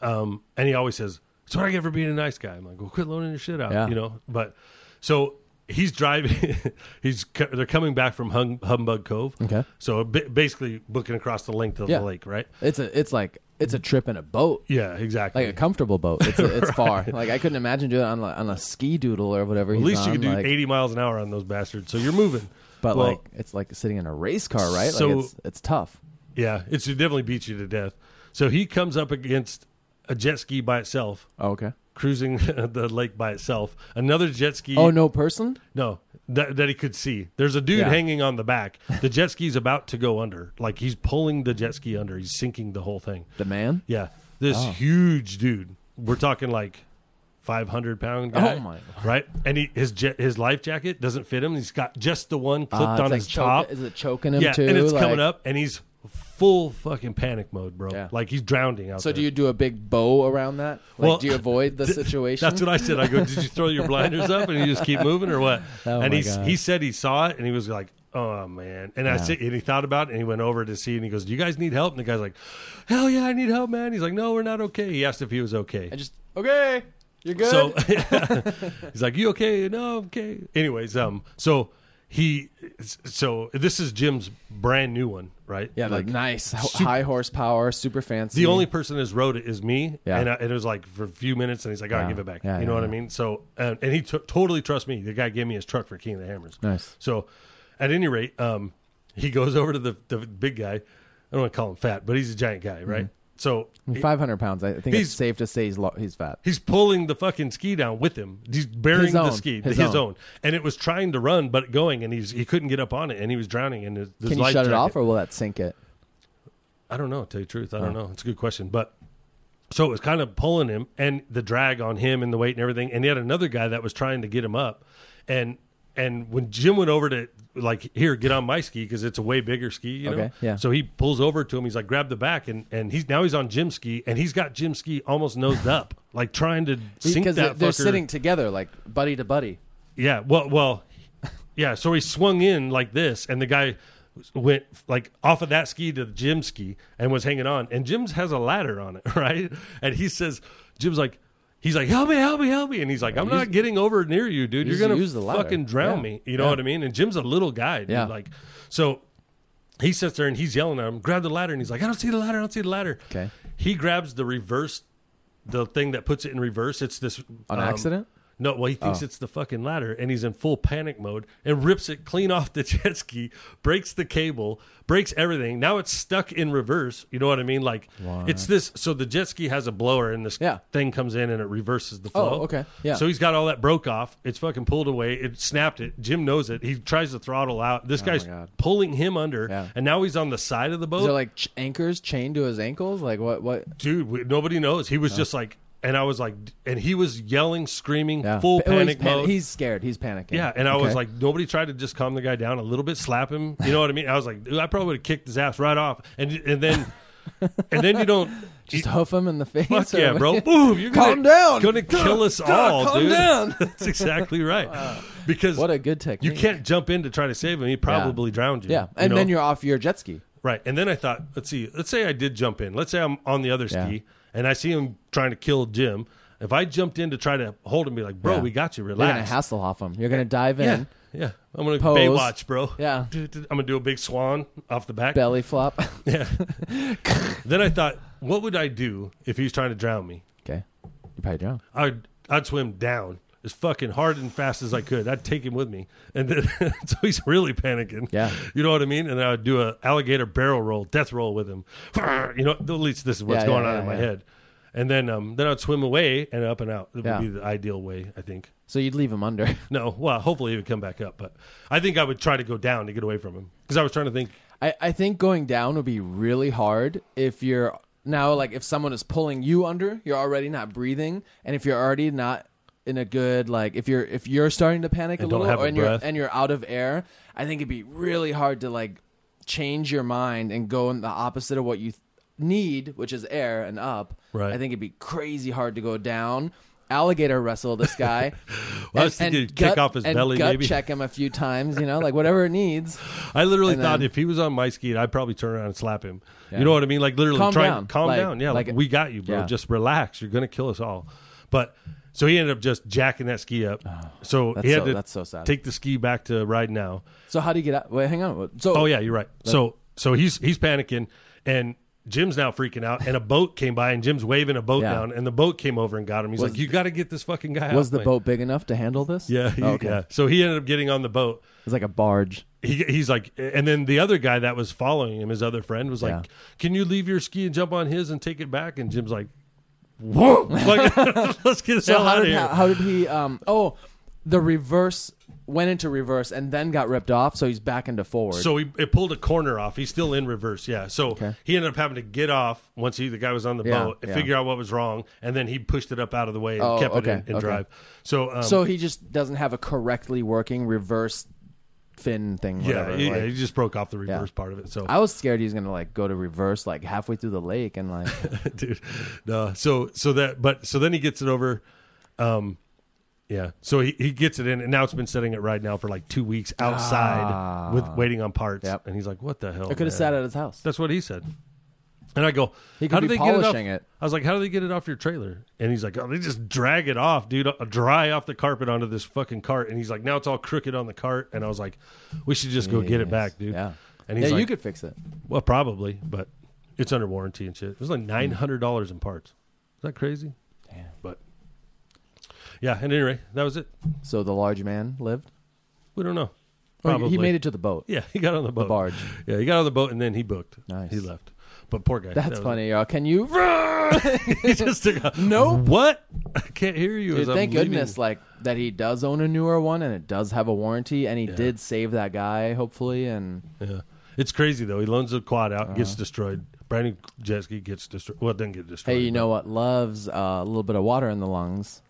Speaker 1: um, and he always says, "That's what I get for being a nice guy." I'm like, "Well, quit loaning your shit out."
Speaker 2: Yeah.
Speaker 1: You know. But so he's driving. [laughs] he's co- they're coming back from hum, Humbug Cove.
Speaker 2: Okay.
Speaker 1: So ba- basically, booking across the length of
Speaker 2: Yeah.
Speaker 1: the lake, right?
Speaker 2: It's a it's like it's a trip in a boat.
Speaker 1: Yeah, exactly.
Speaker 2: Like a comfortable boat. It's
Speaker 1: [laughs]
Speaker 2: a, it's far. Like I couldn't imagine doing it on like, on a ski doodle or whatever.
Speaker 1: at least you
Speaker 2: on.
Speaker 1: can do
Speaker 2: like,
Speaker 1: 80 miles an hour on those bastards. So you're moving.
Speaker 2: But
Speaker 1: Well,
Speaker 2: like it's like sitting in a race car, right?
Speaker 1: so-
Speaker 2: like it's it's tough.
Speaker 1: Yeah, it's it definitely beats you to death. So he comes up against a jet ski by itself,
Speaker 2: Oh, okay.
Speaker 1: cruising [laughs] the lake by itself. Another jet ski.
Speaker 2: Oh no, person.
Speaker 1: no, that, that he could see. There's a dude
Speaker 2: Yeah.
Speaker 1: hanging on the back. The jet ski's about to go under. Like he's pulling the jet ski under. He's sinking the whole thing.
Speaker 2: The man.
Speaker 1: Yeah, this
Speaker 2: Oh.
Speaker 1: huge dude. We're talking like 500 pound guy.
Speaker 2: Oh, my.
Speaker 1: Right, and he, his jet, his life jacket doesn't fit him. He's got just the one clipped
Speaker 2: Ah,
Speaker 1: on
Speaker 2: it's like
Speaker 1: his
Speaker 2: choking-
Speaker 1: top
Speaker 2: Is it choking him
Speaker 1: yeah,
Speaker 2: too?
Speaker 1: and it's coming
Speaker 2: Like-
Speaker 1: up, and he's full fucking panic mode, bro.
Speaker 2: Yeah.
Speaker 1: Like he's drowning out
Speaker 2: So
Speaker 1: there.
Speaker 2: do you do a big bow around that? Like,
Speaker 1: Well,
Speaker 2: do you
Speaker 1: [laughs]
Speaker 2: avoid the situation?
Speaker 1: That's what I said. I go, did you throw your blinders up and you just keep moving or what?
Speaker 2: [laughs] Oh,
Speaker 1: and
Speaker 2: my
Speaker 1: he
Speaker 2: God.
Speaker 1: he said he saw it and he was like, oh man. And I said, and he thought about it and he went over to see and he goes, do you guys need help? And the guy's like, hell yeah, I need help, man. He's like, no, we're not okay. He asked if he was okay.
Speaker 2: I just okay. You're good.
Speaker 1: So [laughs] he's like, "You okay? No, I'm okay." Anyways, um, so he, so this is Jim's brand new one, right?
Speaker 2: yeah, like, nice ho-
Speaker 1: super-
Speaker 2: high horsepower, super fancy.
Speaker 1: the only person that's rode it is me.
Speaker 2: Mm. Yeah.
Speaker 1: And, I, and it was like for a few minutes, and he's like, "All right,
Speaker 2: Yeah.
Speaker 1: give it back."
Speaker 2: Yeah,
Speaker 1: you know
Speaker 2: yeah,
Speaker 1: what I
Speaker 2: yeah.
Speaker 1: mean? So, and, and he t- totally trusts me. The guy gave me his truck for King of the Hammers.
Speaker 2: Nice.
Speaker 1: So, at any rate, um, he goes over to the, the big guy. I don't want to call him fat, but he's a giant guy, right?
Speaker 2: Mm-hmm.
Speaker 1: So
Speaker 2: five hundred pounds. I think it's
Speaker 1: He's-
Speaker 2: safe to say he's lo- he's fat.
Speaker 1: He's pulling the fucking ski down with him. He's bearing
Speaker 2: His
Speaker 1: the
Speaker 2: own.
Speaker 1: ski,
Speaker 2: His
Speaker 1: his,
Speaker 2: own.
Speaker 1: own. and it was trying to run but going, and he's he couldn't get up on it, and he was drowning, and his, his
Speaker 2: Can you
Speaker 1: life
Speaker 2: shut it
Speaker 1: jacket-
Speaker 2: off, or will that sink it?
Speaker 1: I don't know. To tell you the truth, I don't know. It's a good question, but so it was kind of pulling him and the drag on him and the weight and everything. And he had another guy that was trying to get him up, and and when Jim went over to like here, get on my ski because it's a way bigger ski, you know.
Speaker 2: Okay, yeah.
Speaker 1: So he pulls over to him. He's like, grab the back, and and he's now he's on Jim's ski, and he's got Jim's ski almost nosed up, like trying to sink that.
Speaker 2: because they're, they're
Speaker 1: fucker.
Speaker 2: sitting together like buddy to buddy.
Speaker 1: Yeah. Well, well, yeah. So he swung in like this, and the guy went like off of that ski to the Jim ski and was hanging on. And Jim's has a ladder on it, [laughs] right? And he says, Jim's like, he's like, help me, help me, help me. And he's like, I'm not getting over near you, dude. You're
Speaker 2: use-
Speaker 1: gonna
Speaker 2: use the ladder.
Speaker 1: fucking drown
Speaker 2: Yeah.
Speaker 1: me. You know
Speaker 2: Yeah.
Speaker 1: what I mean? And Jim's a little guy, dude.
Speaker 2: Yeah.
Speaker 1: Like, so he sits there and he's yelling at him, grab the ladder, and he's like, I don't see the ladder, I don't see the ladder.
Speaker 2: Okay.
Speaker 1: He grabs the reverse, the thing that puts it in reverse. It's this um,
Speaker 2: On accident?
Speaker 1: No, well, he thinks
Speaker 2: Oh.
Speaker 1: it's the fucking ladder, and he's in full panic mode and rips it clean off the [laughs] jet ski, breaks the cable, breaks everything. Now it's stuck in reverse. You know what I mean? Like it's this. So the jet ski has a blower, and this
Speaker 2: Yeah.
Speaker 1: thing comes in and it reverses the
Speaker 2: Oh,
Speaker 1: flow.
Speaker 2: okay. Yeah.
Speaker 1: So he's got all that broke off. It's fucking pulled away. It snapped it. Jim knows it. He tries to throttle out. This guy's
Speaker 2: Oh, God.
Speaker 1: pulling him under,
Speaker 2: Yeah.
Speaker 1: and now he's on the side of the boat
Speaker 2: Is there like ch- anchors chained to his ankles? Like what? What?
Speaker 1: dude, we, nobody knows. He was just like, and I was like, and he was yelling, screaming,
Speaker 2: Yeah.
Speaker 1: full
Speaker 2: Oh, he's
Speaker 1: panic
Speaker 2: pan-
Speaker 1: mode.
Speaker 2: He's scared. He's panicking.
Speaker 1: yeah, and I was
Speaker 2: Okay.
Speaker 1: like, nobody tried to just calm the guy down a little bit, slap him. You know what I mean? I was like, dude, I probably would have kicked his ass right off, and and
Speaker 2: [laughs]
Speaker 1: then, and then you don't.
Speaker 2: just hoof him in the [laughs] face.
Speaker 1: Fuck
Speaker 2: or
Speaker 1: yeah,
Speaker 2: what?
Speaker 1: [laughs] bro! Boom! You're
Speaker 2: Calm
Speaker 1: gonna,
Speaker 2: down.
Speaker 1: Gonna kill us all,
Speaker 2: calm
Speaker 1: dude.
Speaker 2: down.
Speaker 1: [laughs] That's exactly
Speaker 2: [laughs]
Speaker 1: right. Because
Speaker 2: What a good
Speaker 1: you
Speaker 2: technique.
Speaker 1: can't jump in to try to save him. He probably drowned you.
Speaker 2: Yeah,
Speaker 1: you
Speaker 2: and
Speaker 1: know?
Speaker 2: then you're off your jet ski.
Speaker 1: Right. And then I thought, let's see, let's say I did jump in. Let's say I'm on the other
Speaker 2: Yeah.
Speaker 1: ski and I see him trying to kill Jim. If I jumped in to try to hold him, be like, bro,
Speaker 2: Yeah.
Speaker 1: we got you.
Speaker 2: You're gonna
Speaker 1: Relax.
Speaker 2: hassle off him. You're gonna dive in,
Speaker 1: yeah. Yeah. I'm going to
Speaker 2: Pose.
Speaker 1: Baywatch, bro.
Speaker 2: Yeah.
Speaker 1: [laughs] I'm going to do a big swan off the back.
Speaker 2: belly flop. [laughs]
Speaker 1: Yeah. then I thought, what would I do if he's trying to drown me?
Speaker 2: okay, you probably drown.
Speaker 1: I'd, I'd swim down as fucking hard and fast as I could. I'd take him with me. And then, [laughs] so he's really panicking.
Speaker 2: Yeah.
Speaker 1: You know what I mean? And I would do a alligator barrel roll, death roll with him. [laughs] You know, at least this is what's
Speaker 2: Yeah,
Speaker 1: going
Speaker 2: yeah,
Speaker 1: on
Speaker 2: yeah,
Speaker 1: in my
Speaker 2: yeah.
Speaker 1: head. And then, um, then I'd swim away and up and out. That
Speaker 2: Yeah.
Speaker 1: would be the ideal way, I think.
Speaker 2: So you'd leave him under. [laughs]
Speaker 1: No, well, hopefully he would come back up, but I think I would try to go down to get away from him because I was trying to think.
Speaker 2: I, I think going down would be really hard if you're now like if someone is pulling you under, you're already not breathing, and if you're already not in a good like if you're if you're starting to panic
Speaker 1: And
Speaker 2: a
Speaker 1: don't
Speaker 2: little
Speaker 1: have a
Speaker 2: and you're
Speaker 1: breath.
Speaker 2: and you're out of air, I think it'd be really hard to like change your mind and go in the opposite of what you th- need, which is air and up.
Speaker 1: Right.
Speaker 2: I think it'd be crazy hard to go down. Alligator wrestle this guy.
Speaker 1: [laughs] Well, I was thinking he'd kick
Speaker 2: gut-
Speaker 1: off his
Speaker 2: and
Speaker 1: belly,
Speaker 2: gut
Speaker 1: maybe.
Speaker 2: check him a few times, you know, like whatever
Speaker 1: [laughs]
Speaker 2: it needs.
Speaker 1: I literally
Speaker 2: And
Speaker 1: thought
Speaker 2: then-
Speaker 1: if he was on my ski, I'd probably turn around and slap him.
Speaker 2: Yeah.
Speaker 1: You know what I mean? Like literally,
Speaker 2: Calm
Speaker 1: try
Speaker 2: down.
Speaker 1: and calm
Speaker 2: Like-
Speaker 1: down. Yeah, like,
Speaker 2: like-
Speaker 1: we got you, bro.
Speaker 2: yeah.
Speaker 1: Just relax. You're gonna kill us all. But so he ended up just jacking that ski up. so
Speaker 2: Oh, that's
Speaker 1: he had
Speaker 2: so-
Speaker 1: to
Speaker 2: that's so sad.
Speaker 1: take the ski back to ride now.
Speaker 2: So how do you get out? Wait, hang on. What- So
Speaker 1: Oh yeah, you're right. So so he's he's panicking and. Jim's now freaking out, and a boat came by, and Jim's waving a boat
Speaker 2: Yeah.
Speaker 1: down, and the boat came over and got him. He's like, "You got to get this fucking guy out."
Speaker 2: was the
Speaker 1: my-"
Speaker 2: boat big enough to handle this?
Speaker 1: Yeah, he-
Speaker 2: Oh, okay.
Speaker 1: yeah. So he ended up getting on the boat,
Speaker 2: It's like a barge.
Speaker 1: he, he's like, and then the other guy that was following him, his other friend, was like,
Speaker 2: Yeah.
Speaker 1: "Can you leave your ski and jump on his and take it back?" And Jim's like, "Whoa, [laughs] Like, let's get the
Speaker 2: So
Speaker 1: hell
Speaker 2: how
Speaker 1: out of
Speaker 2: did
Speaker 1: here."
Speaker 2: how, how did he? Um, oh, the reverse went into reverse and then got ripped off, so he's back into forward.
Speaker 1: so he it pulled a corner off. He's still in reverse, yeah. So he ended up having to get off once he the guy was on the
Speaker 2: Yeah,
Speaker 1: boat and
Speaker 2: yeah.
Speaker 1: figure out what was wrong, and then he pushed it up out of the way and
Speaker 2: Oh,
Speaker 1: kept
Speaker 2: okay,
Speaker 1: it in, and
Speaker 2: okay.
Speaker 1: drive. So um,
Speaker 2: so he just doesn't have a correctly working reverse fin thing.
Speaker 1: yeah,
Speaker 2: Whatever.
Speaker 1: he,
Speaker 2: like-
Speaker 1: he just broke off the reverse part of it. So
Speaker 2: I was scared he was gonna like go to reverse like halfway through the lake and
Speaker 1: [laughs]
Speaker 2: like
Speaker 1: dude. No, so so that but so then he gets it over. Um, yeah. So he, he gets it in, and now it's been setting it right now for like two weeks outside with waiting on parts.
Speaker 2: Ah. Yep.
Speaker 1: And he's like, "What the hell?" [laughs]
Speaker 2: I could have sat at his house.
Speaker 1: That's what he said. And I go,
Speaker 2: He could
Speaker 1: "How do
Speaker 2: be
Speaker 1: they get it off?"
Speaker 2: polishing it.
Speaker 1: I was like, "How do they get it off your trailer?" And he's like, "Oh, they just drag it off, dude, uh, dry off the carpet onto this fucking cart." And he's like, "Now it's all crooked on the cart." And I was like, "We should just go get it
Speaker 2: Yes.
Speaker 1: back, dude."
Speaker 2: Yeah.
Speaker 1: And he's
Speaker 2: yeah,
Speaker 1: like,
Speaker 2: you could fix it.
Speaker 1: well, probably, but it's under warranty and shit. It was
Speaker 2: Hmm.
Speaker 1: like nine hundred dollars in parts. Is that crazy? Yeah. But yeah. At any rate, that was it.
Speaker 2: So the large man lived.
Speaker 1: We don't know.
Speaker 2: Or
Speaker 1: Probably
Speaker 2: Oh, He made it to the boat.
Speaker 1: Yeah, he got on the boat.
Speaker 2: barge.
Speaker 1: Yeah, he got on the boat and then he booked.
Speaker 2: Nice.
Speaker 1: He left. But poor guy. that
Speaker 2: That's
Speaker 1: was
Speaker 2: funny, y'all. Can you? [laughs]
Speaker 1: it. [laughs] he just took a,
Speaker 2: Nope.
Speaker 1: What? I can't hear you.
Speaker 2: Dude,
Speaker 1: as I'm
Speaker 2: thank
Speaker 1: leaving.
Speaker 2: goodness, like that he does own a newer one and it does have a warranty, and he did save that guy, hopefully. And Uh-huh.
Speaker 1: Yeah. It's crazy though. He loans the quad out, gets destroyed. brand new jet ski gets destroyed. Well, it doesn't get destroyed.
Speaker 2: Hey, you
Speaker 1: but-
Speaker 2: know what loves uh, a little bit of water in the lungs?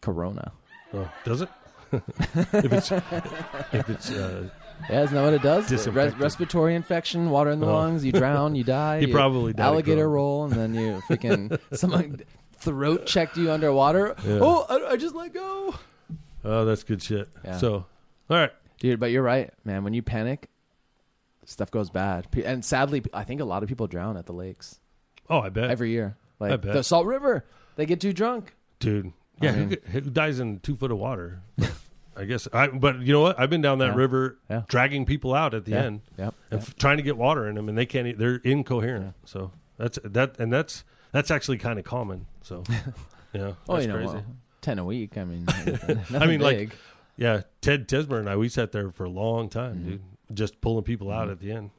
Speaker 2: Corona.
Speaker 1: Oh, does it? [laughs] if it's if it's uh,
Speaker 2: Yeah, isn't that what it does? Res-
Speaker 1: Disinfectant. Oh.
Speaker 2: respiratory infection, water in the lungs, you drown,
Speaker 1: [laughs]
Speaker 2: you die.
Speaker 1: He
Speaker 2: you
Speaker 1: probably died of
Speaker 2: alligator
Speaker 1: corona.
Speaker 2: roll, and
Speaker 1: [laughs]
Speaker 2: then you freaking someone throat checked you underwater. Oh, I, I just let go,
Speaker 1: oh, that's good shit.
Speaker 2: Yeah.
Speaker 1: So, all right,
Speaker 2: dude. But you're right, man. When you panic, stuff goes bad, P- and sadly, I think a lot of people drown at the lakes
Speaker 1: oh, I bet
Speaker 2: every year. Like
Speaker 1: I bet.
Speaker 2: the Salt River, they get too drunk.
Speaker 1: dude. Yeah, who, get- who dies in two foot of water? [laughs] I guess. I but you know what? I've been down that river,
Speaker 2: Yeah.
Speaker 1: dragging people out at the
Speaker 2: Yeah.
Speaker 1: end,
Speaker 2: Yep.
Speaker 1: and f- trying to get water in them, and they can't. e- They're incoherent. So that's that, and that's that's actually kind of common.
Speaker 2: [laughs]
Speaker 1: So, yeah,
Speaker 2: Oh,
Speaker 1: that's
Speaker 2: you know,
Speaker 1: crazy.
Speaker 2: well, ten a week.
Speaker 1: [laughs]
Speaker 2: I mean, [laughs]
Speaker 1: I mean, like, yeah, Ted Tismer and I, we sat there for a long time,
Speaker 2: Mm-hmm.
Speaker 1: dude, just pulling people out at the end.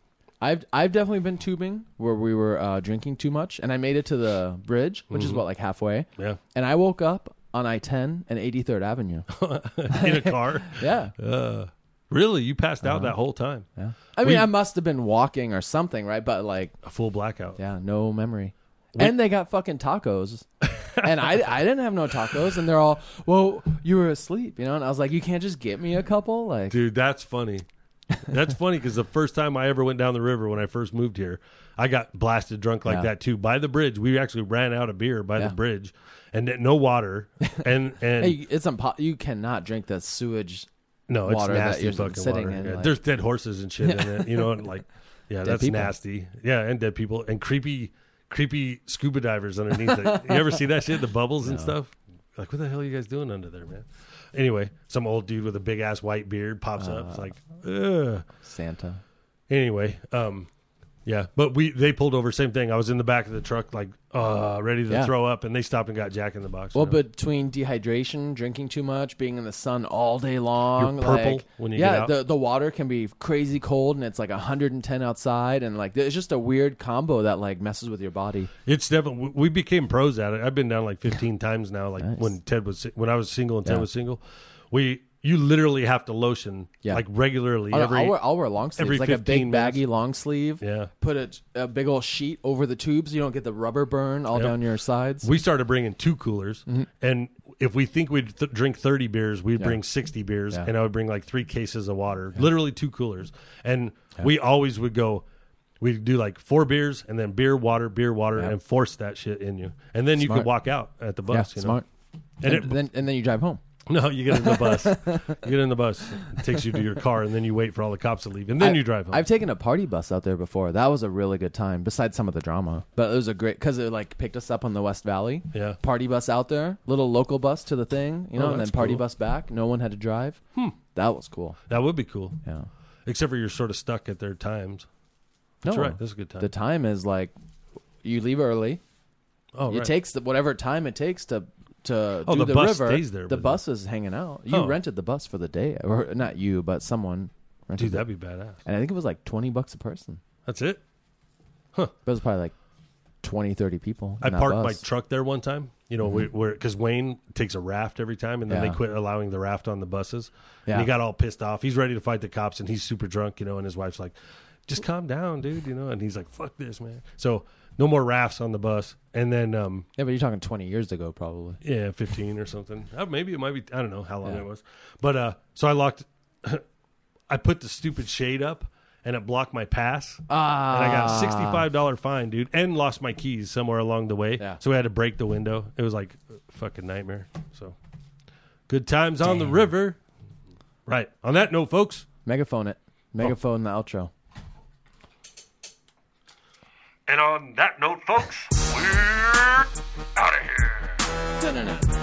Speaker 2: I've I've definitely been tubing where we were uh, drinking too much, and I made it to the bridge, which
Speaker 1: Mm-hmm.
Speaker 2: is what like halfway. [laughs]
Speaker 1: Yeah, [laughs]
Speaker 2: And I woke up on I ten and eighty third Avenue.
Speaker 1: in a car.
Speaker 2: yeah,
Speaker 1: Uh, really? You passed out that whole time?
Speaker 2: Uh-huh. yeah. I mean,
Speaker 1: We-
Speaker 2: I must have been walking or something, right? But like,
Speaker 1: A full blackout.
Speaker 2: yeah, no memory. and they got fucking tacos, and I I didn't have no tacos, and they're all, well, you were asleep, you know. And I was like, you can't just get me a couple, like,
Speaker 1: Dude, that's funny. That's funny because the first time I ever went down the river when I first moved here, I got blasted drunk like
Speaker 2: Yeah.
Speaker 1: that too by the bridge. We actually ran out of beer by
Speaker 2: Yeah.
Speaker 1: the bridge, and th- no water,
Speaker 2: [laughs]
Speaker 1: and and
Speaker 2: hey, it's impo- you cannot drink the sewage.
Speaker 1: no, it's
Speaker 2: water that
Speaker 1: nasty
Speaker 2: you're
Speaker 1: fucking
Speaker 2: sitting
Speaker 1: water.
Speaker 2: in,
Speaker 1: Yeah,
Speaker 2: like-
Speaker 1: There's dead horses and shit in it, you know,
Speaker 2: [laughs]
Speaker 1: and like yeah, that's
Speaker 2: people.
Speaker 1: nasty. Yeah, and dead people and creepy, creepy scuba divers underneath it. You ever see that shit? The bubbles and stuff. Like, what the hell are you guys doing under there, man? Anyway, some old dude with a big ass white beard pops up.
Speaker 2: Uh.
Speaker 1: It's like, ugh
Speaker 2: Santa.
Speaker 1: anyway um yeah but we they pulled over same thing i was in the back of the truck like uh ready to
Speaker 2: Yeah.
Speaker 1: throw up and they stopped and got jack in the box you
Speaker 2: Well,
Speaker 1: know?
Speaker 2: between dehydration, drinking too much, being in the sun all day long,
Speaker 1: purple
Speaker 2: like,
Speaker 1: when you
Speaker 2: yeah,
Speaker 1: get out.
Speaker 2: the the water can be crazy cold, and it's like 110 outside, and like it's just a weird combo that like messes with your body.
Speaker 1: it's definitely we became pros at it i've been down like 15 times now like when ted was si- when i was single and ted
Speaker 2: Yeah.
Speaker 1: was single we you literally have to lotion
Speaker 2: Yeah. Oh,
Speaker 1: like regularly
Speaker 2: I'll,
Speaker 1: every
Speaker 2: I'll wear, I'll wear long
Speaker 1: every
Speaker 2: sleeves, like a
Speaker 1: 15
Speaker 2: big
Speaker 1: minutes.
Speaker 2: baggy long sleeve.
Speaker 1: Yeah.
Speaker 2: Put a, a big old sheet over the tubes. You don't get the rubber burn all down your sides.
Speaker 1: we started bringing two coolers
Speaker 2: Mm-hmm.
Speaker 1: and if we think we'd th- drink 30 beers we'd bring 60 beers and i would bring like three cases of water literally two coolers and we always would go we'd do like four beers and then beer water beer water and force that shit in you and then you could
Speaker 2: Smart.
Speaker 1: walk out at the bus
Speaker 2: yeah,
Speaker 1: you know?
Speaker 2: smart.
Speaker 1: and
Speaker 2: And [laughs]
Speaker 1: it,
Speaker 2: then and then you drive home.
Speaker 1: no you get in the bus you get in the bus it takes you to your car and then you wait for all the cops to leave and then
Speaker 2: I-
Speaker 1: you drive home
Speaker 2: I've taken a party bus out there before. That was a really good time. Besides some of the drama, but it was a great because it like picked us up on the West Valley.
Speaker 1: Yeah.
Speaker 2: party bus out there, little local bus to the thing, you know,
Speaker 1: Oh,
Speaker 2: and then
Speaker 1: that's
Speaker 2: party
Speaker 1: cool.
Speaker 2: bus back. No one had to drive. Hmm. That was cool.
Speaker 1: that would be cool
Speaker 2: Yeah,
Speaker 1: except for you're sort of stuck at their times that's
Speaker 2: no,
Speaker 1: right that's a good time
Speaker 2: The time is like you leave early.
Speaker 1: oh
Speaker 2: It
Speaker 1: right.
Speaker 2: takes the, whatever time it takes to to
Speaker 1: Oh,
Speaker 2: do
Speaker 1: the
Speaker 2: the
Speaker 1: bus
Speaker 2: river.
Speaker 1: stays there
Speaker 2: the
Speaker 1: with
Speaker 2: bus is hanging out. You
Speaker 1: Oh.
Speaker 2: rented the bus for the day, or not you, but someone
Speaker 1: dude
Speaker 2: rented that.
Speaker 1: that'd be badass
Speaker 2: And I think it was like twenty bucks a person.
Speaker 1: that's it
Speaker 2: But it was probably like 20, 30 people.
Speaker 1: I
Speaker 2: in that
Speaker 1: parked my
Speaker 2: bus. Mm-hmm.
Speaker 1: truck there one time. You know, we- where because Wayne takes a raft every time, and then
Speaker 2: Yeah.
Speaker 1: they quit allowing the raft on the buses. And
Speaker 2: Yeah.
Speaker 1: he got all pissed off. He's ready to fight the cops, and he's super drunk. You know, and his wife's like, "Just calm down, dude." You know, and he's like, "Fuck this, man." So no more rafts on the bus. And then, um,
Speaker 2: Yeah, but you're talking 20 years ago, probably.
Speaker 1: yeah, fifteen or something. Uh, Maybe it might be. I don't know how long it was. But uh, so I locked. [laughs] I put the stupid shade up, and it blocked my pass.
Speaker 2: Ah,
Speaker 1: And I got a sixty-five dollar fine, dude, and lost my keys somewhere along the way.
Speaker 2: Yeah.
Speaker 1: So we had to break the window. It was like a fucking nightmare. So good times on the river. Right. On that note, folks.
Speaker 2: megaphone
Speaker 1: Oh.
Speaker 2: it, megaphone the outro.
Speaker 3: And on that note, folks, we're out of here.